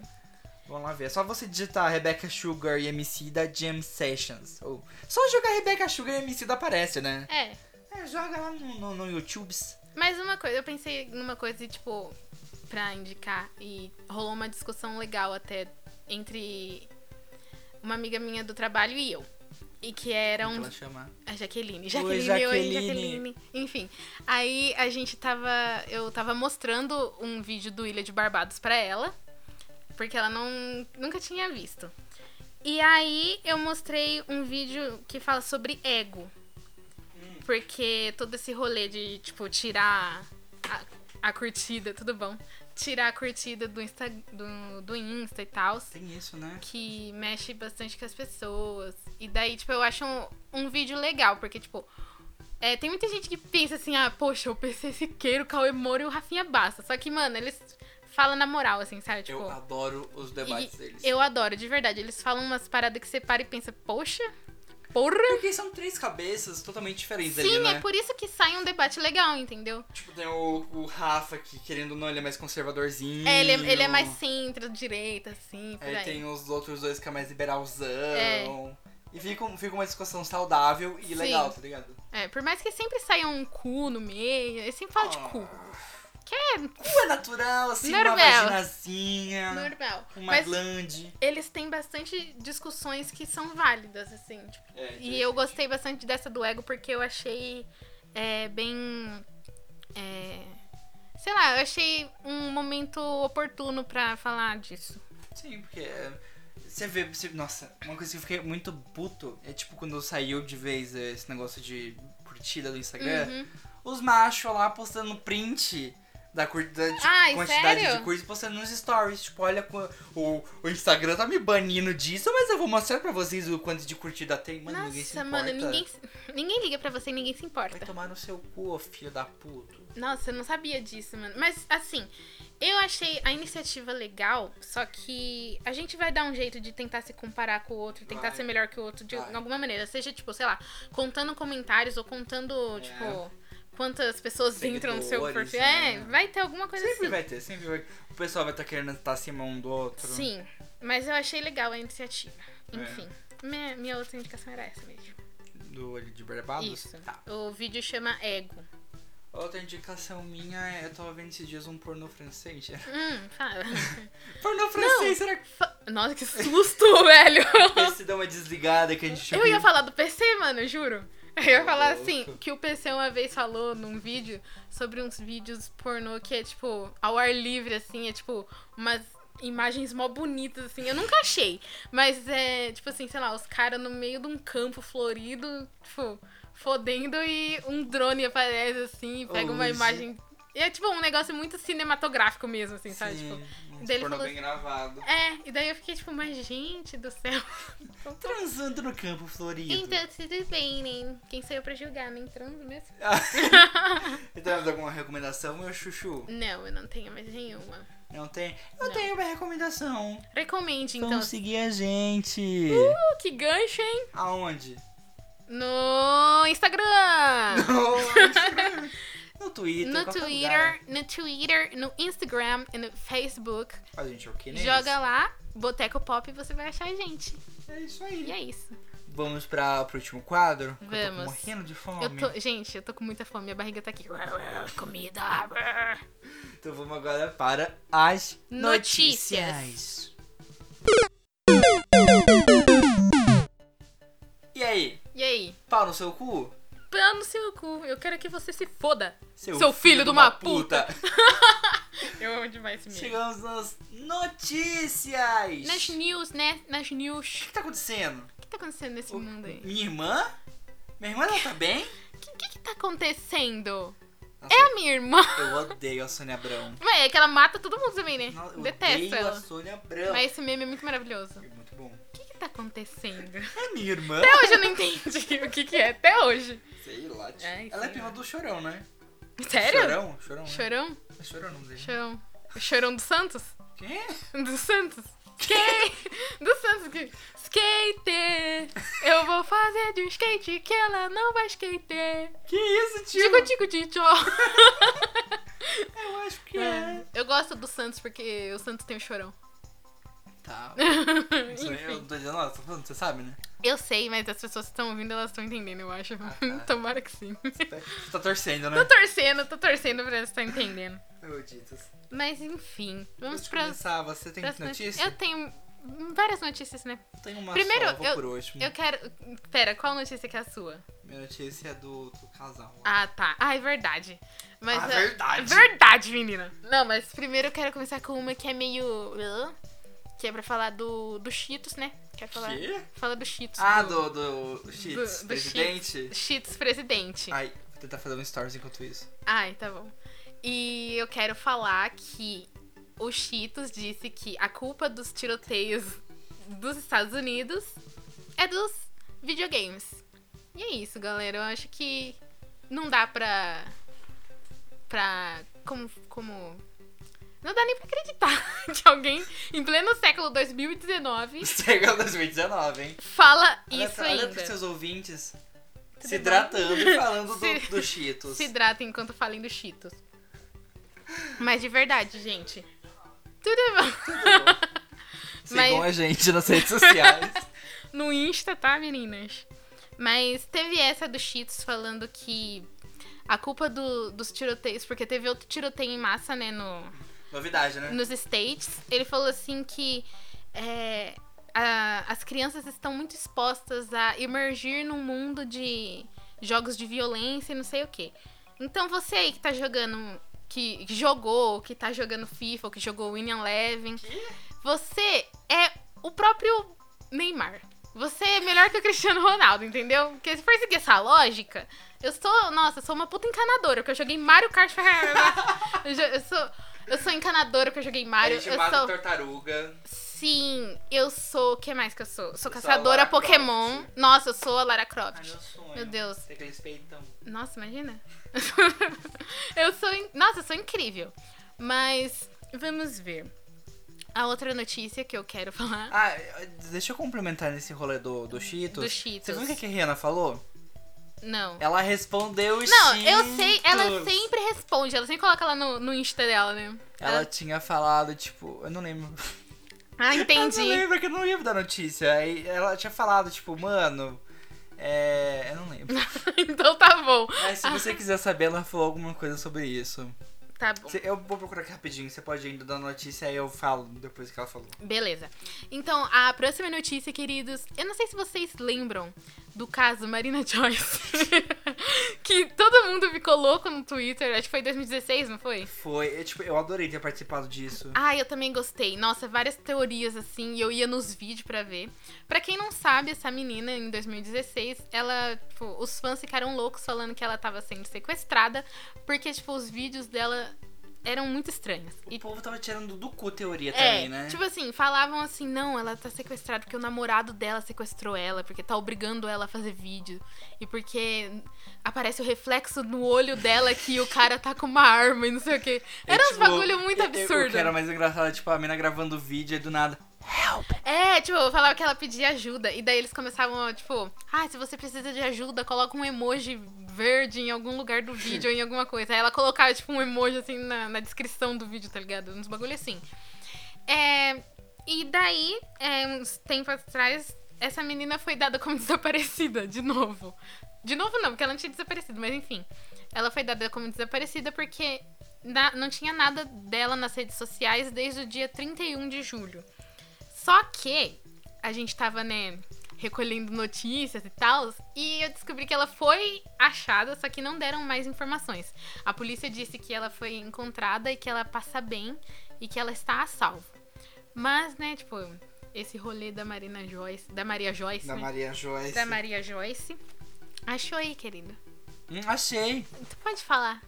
S1: vamos lá ver. É só você digitar Rebecca Sugar e MC da Jam Sessions. Ou só jogar Rebecca Sugar e MC da aparece, né?
S2: É.
S1: É, joga lá no, no, no YouTube.
S2: Mas uma coisa, eu pensei numa coisa, tipo, pra indicar, e rolou uma discussão legal até entre uma amiga minha do trabalho e eu. E que era
S1: Como
S2: um
S1: ela chama?
S2: A Jaqueline.
S1: Oi,
S2: Jaqueline,
S1: Jaqueline.
S2: Jaqueline. Jaqueline. Enfim. Aí a gente tava. Eu tava mostrando um vídeo do Ilha de Barbados pra ela. Porque ela não, nunca tinha visto. E aí eu mostrei um vídeo que fala sobre ego. Porque todo esse rolê de, tipo, tirar a, a curtida, tudo bom. Tirar a curtida do Insta, do, do Insta e tal
S1: Tem isso, né?
S2: que mexe bastante com as pessoas. E daí, tipo, eu acho um, um vídeo legal, porque, tipo, é, tem muita gente que pensa assim, ah, poxa, o PC Siqueiro, o Cauê Moura e o Rafinha Basta. Só que, mano, eles falam na moral, assim, sabe? Tipo,
S1: eu adoro os debates
S2: e
S1: deles.
S2: eu adoro, de verdade. Eles falam umas paradas que você para e pensa, poxa, porra.
S1: Porque são três cabeças totalmente diferentes ali,
S2: Sim,
S1: né?
S2: é por isso que sai um debate legal, entendeu?
S1: Tipo, tem o, o Rafa, que querendo ou não, ele é mais conservadorzinho.
S2: É, ele, é- ele é mais centro-direita, assim, por
S1: Aí
S2: aí.
S1: Hum. É, tem um os outros dois que é mais liberalzão.
S2: É.
S1: E fica, um- fica uma discussão saudável e
S2: Sim.
S1: legal, tá ligado?
S2: É, por mais que sempre saia um cu no meio, eles sempre falam
S1: Ah.
S2: de cu. Que é
S1: Cu é natural, assim, uma
S2: Normal.
S1: vaginazinha,
S2: normal.
S1: uma
S2: Mas
S1: glande.
S2: eles têm bastante discussões que são válidas, assim. tipo,
S1: É,
S2: e eu gostei bastante dessa do ego porque eu achei é, bem. é, sei lá, eu achei um momento oportuno pra falar disso.
S1: Sim, porque é, você vê... você- nossa, uma coisa que eu fiquei muito puto é tipo quando saiu de vez é, esse negócio de curtida do Instagram.
S2: Uhum.
S1: Os machos lá postando print... Da, cur- da de-
S2: Ai,
S1: quantidade
S2: sério?
S1: de curtas postando nos stories. Tipo, olha, qu- o, o Instagram tá me banindo disso, mas eu vou mostrar pra vocês o quanto de curtida tem. Mano, ninguém se
S2: Nossa,
S1: importa.
S2: mano, ninguém, se- ninguém liga pra você e ninguém se
S1: Vai
S2: importa.
S1: tomar no seu cu, ô filho da puta.
S2: Nossa, eu não sabia disso, mano. Mas, assim, eu achei a iniciativa legal, só que a gente vai dar um jeito de tentar se comparar com o outro, tentar
S1: Vai.
S2: ser melhor que o outro de
S1: Vai.
S2: alguma maneira. Seja, tipo, sei lá, contando comentários ou contando,
S1: É.
S2: tipo, quantas pessoas entram no seu
S1: Seguidores,
S2: perfil.
S1: né?
S2: É, vai ter alguma coisa
S1: Sempre
S2: assim.
S1: vai ter, sempre vai. O pessoal vai estar querendo estar acima um do outro.
S2: Sim, mas eu achei legal a iniciativa.
S1: É.
S2: Enfim, minha, minha outra indicação era essa mesmo.
S1: Do olho de barbados.
S2: Isso.
S1: Tá.
S2: O vídeo chama Ego.
S1: Outra indicação minha é: eu tava vendo esses dias um pornô francês.
S2: Hum, fala.
S1: pornô francês, será que.
S2: Fa- Nossa, que susto, velho!
S1: Esse deu uma desligada que a gente.
S2: Eu ia falar do PC, mano, eu juro. Eu ia
S1: Ô,
S2: falar
S1: louco.
S2: assim, que o PC uma vez falou num vídeo sobre uns vídeos pornô que é tipo ao ar livre, assim, é tipo umas imagens mó bonitas, assim. Eu nunca achei, mas é tipo assim, sei lá, os caras no meio de um campo florido, tipo, fodendo e um drone aparece assim, e pega
S1: Ô,
S2: uma
S1: Luiz,
S2: imagem E é tipo um negócio muito cinematográfico mesmo, assim, sabe?
S1: Sim,
S2: Tipo,
S1: um
S2: daí ele
S1: pornô
S2: falou
S1: bem gravado.
S2: é, e daí eu fiquei tipo, mas gente do céu.
S1: Transando no campo florido.
S2: Então, tudo bem, né? Quem sou eu pra julgar, nem Entrando mesmo?
S1: Você tem mais alguma recomendação, meu chuchu?
S2: Não, eu não tenho mais nenhuma.
S1: Não tem? Eu
S2: Não.
S1: tenho uma recomendação.
S2: Recomende, então.
S1: Vamos seguir a gente.
S2: Uh, que gancho, hein?
S1: Aonde?
S2: No Instagram!
S1: No, no Twitter.
S2: No
S1: qualquer lugar.
S2: Twitter, no Twitter, no Instagram e no Facebook.
S1: A gente é o que nem
S2: Joga lá, Boteco Pop, e você vai achar a gente.
S1: isso. É isso aí.
S2: E é isso.
S1: Vamos pra, pro último quadro? Que Eu tô
S2: Vamos.
S1: morrendo de fome.
S2: Eu tô, gente, eu tô com muita fome, minha barriga tá aqui. Comida.
S1: Então vamos agora para as
S2: Notícias.
S1: notícias. E aí?
S2: E aí?
S1: Pau no seu cu?
S2: Pão no seu cu, eu quero que você se foda.
S1: Seu,
S2: Seu filho de uma Eu amo demais esse meme.
S1: Chegamos nas notícias.
S2: Nas news, né? Nas news.
S1: O que tá acontecendo?
S2: O que tá acontecendo nesse
S1: O-
S2: mundo aí?
S1: Minha irmã? Minha irmã ela tá bem?
S2: O que, que que tá acontecendo?
S1: Nossa,
S2: É a minha irmã.
S1: Eu odeio a Sônia Abrão.
S2: Ué, é que ela mata todo mundo também, né?
S1: Não, Eu
S2: Detesto
S1: odeio
S2: ela.
S1: a Sônia Abrão.
S2: Mas esse meme é muito maravilhoso.
S1: É Muito bom.
S2: O que que tá acontecendo?
S1: É minha irmã?
S2: Até hoje eu não entendi o que que é, até hoje.
S1: Sei lá. tio.
S2: Ai,
S1: ela é
S2: sim.
S1: prima do Chorão, né?
S2: Sério?
S1: Chorão? Chorão, né?
S2: Chorão?
S1: É Chorão o nome dele.
S2: Chorão. O Chorão do Santos?
S1: Quem?
S2: Do Santos. Skate! Do Santos. que- Skate! Eu vou fazer de um skate que ela não vai skater.
S1: Que isso, tio?
S2: Tico, tico, tico.
S1: Eu acho que é.
S2: Eu gosto do Santos porque o Santos tem o chorão.
S1: Tá. Isso aí é eu
S2: Enfim.
S1: tô dizendo, nossa, tô falando, você sabe, né?
S2: Eu sei, mas as pessoas que estão ouvindo, elas estão entendendo, eu acho.
S1: Ah, tá.
S2: Tomara que sim.
S1: Você tá torcendo, né?
S2: Tô torcendo, tô torcendo pra elas estar entendendo.
S1: Meu Deus.
S2: Mas enfim, vamos
S1: Deixa eu
S2: para
S1: começar, você tem
S2: as
S1: notícia?
S2: Eu tenho várias notícias, né?
S1: Eu tenho uma
S2: Primeiro,
S1: só, vou
S2: eu-
S1: por último.
S2: Eu quero. Pera, qual notícia que é a sua?
S1: Minha notícia é do, do casal. lá.
S2: Ah, tá. Ah, é verdade. Mas
S1: Ah,
S2: a-
S1: verdade.
S2: Verdade, menina. Não, mas primeiro eu quero começar com uma que é meio. Que é pra falar do, do Cheetos, né? Quer falar?
S1: Quê?
S2: Fala do Cheetos.
S1: Ah, do, do, do Cheats,
S2: do- do
S1: presidente?
S2: Cheetos presidente.
S1: Ai, vou tentar fazer um stories enquanto isso.
S2: Ai, tá bom. E eu quero falar que o Cheetos disse que a culpa dos tiroteios dos Estados Unidos é dos videogames. E é isso, galera. Eu acho que não dá pra. pra. como. como... Não dá nem pra acreditar que alguém em pleno século 2019
S1: Chega 2019, hein?
S2: fala
S1: Olha
S2: isso
S1: pra- olha,
S2: ainda.
S1: pros seus ouvintes se
S2: bom?
S1: hidratando e falando
S2: Se-
S1: do, do Cheetos.
S2: se hidratem enquanto falem do Cheetos. Mas de verdade, gente. Tudo é bom.
S1: Sigam
S2: mas-
S1: a gente nas redes sociais.
S2: No Insta, tá, meninas? Mas teve essa do Cheetos falando que a culpa do- dos tiroteios, porque teve outro tiroteio em massa, né, no,
S1: Novidade, né?
S2: nos States. Ele falou assim que é, a- as crianças estão muito expostas a emergir num mundo de jogos de violência e não sei o quê. Então você aí que tá jogando. Que que jogou, que tá jogando FIFA, ou que jogou Winning Eleven. Você é o próprio Neymar. Você é melhor que o Cristiano Ronaldo, entendeu? Porque se for seguir essa lógica, eu sou. Nossa, eu sou uma puta encanadora, porque eu joguei Mario Kart pra caralho. eu, jo- eu sou. Eu sou encanadora, porque eu joguei Mario.
S1: a gente
S2: Eu
S1: mata
S2: sou.
S1: tartaruga.
S2: Sim, eu sou. O que mais que eu sou? Eu sou
S1: Eu sou a
S2: caçadora
S1: Lara
S2: Pokémon.
S1: Croft.
S2: Nossa, eu sou a Lara
S1: Ai,
S2: Croft.
S1: meu sonho.
S2: Meu Deus.
S1: Tem aqueles peitão.
S2: Nossa, imagina. eu sou. in- Nossa, eu sou incrível. Mas vamos ver. A outra notícia que eu quero falar.
S1: Ah, deixa eu complementar nesse rolê do, do Cheetos.
S2: Do
S1: Você
S2: Cheetos.
S1: viu o que que a Rihanna falou?
S2: Não.
S1: Ela respondeu os
S2: Não,
S1: Cheetos.
S2: eu sei, ela é sempre responde, ela sempre coloca lá no, no Insta dela, né?
S1: Ela tinha falado, tipo, eu não lembro.
S2: Ah,
S1: Eu não
S2: entendi.
S1: lembro que eu não lembro da notícia. Aí ela tinha falado, tipo, mano. É. Eu não lembro.
S2: então tá bom.
S1: Mas se você quiser saber, ela falou alguma coisa sobre isso.
S2: Tá bom.
S1: Cê- Eu vou procurar aqui rapidinho, você pode ainda dar notícia aí eu falo depois que ela falou.
S2: Beleza. Então, a próxima notícia, queridos. Eu não sei se vocês lembram do caso Marina Joyce. que todo mundo ficou louco no Twitter. Acho que foi em 2016, não foi?
S1: Foi, eu, tipo, eu adorei ter participado disso.
S2: Ah, eu também gostei. Nossa, várias teorias assim, e eu ia nos vídeos pra ver. Pra quem não sabe, essa menina em 2016, ela, tipo, os fãs ficaram loucos falando que ela tava sendo sequestrada, porque tipo os vídeos dela eram muito estranhos.
S1: O povo tava tirando do cu teoria
S2: É,
S1: também, né?
S2: tipo assim, falavam assim, não, ela tá sequestrada porque o namorado dela sequestrou ela, porque tá obrigando ela a fazer vídeo. E porque aparece o reflexo no olho dela que o cara tá com uma arma e não sei o quê.
S1: É,
S2: Era uns
S1: tipo,
S2: bagulho muito
S1: e- e- O
S2: absurdo.
S1: que era mais engraçado, é, tipo, a mina gravando vídeo e do nada. Help!
S2: É, tipo, eu falava que ela pedia ajuda. E daí eles começavam, tipo, ah, se você precisa de ajuda, coloca um emoji verde em algum lugar do vídeo ou em alguma coisa. Aí ela colocava, tipo, um emoji assim na, na descrição do vídeo, tá ligado? Uns bagulho assim. É, e daí, é, uns tempos atrás, essa menina foi dada como desaparecida, de novo. De novo não, porque ela não tinha desaparecido, mas enfim. Ela foi dada como desaparecida porque na- não tinha nada dela nas redes sociais desde o dia 31 de julho. Só que a gente tava, né, recolhendo notícias e tal, e eu descobri que ela foi achada, só que não deram mais informações. A polícia disse que ela foi encontrada e que ela passa bem e que ela está a salvo. Mas, né, tipo, esse rolê da Marina Joyce, da Maria Joyce,
S1: Da
S2: né?
S1: Maria Joyce.
S2: da Maria Joyce. Achou aí, querido.
S1: Hum, achei.
S2: Tu pode falar.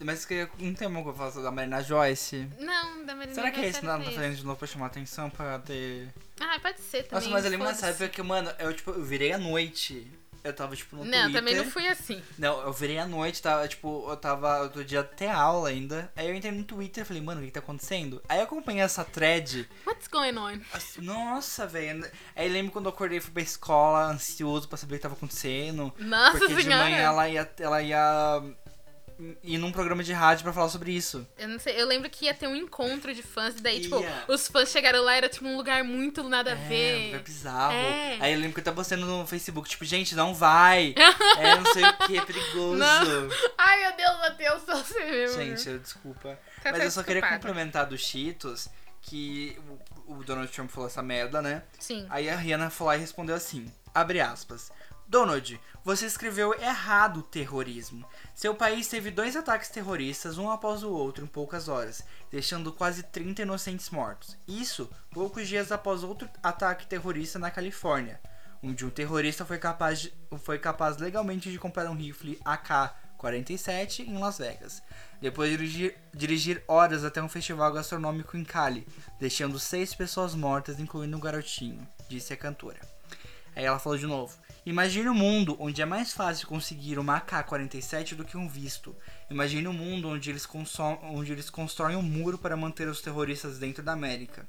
S1: Mas que- não tem como eu falar da Marina Joyce.
S2: Não, da Marina
S1: Será que é
S2: Joyce
S1: isso?
S2: era
S1: Não, tá
S2: pra
S1: fazendo de novo pra chamar atenção, pra ter...
S2: Ah, pode ser também.
S1: Nossa, mas eu lembro nessa
S2: foda-se.
S1: época que, mano, eu, tipo, eu virei à noite. Eu tava, tipo, no
S2: Não,
S1: Twitter.
S2: também não fui assim.
S1: Não, eu virei à noite, tava, tipo, eu tava outro dia até aula ainda. Aí eu entrei no Twitter e falei, mano, o que que tá acontecendo? Aí eu acompanhei essa thread.
S2: What's going on?
S1: assim, Nossa, velho. Aí lembro quando eu acordei fui pra escola, ansioso pra saber o que tava acontecendo.
S2: Nossa
S1: porque de
S2: senhora.
S1: manhã ela ia, ela ia ir num programa de rádio pra falar sobre isso.
S2: Eu não sei, eu lembro que ia ter um encontro de fãs, e daí, tipo,
S1: Ia.
S2: os fãs chegaram lá, era tipo um lugar muito nada a
S1: É,
S2: ver.
S1: foi bizarro.
S2: É.
S1: Aí eu lembro que eu tava postando no Facebook, tipo, gente, não vai. é, não sei o que, é perigoso.
S2: Não. Ai, meu Deus, Matheus, só você mesmo. né?
S1: Gente, eu- desculpa.
S2: Tá
S1: Mas eu só queria
S2: desculpada.
S1: complementar do Cheetos que o, o Donald Trump falou essa merda, né?
S2: Sim.
S1: Aí a Rihanna foi lá e respondeu assim, abre aspas. Donald, você escreveu errado o terrorismo. Seu país teve dois ataques terroristas, um após o outro, em poucas horas, deixando quase 30 inocentes mortos. Isso poucos dias após outro ataque terrorista na Califórnia, onde um terrorista foi capaz, de- foi capaz legalmente de comprar um rifle AK-47 em Las Vegas. Depois de dirigir, dirigir horas até um festival gastronômico em Cali, deixando seis pessoas mortas, incluindo um garotinho, disse a cantora. Aí ela falou de novo: Imagine um mundo onde é mais fácil conseguir uma AK-47 do que um visto. Imagine um mundo onde eles, consom- onde eles constroem um muro para manter os terroristas dentro da América.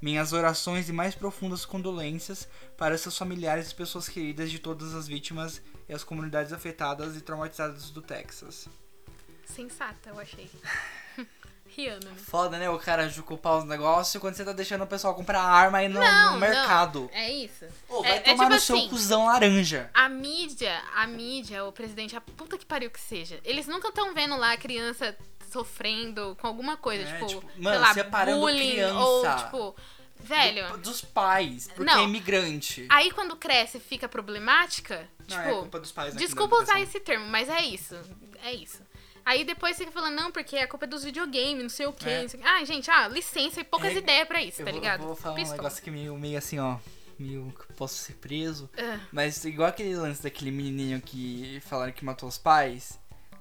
S1: Minhas orações e mais profundas condolências para seus familiares e pessoas queridas de todas as vítimas e as comunidades afetadas e traumatizadas do Texas.
S2: Sensata, eu achei. Rihanna. né?
S1: Foda, né? O cara jucupar os negócios quando você tá deixando o pessoal comprar arma aí no, no
S2: Não, não.
S1: mercado.
S2: É isso.
S1: Ô, vai
S2: é, é
S1: tomar
S2: tipo
S1: no seu
S2: assim,
S1: cuzão laranja.
S2: A mídia, a mídia, o presidente, a puta que pariu que seja. Eles nunca estão vendo lá a criança sofrendo com alguma coisa,
S1: É,
S2: tipo,
S1: tipo,
S2: sei
S1: mano,
S2: lá,
S1: separando
S2: bullying
S1: criança.
S2: ou tipo, velho.
S1: Do- dos pais, porque
S2: Não.
S1: é imigrante.
S2: Aí quando cresce fica problemática,
S1: Não,
S2: tipo,
S1: é culpa dos pais. né, que
S2: desculpa
S1: dá educação.
S2: usar esse termo, mas é isso. É isso. Aí depois fica falando, não, porque a culpa é dos videogames, não sei o quê.
S1: É.
S2: não sei o quê. Ah, gente, ah, licença e poucas
S1: É,
S2: ideias pra isso,
S1: Eu
S2: tá
S1: vou-
S2: ligado?
S1: Eu vou falar um
S2: Pistola.
S1: negócio que meio, meio assim, ó. Meio que posso ser preso.
S2: Ah,
S1: Mas igual aquele lance daquele menininho que falaram que matou os pais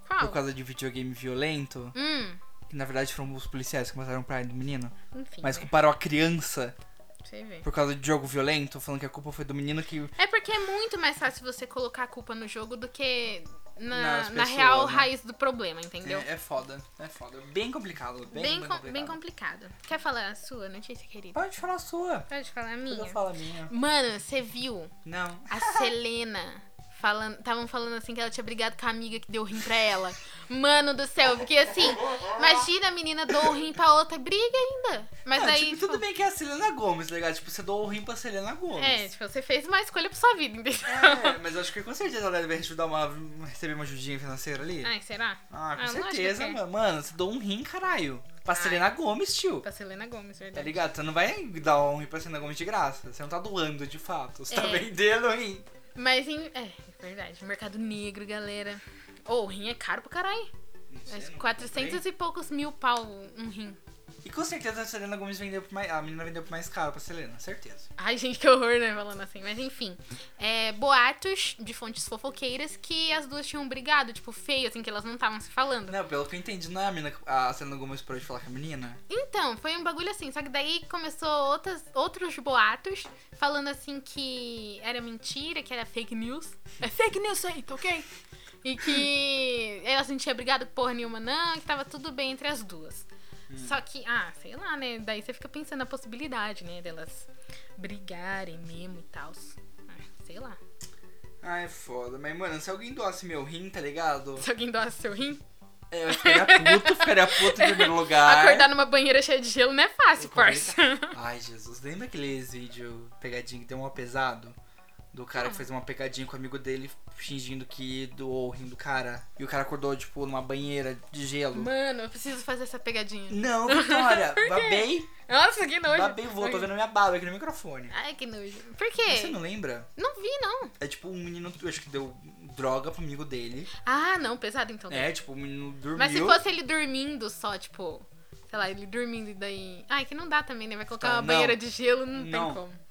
S1: por
S2: qual?
S1: causa de videogame violento.
S2: Hum,
S1: Que na verdade foram os policiais que mataram o pai do menino.
S2: enfim.
S1: Mas
S2: né?
S1: culparam a criança
S2: Você vê.
S1: por causa de jogo violento, falando que a culpa foi do menino que.
S2: É porque é muito mais fácil você colocar a culpa no jogo do que na,
S1: Nas
S2: na
S1: pessoas,
S2: real
S1: né?
S2: raiz do problema, entendeu?
S1: É, é foda, é foda. Bem complicado, bem,
S2: bem,
S1: bem
S2: com-
S1: complicado.
S2: bem complicado. Quer falar a sua notícia, querida?
S1: Pode falar a sua.
S2: Pode falar a
S1: Toda
S2: minha?
S1: fala a minha.
S2: Mano, você viu
S1: Não.
S2: A Selena. Estavam falando, assim que ela tinha brigado com a amiga que deu rim pra ela. Mano do céu, porque assim, imagina a menina dou o rim pra outra, briga ainda. Mas
S1: Ah,
S2: aí.
S1: tipo, tudo bem que é a Selena Gomes, tá ligado? Tipo, você doou o rim pra Selena Gomes.
S2: É, tipo, você fez uma escolha pra sua vida, entendeu?
S1: É, mas eu acho que com certeza ela deve ajudar uma, receber uma ajudinha financeira ali.
S2: Ai, será?
S1: Ah, com
S2: É. Ah, lógico
S1: certeza,
S2: que é.
S1: mano. Mano, você doou um rim, caralho. Pra
S2: Ai.
S1: Selena Gomes, tio.
S2: Pra Selena Gomes,
S1: Tá
S2: verdade.
S1: ligado? Você não vai dar um rim pra Selena Gomes de graça. Você não tá doando de fato. Você tá
S2: É.
S1: vendendo o rim.
S2: Mas em. É, é verdade. Mercado negro, galera. Ô, o rim é caro pra caralho.
S1: Não sei,
S2: Mas
S1: nunca
S2: 400
S1: comprei.
S2: e poucos mil pau um rim.
S1: E com certeza a Selena Gomes vendeu por mais. A menina vendeu por mais caro pra Selena, certeza.
S2: Ai, gente, que horror, né? Falando assim. Mas enfim. É, boatos de fontes fofoqueiras que as duas tinham brigado, tipo, feio, assim, que elas não estavam se falando.
S1: Não, pelo que eu entendi, não é a menina. A Selena Gomes parou de falar com a menina?
S2: Então, foi um bagulho assim. Só que daí começou outras, outros boatos falando assim que era mentira, que era fake news. É fake news feito, ok? E que elas não tinham brigado com porra nenhuma, não, que tava tudo bem entre as duas. Só que, ah, sei lá, né? Daí você fica pensando na possibilidade, né? Delas brigarem mesmo e tal. Ah, sei lá.
S1: Ai, foda. Mas, mano, se alguém doasse meu rim, tá ligado?
S2: Se alguém doa seu rim,
S1: É, Eu ficaria puto, ficaria puto em primeiro lugar.
S2: acordar numa banheira cheia de gelo não é fácil, parça.
S1: Ai, Jesus, lembra aqueles vídeo pegadinha que deu um pesado? Do cara
S2: Ah.
S1: que fez uma pegadinha com o amigo dele fingindo que doou o rim do cara. E o cara acordou, tipo, numa banheira de gelo.
S2: Mano, eu preciso fazer essa pegadinha.
S1: Não, Vitória,
S2: Por quê?
S1: babei,
S2: Nossa, que nojo.
S1: babei vou, tô vendo minha baba aqui no microfone.
S2: Ai, que nojo. Por
S1: Você
S2: quê?
S1: não lembra?
S2: Não vi, não.
S1: É tipo um menino, eu acho que deu droga pro amigo dele.
S2: Ah, não, pesado então.
S1: É, tipo, o menino dormiu.
S2: Mas se fosse ele dormindo só, tipo, sei lá, ele dormindo e daí. Ai, que não dá também, né? Vai colocar
S1: Ah,
S2: uma
S1: não.
S2: banheira de gelo, não,
S1: Não.
S2: tem como.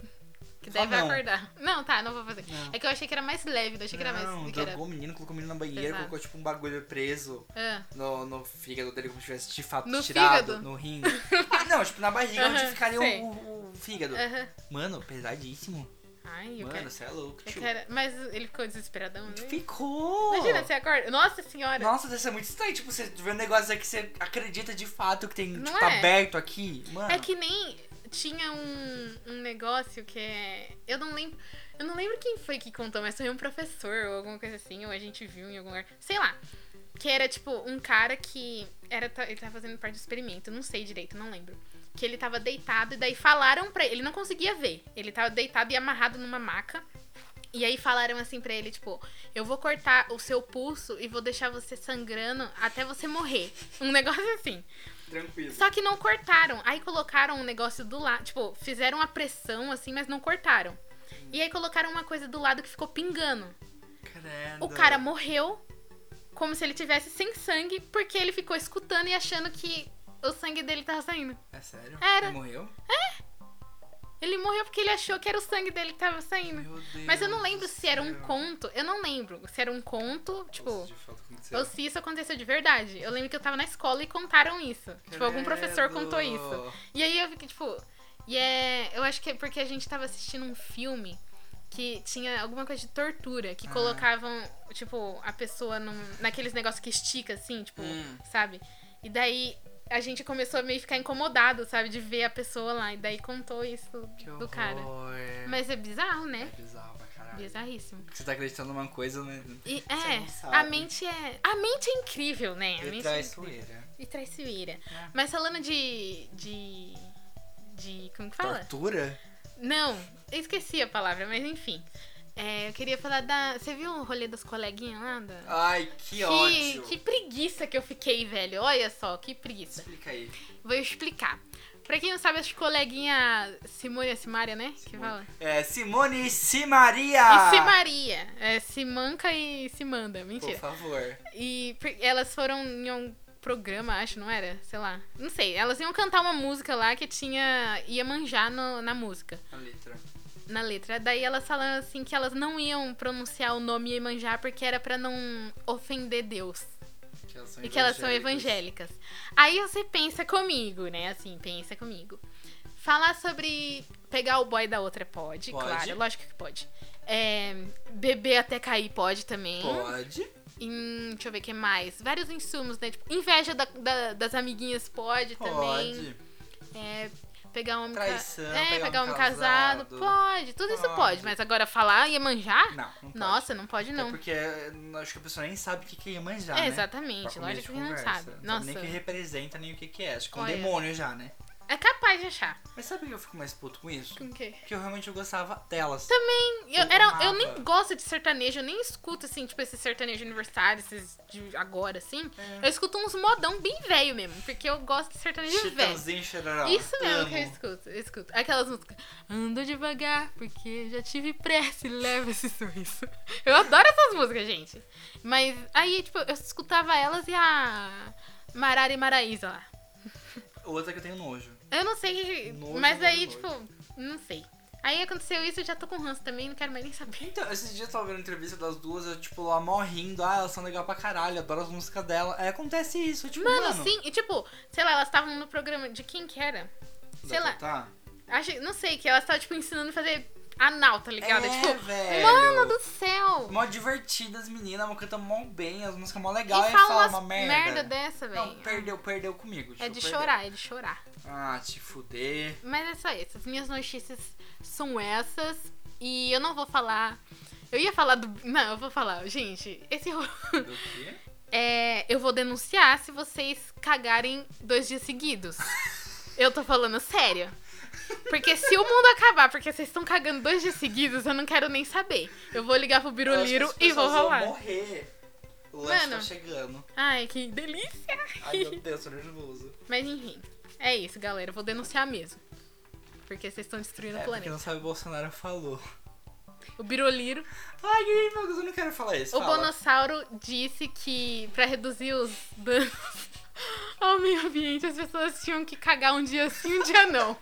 S2: Que
S1: Só
S2: daí vai
S1: Ah, não.
S2: acordar. Não, tá, não vou fazer.
S1: Não.
S2: É que eu achei que era mais leve, eu achei que era mais.
S1: Não,
S2: do que era...
S1: drogou o menino, colocou o menino na banheira,
S2: Pesado.
S1: colocou tipo um bagulho preso
S2: Ah,
S1: no, no fígado dele, como se tivesse de fato
S2: No
S1: tirado
S2: fígado?
S1: no rim. Ah, não, tipo na barriga onde
S2: Aham,
S1: ficaria
S2: sei. É.
S1: o, o- o fígado.
S2: aham.
S1: Mano, pesadíssimo.
S2: Ai, eu
S1: Mano,
S2: quero.
S1: você é louco,
S2: eu
S1: tio.
S2: quero- Mas ele ficou desesperadão, né?
S1: Ficou!
S2: Imagina, você acorda. Nossa senhora!
S1: Nossa, deve ser muito estranho. Tipo, você vê um negócio aqui que você acredita de fato que tem,
S2: Não
S1: tipo, tá
S2: é?
S1: aberto aqui. Mano.
S2: É que nem tinha um, um negócio que é. Eu não lembro. Eu não lembro quem foi que contou, mas foi um professor ou alguma coisa assim, ou a gente viu em algum lugar. Sei lá. Que era tipo um cara que. Era, ta- ele tava fazendo parte do experimento, não sei direito, não lembro. Que ele tava deitado e daí falaram pra ele. Ele não conseguia ver. Ele tava deitado e amarrado numa maca. E aí falaram assim pra ele, tipo, eu vou cortar o seu pulso e vou deixar você sangrando até você morrer. Um negócio assim.
S1: Tranquilo.
S2: Só que não cortaram. Aí colocaram um negócio do lado. Tipo, fizeram a pressão assim, mas não cortaram. E aí colocaram uma coisa do lado que ficou pingando.
S1: Credo.
S2: O cara morreu como se ele tivesse sem sangue, porque ele ficou escutando e achando que o sangue dele tava saindo.
S1: É sério?
S2: Era.
S1: Ele morreu?
S2: Ele morreu porque ele achou que era o sangue dele que tava saindo.
S1: Meu Deus.
S2: Mas eu não lembro
S1: do
S2: se era um
S1: céu.
S2: conto. Eu não lembro se era um conto,
S1: Ou
S2: tipo.
S1: se de fato aconteceu.
S2: Ou se isso aconteceu de verdade. Eu lembro que eu tava na escola e contaram isso. Tipo, algum professor
S1: Credo.
S2: contou isso. E aí eu fiquei tipo. E é. Eu acho que é porque a gente tava assistindo um filme que tinha alguma coisa de tortura, que
S1: Ah.
S2: colocavam, tipo, a pessoa num- naqueles negócios que estica, assim, tipo,
S1: Hum.
S2: sabe? E daí a gente começou a meio ficar incomodado, sabe? De ver a pessoa lá. E daí contou isso
S1: Que
S2: do cara.
S1: horror.
S2: Mas é bizarro,
S1: É
S2: né?
S1: bizarro pra caralho.
S2: Bizarríssimo.
S1: Você tá acreditando numa coisa, né?
S2: E
S1: não
S2: é,
S1: sabe.
S2: a mente é. A mente é incrível, né? A
S1: E
S2: mente
S1: traz
S2: é
S1: sueira.
S2: e traiçoeira.
S1: É.
S2: Mas falando de. de. de. como que fala?
S1: Tortura?
S2: Não, eu esqueci a palavra, mas enfim. É, eu queria falar da. Você viu o rolê das coleguinhas lá? Da...
S1: Ai, Ah, que, ódio.
S2: que preguiça que eu fiquei, velho. Olha só, que preguiça.
S1: Explica aí.
S2: Vou explicar. Pra quem não sabe, as coleguinhas Simone e Simária, né? Que
S1: Simone.
S2: fala.
S1: É, Simone e Simaria!
S2: E Simaria. É, Simanca e Simanda.
S1: Por
S2: Mentira.
S1: favor.
S2: E per- elas foram em um programa, acho, não era? Sei lá. Não sei. Elas iam cantar uma música lá que tinha. ia manjar no- na música,
S1: A letra.
S2: na letra. Daí elas falaram assim que elas não iam pronunciar o nome Iemanjá porque era pra não ofender Deus.
S1: Que elas são
S2: E que elas são
S1: evangélicas.
S2: evangélicas. Aí você pensa comigo, né? Assim, pensa comigo. Falar sobre pegar o boy da outra pode,
S1: Pode.
S2: claro, lógico que pode. É, beber até cair pode também.
S1: Pode.
S2: Em, deixa eu ver o que mais. Vários insumos, né? Tipo, inveja da- da- das amiguinhas pode, também.
S1: Pode.
S2: É, pegar um homem ca-
S1: Traição,
S2: É,
S1: pegar
S2: pegar,
S1: homem
S2: um casado.
S1: casado.
S2: Pode, tudo isso
S1: Pode.
S2: pode. Mas agora falar e manjar?
S1: Não, não pode.
S2: Nossa, não pode
S1: Até
S2: não.
S1: porque é, acho que a pessoa nem sabe o que que é Iemanjá,
S2: É,
S1: né?
S2: exatamente,
S1: Pra começo
S2: lógico
S1: de
S2: que não
S1: conversa.
S2: sabe. Nossa.
S1: nem o que representa, nem o que que é. Acho que é um
S2: Olha.
S1: demônio já, né?
S2: É capaz de achar.
S1: Mas sabe o que eu fico mais puto com isso?
S2: Com o quê?
S1: Que eu realmente eu gostava delas.
S2: Eu,
S1: Eu
S2: era, eu
S1: amava.
S2: nem gosto de sertanejo, eu nem escuto, assim, tipo, esse sertanejo universitário, esses de agora, assim. Eu escuto uns modão bem velho mesmo, porque eu gosto de sertanejo velho.
S1: Chitãozinho Chororó.
S2: Isso mesmo
S1: Amo.
S2: que eu escuto, eu escuto. Aquelas músicas. Anda devagar, porque já tive pressa e leva esse sorriso. Eu adoro essas músicas, gente. Mas aí, tipo, eu escutava elas e a Marara e Maraísa lá.
S1: Outra é que eu tenho nojo.
S2: Eu não sei, que-
S1: Nojo,
S2: mas
S1: nojo,
S2: aí,
S1: nojo.
S2: tipo, não sei. Aí aconteceu isso, eu já tô com ranço também, não quero mais nem saber.
S1: Então, esses dias eu tava vendo entrevista das duas, eu, tipo, lá morrendo. Ah, elas são legal pra caralho, adoro as músicas dela. Aí acontece isso, eu, tipo,
S2: Mano,
S1: mano.
S2: sim, e tipo, sei lá, elas estavam no programa de quem que era? sei lá.
S1: Tá?
S2: Acho, não sei, que elas estavam, tipo, ensinando a fazer anal, tá ligado?
S1: É,
S2: tipo,
S1: velho.
S2: mano do céu!
S1: Mó divertidas, meninas, elas cantam mó bem, as músicas mó
S2: E
S1: legal. aí
S2: fala,
S1: fala
S2: umas
S1: uma merda.
S2: merda dessa, velho.
S1: Não, perdeu, perdeu comigo.
S2: É
S1: tio,
S2: de
S1: perdeu.
S2: chorar, é de chorar.
S1: Ah, te fuder.
S2: Mas é só isso. As minhas notícias são essas. E eu não vou falar. Eu ia falar do. Não, eu vou falar. Gente, esse. ro-
S1: Do quê?
S2: É, eu vou denunciar se vocês cagarem dois dias seguidos. Eu tô falando sério. Porque se o mundo acabar, porque vocês estão cagando dois dias seguidos, eu não quero nem saber. Eu vou ligar
S1: Eu
S2: pro
S1: acho que
S2: Biruliro
S1: as
S2: e vou
S1: pessoas vão
S2: rolar.
S1: morrer. O lanche
S2: Mano.
S1: tá chegando.
S2: Ai, que delícia!
S1: Ai, meu Deus, tô nervoso.
S2: Mas enfim, é isso, galera. Eu vou denunciar mesmo. Porque vocês estão destruindo
S1: É,
S2: o
S1: porque
S2: planeta.
S1: não sabe, o Bolsonaro falou.
S2: O Biroliro,
S1: Ai, meu Deus, eu não quero falar isso.
S2: o
S1: fala.
S2: Bonossauro disse que pra reduzir os danos ao meio ambiente, as pessoas tinham que cagar um dia sim, um dia não.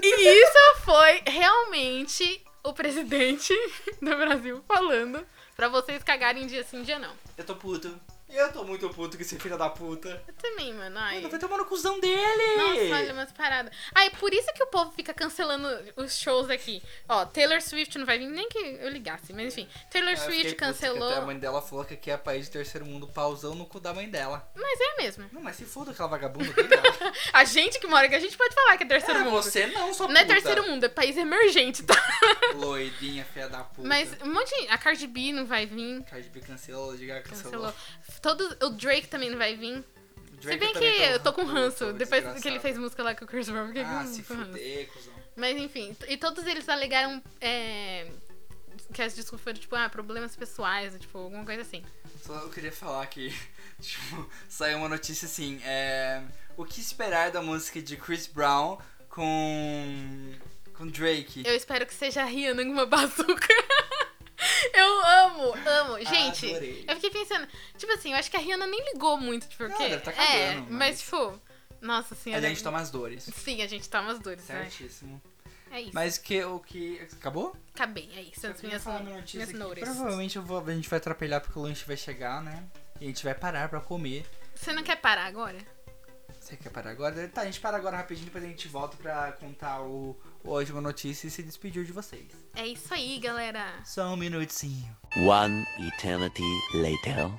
S2: E isso foi realmente o presidente do Brasil falando pra vocês cagarem um dia sim, um dia não.
S1: Eu tô puto. Eu tô muito puto com esse filho da puta.
S2: Eu também, mano. Ai.
S1: Mano, vai tomar no cuzão dele.
S2: Nossa, olha umas paradas. Ah, é por isso que o povo fica cancelando os shows aqui. Ó, Taylor Swift não vai vir, nem que eu ligasse, mas enfim. Taylor
S1: É, Eu fiquei
S2: Swift
S1: puto, porque A
S2: cancelou.
S1: mãe dela falou que aqui é país de terceiro mundo, pausão no cu da mãe dela.
S2: Mas é mesmo.
S1: Não, mas se foda aquela vagabunda aqui, dela.
S2: A gente que mora aqui, a gente pode falar que é terceiro
S1: É,
S2: mundo.
S1: você não, sua
S2: Não é
S1: puta.
S2: terceiro mundo, é país emergente, tá?
S1: Loidinha, filha da puta.
S2: Mas um monte de... A Cardi B não vai vir.
S1: Cardi B cancelou, diga cancelou.
S2: Cancelou. Todo... O Drake também não vai vir. Se
S1: Drake
S2: bem que
S1: também tá um
S2: eu tô com
S1: puto,
S2: ranço. Depois que ele
S1: desgraçado.
S2: fez música lá com o Chris Brown, eu fiquei
S1: Ah,
S2: com
S1: se
S2: com ranço.
S1: fuder, cuzão.
S2: Mas enfim, t- e todos eles alegaram é, que as desculpas foram, tipo, ah, problemas pessoais, tipo, alguma coisa assim.
S1: Só eu queria falar que, tipo, saiu uma notícia assim, é... O que esperar da música de Chris Brown com... com Drake?
S2: Eu espero que seja a Rihanna com uma bazuca. Eu amo, amo. Gente,
S1: Ah, Adorei.
S2: eu fiquei pensando, tipo assim, eu acho que a Rihanna nem ligou muito, tipo,
S1: Não,
S2: porque.
S1: deve tá
S2: é,
S1: cagando,
S2: mas
S1: mas-
S2: tipo, nossa
S1: A
S2: senhora.
S1: gente toma as dores.
S2: Sim, a gente toma as dores, né?
S1: Certíssimo.
S2: É isso.
S1: Mas que o que... Acabou?
S2: Acabei, é isso.
S1: Eu
S2: As
S1: queria
S2: minhas,
S1: falar minha notícia
S2: minhas
S1: aqui.
S2: noures.
S1: Provavelmente eu vou, a gente vai atrapalhar porque o lanche vai chegar, né? E a gente vai parar pra comer.
S2: Você não quer parar agora?
S1: Você quer parar agora? Tá, a gente para agora rapidinho, depois a gente volta pra contar o, o Hoje Uma Notícia e se despedir de vocês.
S2: É isso aí, galera.
S1: Só um minutinho.
S3: One eternity later.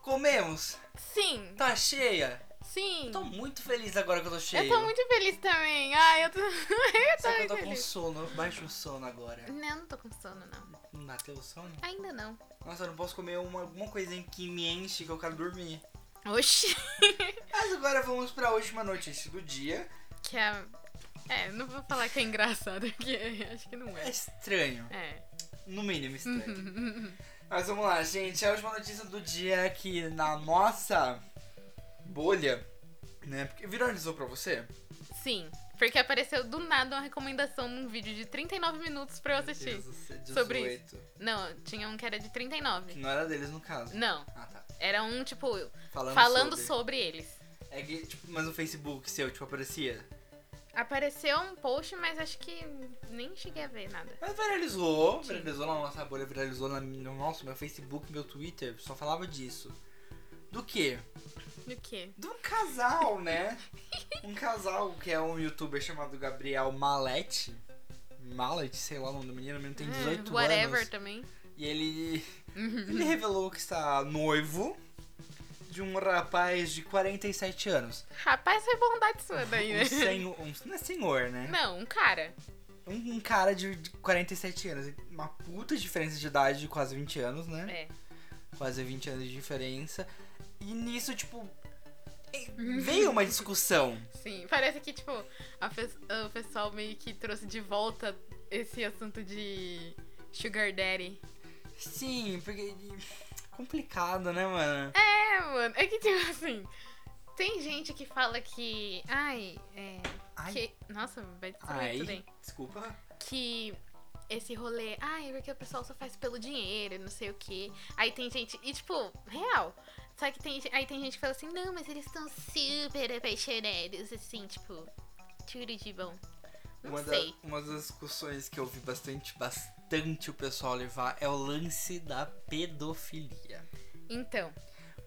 S1: Comemos!
S2: Sim,
S1: Tá cheia!
S2: sim.
S1: Eu tô muito feliz agora que eu tô cheio.
S2: Hum. Eu tô muito feliz também. Ai, eu tô. eu tô
S1: Só que eu
S2: muito
S1: tô com
S2: feliz.
S1: sono, baixo sono agora.
S2: Não, não tô com sono, não.
S1: Não dá teu sono?
S2: Ainda não.
S1: Nossa, eu não posso comer uma, alguma coisinha que me enche que eu quero dormir.
S2: Oxi.
S1: Mas agora vamos pra última notícia do dia.
S2: Que é. É, não vou falar que é engraçado, porque acho que não
S1: É
S2: é.
S1: estranho,
S2: É.
S1: no mínimo estranho. Mas vamos lá, gente. A última notícia do dia é que na nossa bolha, né? Porque viralizou pra você?
S2: Sim. Porque apareceu do nada uma recomendação num vídeo de 39 minutos pra eu assistir. Sobre
S1: isso.
S2: Não, tinha um que era de
S1: Que
S2: 39.
S1: não era deles no caso.
S2: Não,
S1: Ah, tá.
S2: era um, tipo,
S1: Falando,
S2: falando
S1: sobre.
S2: sobre eles.
S1: É que, tipo, mas no Facebook seu, tipo, aparecia?
S2: Apareceu um post, mas acho que nem cheguei a ver nada.
S1: Mas viralizou, viralizou na nossa bolha, viralizou na- no nosso, meu Facebook, meu Twitter, só falava disso. Do quê?
S2: Do quê?
S1: De um casal, né? Um casal que é um youtuber chamado Gabriel Malete. Malete, sei lá o nome do menino, o menino tem
S2: É,
S1: 18
S2: whatever
S1: anos.
S2: também.
S1: E ele, ele revelou que está noivo de um rapaz de 47 anos.
S2: Rapaz, foi bondade sua daí, né?
S1: Um senhor, um, não é senhor, né?
S2: Não, um cara.
S1: Um, um cara de de 47 anos. Uma puta diferença de idade de quase 20 anos, né?
S2: É.
S1: quase 20 anos de diferença. E nisso, tipo,
S2: Uhum.
S1: veio uma discussão.
S2: Sim, parece que, tipo, a pe- o pessoal meio que trouxe de volta esse assunto de Sugar Daddy.
S1: Sim, porque. Complicado, né, mano?
S2: É, mano, é que, tipo assim, tem gente que fala que. Ai, é.
S1: Ai.
S2: que- nossa, vai destruir tudo,
S1: Ai,
S2: hein?
S1: desculpa.
S2: Que esse rolê. Ai, é porque o pessoal só faz pelo dinheiro, não sei o quê. Aí tem gente. E, tipo, real. Só que tem, aí tem gente que fala assim, não, mas eles estão super apaixonados, assim, tipo, tudo de bom. Não
S1: Uma, da-
S2: sei.
S1: uma das discussões que eu vi bastante, bastante o pessoal levar é o lance da pedofilia.
S2: Então,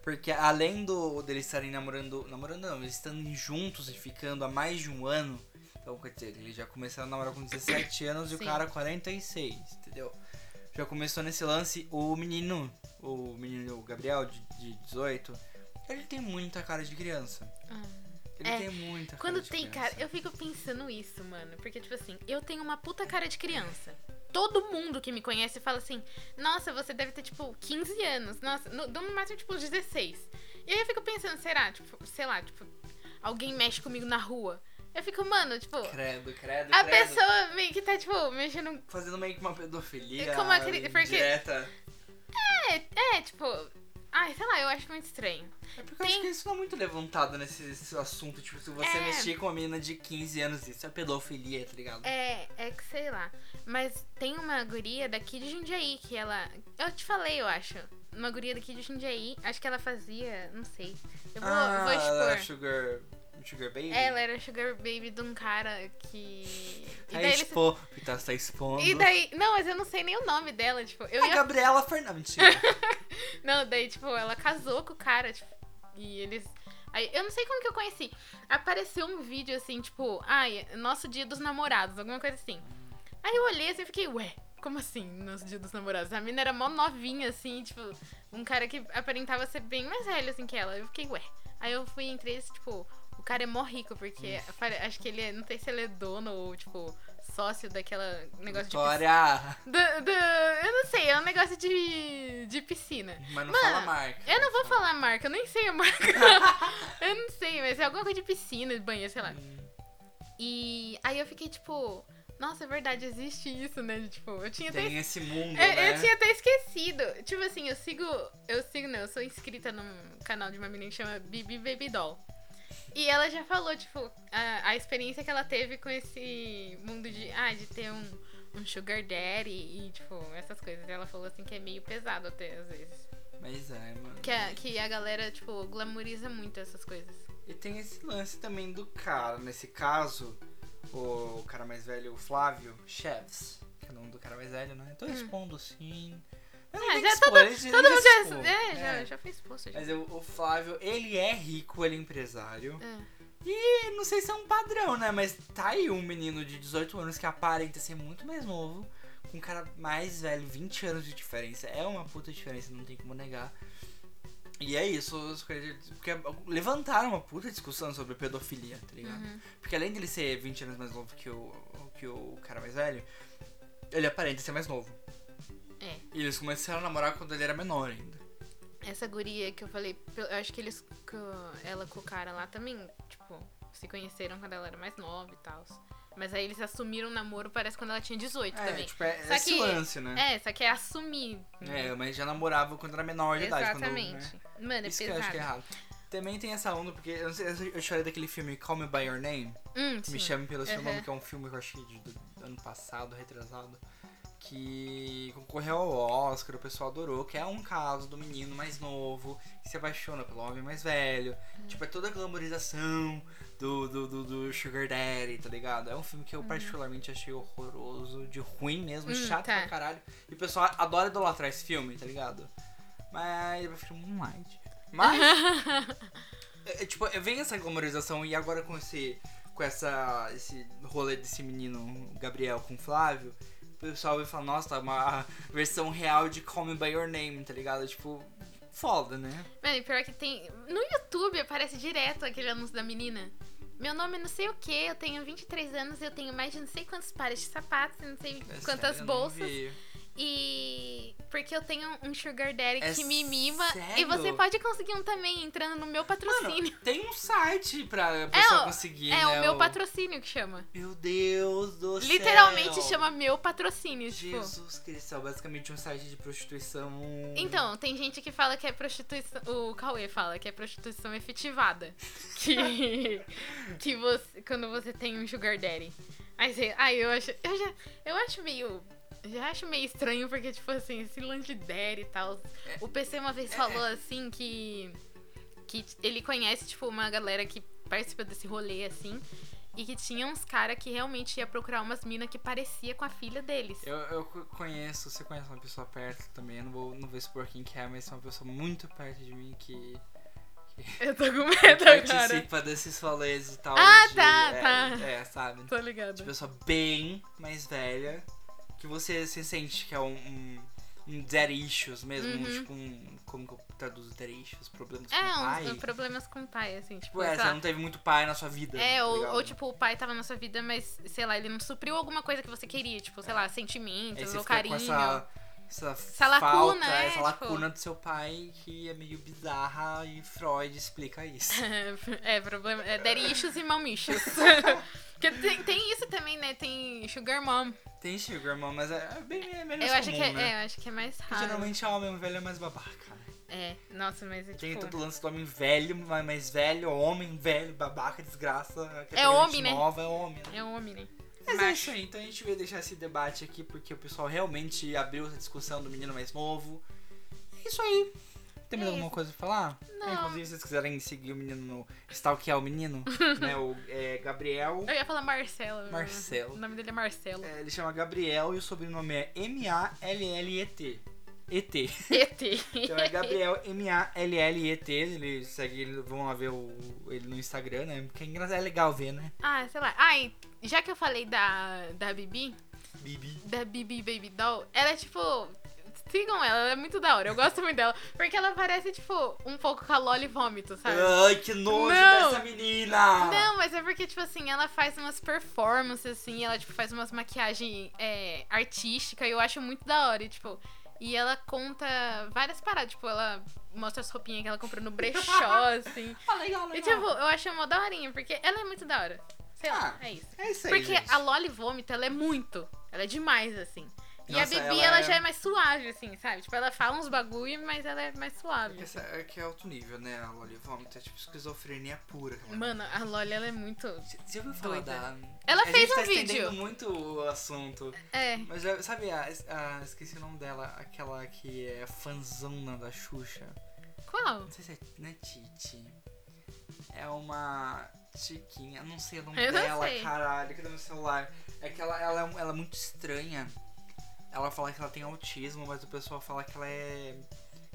S1: Porque além do deles estarem namorando. Namorando não, eles estando juntos e ficando há mais de um ano. Então, quer dizer, eles já começaram a namorar com 17 anos e o
S2: Sim.
S1: cara 46, entendeu? Já começou nesse lance o menino, o menino o Gabriel, de, de 18, ele tem muita cara de criança. Ele
S2: É,
S1: tem muita cara
S2: quando
S1: de
S2: tem
S1: criança.
S2: cara, eu fico pensando isso, mano, porque tipo assim, eu tenho uma puta cara de criança. Todo mundo que me conhece fala assim: "Nossa, você deve ter tipo 15 anos. Nossa, no, no máximo tipo 16". E aí eu fico pensando, será, tipo, sei lá, tipo, alguém mexe comigo na rua. Eu fico, mano, tipo,
S1: Credo, credo,
S2: a
S1: credo.
S2: pessoa meio que tá tipo mexendo
S1: Fazendo meio que uma pedofilia
S2: É como aquele- porque-
S1: direta.
S2: é, é, tipo, ai, sei lá, eu acho muito estranho.
S1: É porque eu acho
S2: Tem-
S1: que isso não é muito levantado nesse esse assunto. Tipo, se você
S2: É.
S1: mexer com uma menina de 15 anos, isso é pedofilia, tá ligado?
S2: É, é que sei lá. Mas tem uma guria daqui de Jundiaí que ela. Eu te falei, eu acho. Uma guria daqui de Jundiaí. Acho que ela fazia. Não sei. Eu vou,
S1: ah,
S2: vou expor.
S1: ela era Sugar, Sugar Baby?
S2: Ela era sugar baby de um cara que. E
S1: Tá
S2: daí, ele-
S1: expo... Pitas tá expondo.
S2: e daí- Não, mas eu não sei nem o nome dela, tipo. Eu
S1: A
S2: ia-
S1: Gabriela Fernandes. Mentira.
S2: Não, daí, tipo, ela casou com o cara, tipo, e eles. Aí, eu não sei como que eu conheci. Apareceu um vídeo assim, tipo, ai, nosso dia dos namorados, alguma coisa assim. Aí eu olhei assim e fiquei, ué, como assim, nosso dia dos namorados? A mina era mó novinha, assim, tipo, um cara que aparentava ser bem mais velho, assim, que ela. Eu fiquei, ué. Aí eu fui entre eles, tipo, o cara é mó rico, porque pare- acho que ele é, não sei se ele é dono ou, tipo, sócio daquela negócio de piscina.
S1: Vitória.
S2: Do- do- eu não sei, é um negócio de, de piscina.
S1: Mas não
S2: Mano,
S1: fala marca.
S2: Eu não vou falar a marca, eu nem sei a marca. eu não sei, mas é alguma coisa de piscina, de banheiro, sei lá. E aí eu fiquei tipo, nossa, é verdade, existe isso, né? Tipo, eu tinha até.
S1: Tem esse mundo,
S2: Eu, eu
S1: né?
S2: tinha até esquecido. Tipo assim, eu sigo. Eu sigo, não, eu sou inscrita num canal de uma menina que chama Bibi Baby Doll. E ela já falou, tipo, a, a experiência que ela teve com esse mundo de. Ah, de ter um, um sugar daddy e, tipo, essas coisas. Ela falou assim que é meio pesado até às vezes.
S1: Mas é, mano.
S2: Que a, que a galera, tipo, glamoriza muito essas coisas.
S1: E tem esse lance também do cara. Nesse caso, o cara mais velho, o Flávio Chefs. Que é o nome do cara mais velho, né? Tô expondo sim. Eu não
S2: Ah,
S1: tenho
S2: Hum. já
S1: que expor, eles- eles
S2: Todo mundo já,
S1: expõem.
S2: é, já,
S1: É.
S2: já foi exposto. Já.
S1: Mas o, o Flávio, ele é rico, ele é empresário.
S2: É.
S1: E não sei se é um padrão, né? Mas tá aí um menino de 18 anos que aparenta ser muito mais novo, com um cara mais velho, 20 anos de diferença. É uma puta diferença, não tem como negar. E é isso, os caras- porque levantaram uma puta discussão sobre pedofilia, tá ligado?
S2: Uhum.
S1: Porque além dele ser 20 anos mais novo que o, que o cara mais velho, ele aparenta ser mais novo.
S2: É.
S1: E eles começaram a namorar quando ele era menor ainda.
S2: Essa guria que eu falei, pe- eu acho que eles. co- Ela com o cara lá também, tipo, se conheceram quando ela era mais nova e tal. Mas aí eles assumiram o namoro, parece quando ela tinha 18
S1: É,
S2: também.
S1: tipo, é,
S2: Só
S1: é esse
S2: que-
S1: lance, né?
S2: É, só que é assumir.
S1: É, mas já namorava quando era menor de idade. quando, né?
S2: Exatamente. Mano, é
S1: Isso que eu acho
S2: pesado.
S1: que é errado. Também tem essa onda, porque eu, não sei, eu chorei daquele filme Call Me By Your Name,
S2: Hum,
S1: Me
S2: sim.
S1: Chame Pelo Seu
S2: Uhum.
S1: Nome, que é um filme que eu achei de, do ano passado, retrasado, que concorreu ao Oscar, o pessoal adorou, que é um caso do menino mais novo, que se apaixona pelo homem mais velho. Tipo, é toda a glamorização do, do, do, do Sugar Daddy, tá ligado? É um filme que eu particularmente achei horroroso, de ruim mesmo,
S2: Uhum. Hum,
S1: chato
S2: tá.
S1: pra caralho. E o pessoal adora idolatrar esse filme, tá ligado? Mas eu prefiro Moonlight. Mas é, é, tipo, é, vem essa glamorização e agora com esse. Com essa. esse rolê desse menino Gabriel com o Flávio, o pessoal vai falar, nossa, tá uma versão real de Call Me by Your Name, tá ligado? Tipo, foda, né?
S2: Mano, e pior que tem. No YouTube aparece direto aquele anúncio da menina. Meu nome é não sei o que, eu tenho 23 anos, eu tenho mais de não sei quantos pares de sapatos, não sei
S1: É
S2: quantas
S1: sério, eu não
S2: bolsas.
S1: vi.
S2: E. Porque eu tenho um Sugar Daddy
S1: É
S2: que me mima. E
S1: sério?
S2: você pode conseguir um também entrando no meu patrocínio.
S1: Tem um site pra pessoa
S2: o-
S1: conseguir,
S2: é,
S1: né?
S2: o meu patrocínio que chama.
S1: Meu Deus do céu.
S2: Literalmente chama meu patrocínio, tipo.
S1: Jesus Cristo, é basicamente um site de prostituição.
S2: Então, tem gente que fala que é prostituição. O Cauê fala que é prostituição efetivada. Que. que você. Quando você tem um sugar daddy. Aí você. Aí eu acho. Eu já. Eu acho meio. Já acho meio estranho, porque, tipo assim, esse lance de daddy e tal. O PC uma vez falou assim que. Que ele conhece, tipo, uma galera que participa desse rolê, assim. E que tinha uns cara que realmente ia procurar umas minas que parecia com a filha deles.
S1: Eu, eu co- conheço, você conhece uma pessoa perto também, eu não vou, não vou expor quem que é, mas é uma pessoa muito perto de mim que
S2: Eu tô com medo agora.
S1: participa desses rolês e tal.
S2: É Ah,
S1: de-
S2: tá,
S1: é,
S2: tá.
S1: É, sabe?
S2: Tô ligado.
S1: De pessoa bem mais velha, que você se sente que é um, um, um daddy issues mesmo, um,
S2: Uhum.
S1: tipo um, como que eu traduzo daddy issues, problemas com o
S2: É,
S1: Tipo, pai.
S2: uns problemas com o pai, assim, tipo,
S1: Tipo, é,
S2: sei
S1: você
S2: lá.
S1: não teve muito pai na sua vida.
S2: É,
S1: tá
S2: ou,
S1: ligado?
S2: ou, tipo, o pai tava na sua vida, mas, sei lá, ele não supriu alguma coisa que você queria, tipo, sei lá,
S1: É. Aí
S2: sentimentos
S1: você
S2: ou
S1: fica
S2: carinho.
S1: com essa, essa,
S2: lacuna,
S1: falta,
S2: é,
S1: essa
S2: tipo-
S1: lacuna do seu pai que é meio bizarra e Freud explica isso.
S2: É, problema. É derichos e malmichos. Porque tem, tem isso também, né? Tem Sugar Mom.
S1: Tem sugar mom, mas é é bem é menos
S2: eu acho
S1: comum,
S2: que é,
S1: né?
S2: é, eu acho que é mais
S1: Porque
S2: raro.
S1: Geralmente é homem velho é mais babaca, né?
S2: É, nossa, mas é
S1: Tem
S2: tipo.
S1: todo o lance do homem velho, ma- mais velho, homem velho, babaca, desgraça. categoria de
S2: homem, né?
S1: nova, É homem, né?
S2: É um homem, né?
S1: Mas é
S2: macho.
S1: isso aí, então a gente veio deixar esse debate aqui porque o pessoal realmente abriu essa discussão do menino mais novo. É isso aí. Tem mais
S2: É
S1: alguma coisa pra falar?
S2: Não.
S1: É, Inclusive, se vocês quiserem seguir o menino no Stalkear o menino, né? O é, Gabriel.
S2: Eu ia falar Marcelo.
S1: Marcelo.
S2: O nome dele é Marcelo.
S1: é, ele chama Gabriel e o sobrenome é M-A-L-L-E-T. E-T.
S2: ET.
S1: Então é Gabriel M-A-L-L-E-T. Ele segue, ele, vão lá ver o, ele no Instagram, né? Porque é engraçado, é legal ver, né?
S2: Ah, sei lá. Ah, e já que eu falei da, da Bibi,
S1: Bibi.
S2: da Bibi Baby Doll, ela é tipo. Sigam ela, ela é muito da hora. Eu gosto muito dela. Porque ela parece, tipo, um pouco com a Loli Vômito, sabe?
S1: Ai, que nojo
S2: Não.
S1: dessa menina!
S2: Não, mas é porque, tipo assim, ela faz umas performances, assim, ela, tipo, faz umas maquiagens é, artísticas e eu acho muito da hora, e, tipo. E ela conta várias paradas, tipo, ela mostra as roupinhas que ela comprou no brechó, assim.
S1: Ah, legal,
S2: E, tipo, eu acho mó daorinha, porque ela é muito da hora. Sei lá,
S1: Ah,
S2: é isso.
S1: é isso aí,
S2: Porque
S1: gente.
S2: a Loli Vômito, ela é muito. Ela é demais, assim. E a
S1: Nossa,
S2: Bibi,
S1: ela
S2: ela,
S1: é-
S2: já é mais suave, assim, sabe? Tipo, ela fala uns bagulho, mas ela é mais suave.
S1: Essa é que é alto nível, né? A Loli Vômito é tipo esquizofrenia pura. aquela
S2: Mano, a Loli, ela é muito.
S1: Você você ouviu falar
S2: Doida.
S1: da.
S2: Ela
S1: a
S2: fez
S1: gente tá
S2: um vídeo.
S1: estendendo muito o assunto.
S2: É.
S1: Mas já- sabe, a, a- esqueci o nome dela, aquela que é fanzona da Xuxa.
S2: Qual?
S1: Não sei se é. Não é Titi. É uma. Tiquinha, não sei o nome
S2: Eu não
S1: dela,
S2: sei.
S1: caralho, que tá no meu celular. É que ela, ela, é um- ela é muito estranha. Ela fala que ela tem autismo, mas o pessoal fala que ela é.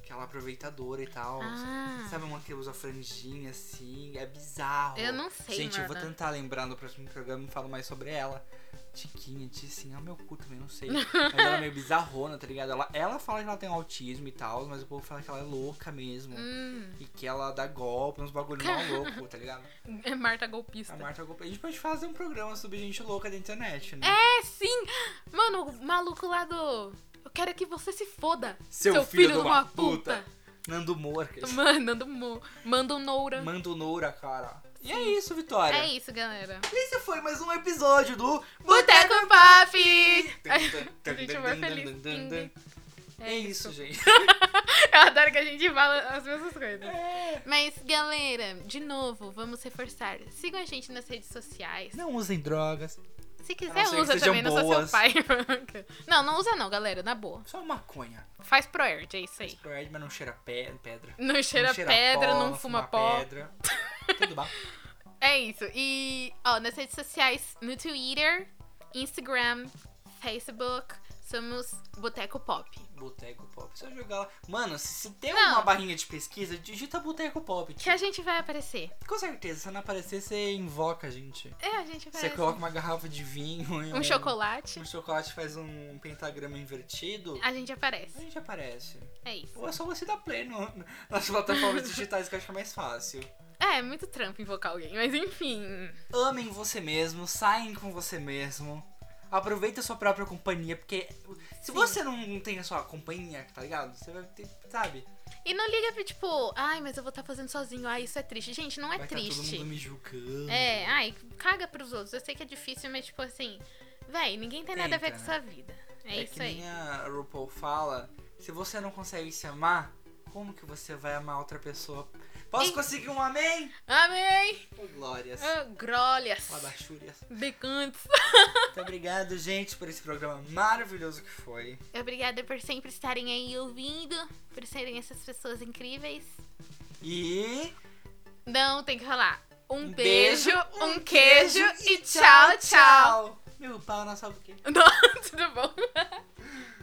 S1: que ela é aproveitadora e tal.
S2: Ah,
S1: Sabe uma que usa franjinha assim? É bizarro.
S2: eu não sei,
S1: Gente, eu vou
S2: mano.
S1: tentar lembrar no próximo programa e falo mais sobre ela. Tiquinha, Ticinha, é o meu cu também, não sei. Mas ela é meio bizarrona, tá ligado? Ela, ela fala que ela tem autismo e tal, mas o povo fala que ela é louca mesmo.
S2: Hum,
S1: E que ela dá golpe, uns bagulho mal louco, tá ligado?
S2: é Marta
S1: A
S2: Golpista.
S1: Marta é golpe. A gente pode fazer um programa sobre gente louca da internet, né?
S2: É sim! Mano, o maluco lá do. Eu quero que você se foda.
S1: Seu filho de uma puta. Nando Moura. que-
S2: Mano, manda um- manda um Noura.
S1: Manda o Noura, cara. E é isso, Vitória.
S2: É isso, galera.
S1: Esse foi mais um episódio do
S2: Boteco Pop! A gente vai feliz.
S1: É isso, gente.
S2: Eu adoro que a gente fala as mesmas coisas.
S1: É.
S2: Mas, galera, de novo, vamos reforçar. Sigam a gente nas redes sociais.
S1: Não usem drogas.
S2: Se
S1: A
S2: quiser,
S1: não ser que
S2: usa
S1: sejam
S2: também, não sou
S1: boas.
S2: seu pai. não, não usa não, galera, na boa.
S1: Só maconha.
S2: Faz proerd, é isso aí.
S1: Pride, mas não cheira pe- pedra.
S2: Não cheira,
S1: não cheira
S2: pedra,
S1: pó,
S2: não fuma pó.
S1: pedra. Tudo bom.
S2: É isso. E, ó, nas redes sociais, no Twitter, Instagram, Facebook, somos Boteco Pop.
S1: Boteco Pop. Só jogar lá. Mano, se, se tem
S2: Não.
S1: uma barrinha de pesquisa, digita Boteco Pop.
S2: Que a gente vai aparecer.
S1: Com certeza, se não aparecer, você invoca a gente.
S2: É, a gente vai
S1: Você coloca uma garrafa de vinho e
S2: Um chocolate,
S1: Um chocolate faz um pentagrama invertido.
S2: a gente
S1: A
S2: aparece.
S1: gente aparece.
S2: É isso.
S1: Ou é só você dar play no- nas plataformas digitais que eu acho que é mais fácil.
S2: É, é muito trampo invocar alguém, mas enfim.
S1: Amem você mesmo, saem com você mesmo. Aproveita a sua própria companhia, porque se você não tem a sua companhia, tá ligado? Você vai ter, sabe?
S2: E não liga pra, tipo, ai, mas eu vou estar fazendo sozinho, ai, isso é triste. Gente, não é
S1: vai
S2: triste.
S1: tá todo mundo me julgando.
S2: É, ai, caga pros outros. Eu sei que é difícil, mas tipo assim, véi, ninguém tem nada a ver
S1: Tenta,
S2: com
S1: né?
S2: sua vida. É,
S1: É
S2: isso
S1: que
S2: aí.
S1: nem a RuPaul fala, se você não consegue se amar, como que você vai amar outra pessoa? Posso
S2: E-
S1: conseguir um amém?
S2: Amém!
S1: Ô, glórias.
S2: Ah, grolhas!
S1: Ô, abaxúrias.
S2: Decantes!
S1: Muito obrigado, gente, por esse programa maravilhoso que foi.
S2: Obrigada por sempre estarem aí ouvindo, por serem essas pessoas incríveis.
S1: E...
S2: Não, tem que falar. Um,
S1: um
S2: beijo, um queijo e tchau, tchau!
S1: Meu pau na sua boquinha.
S2: Não, tudo bom?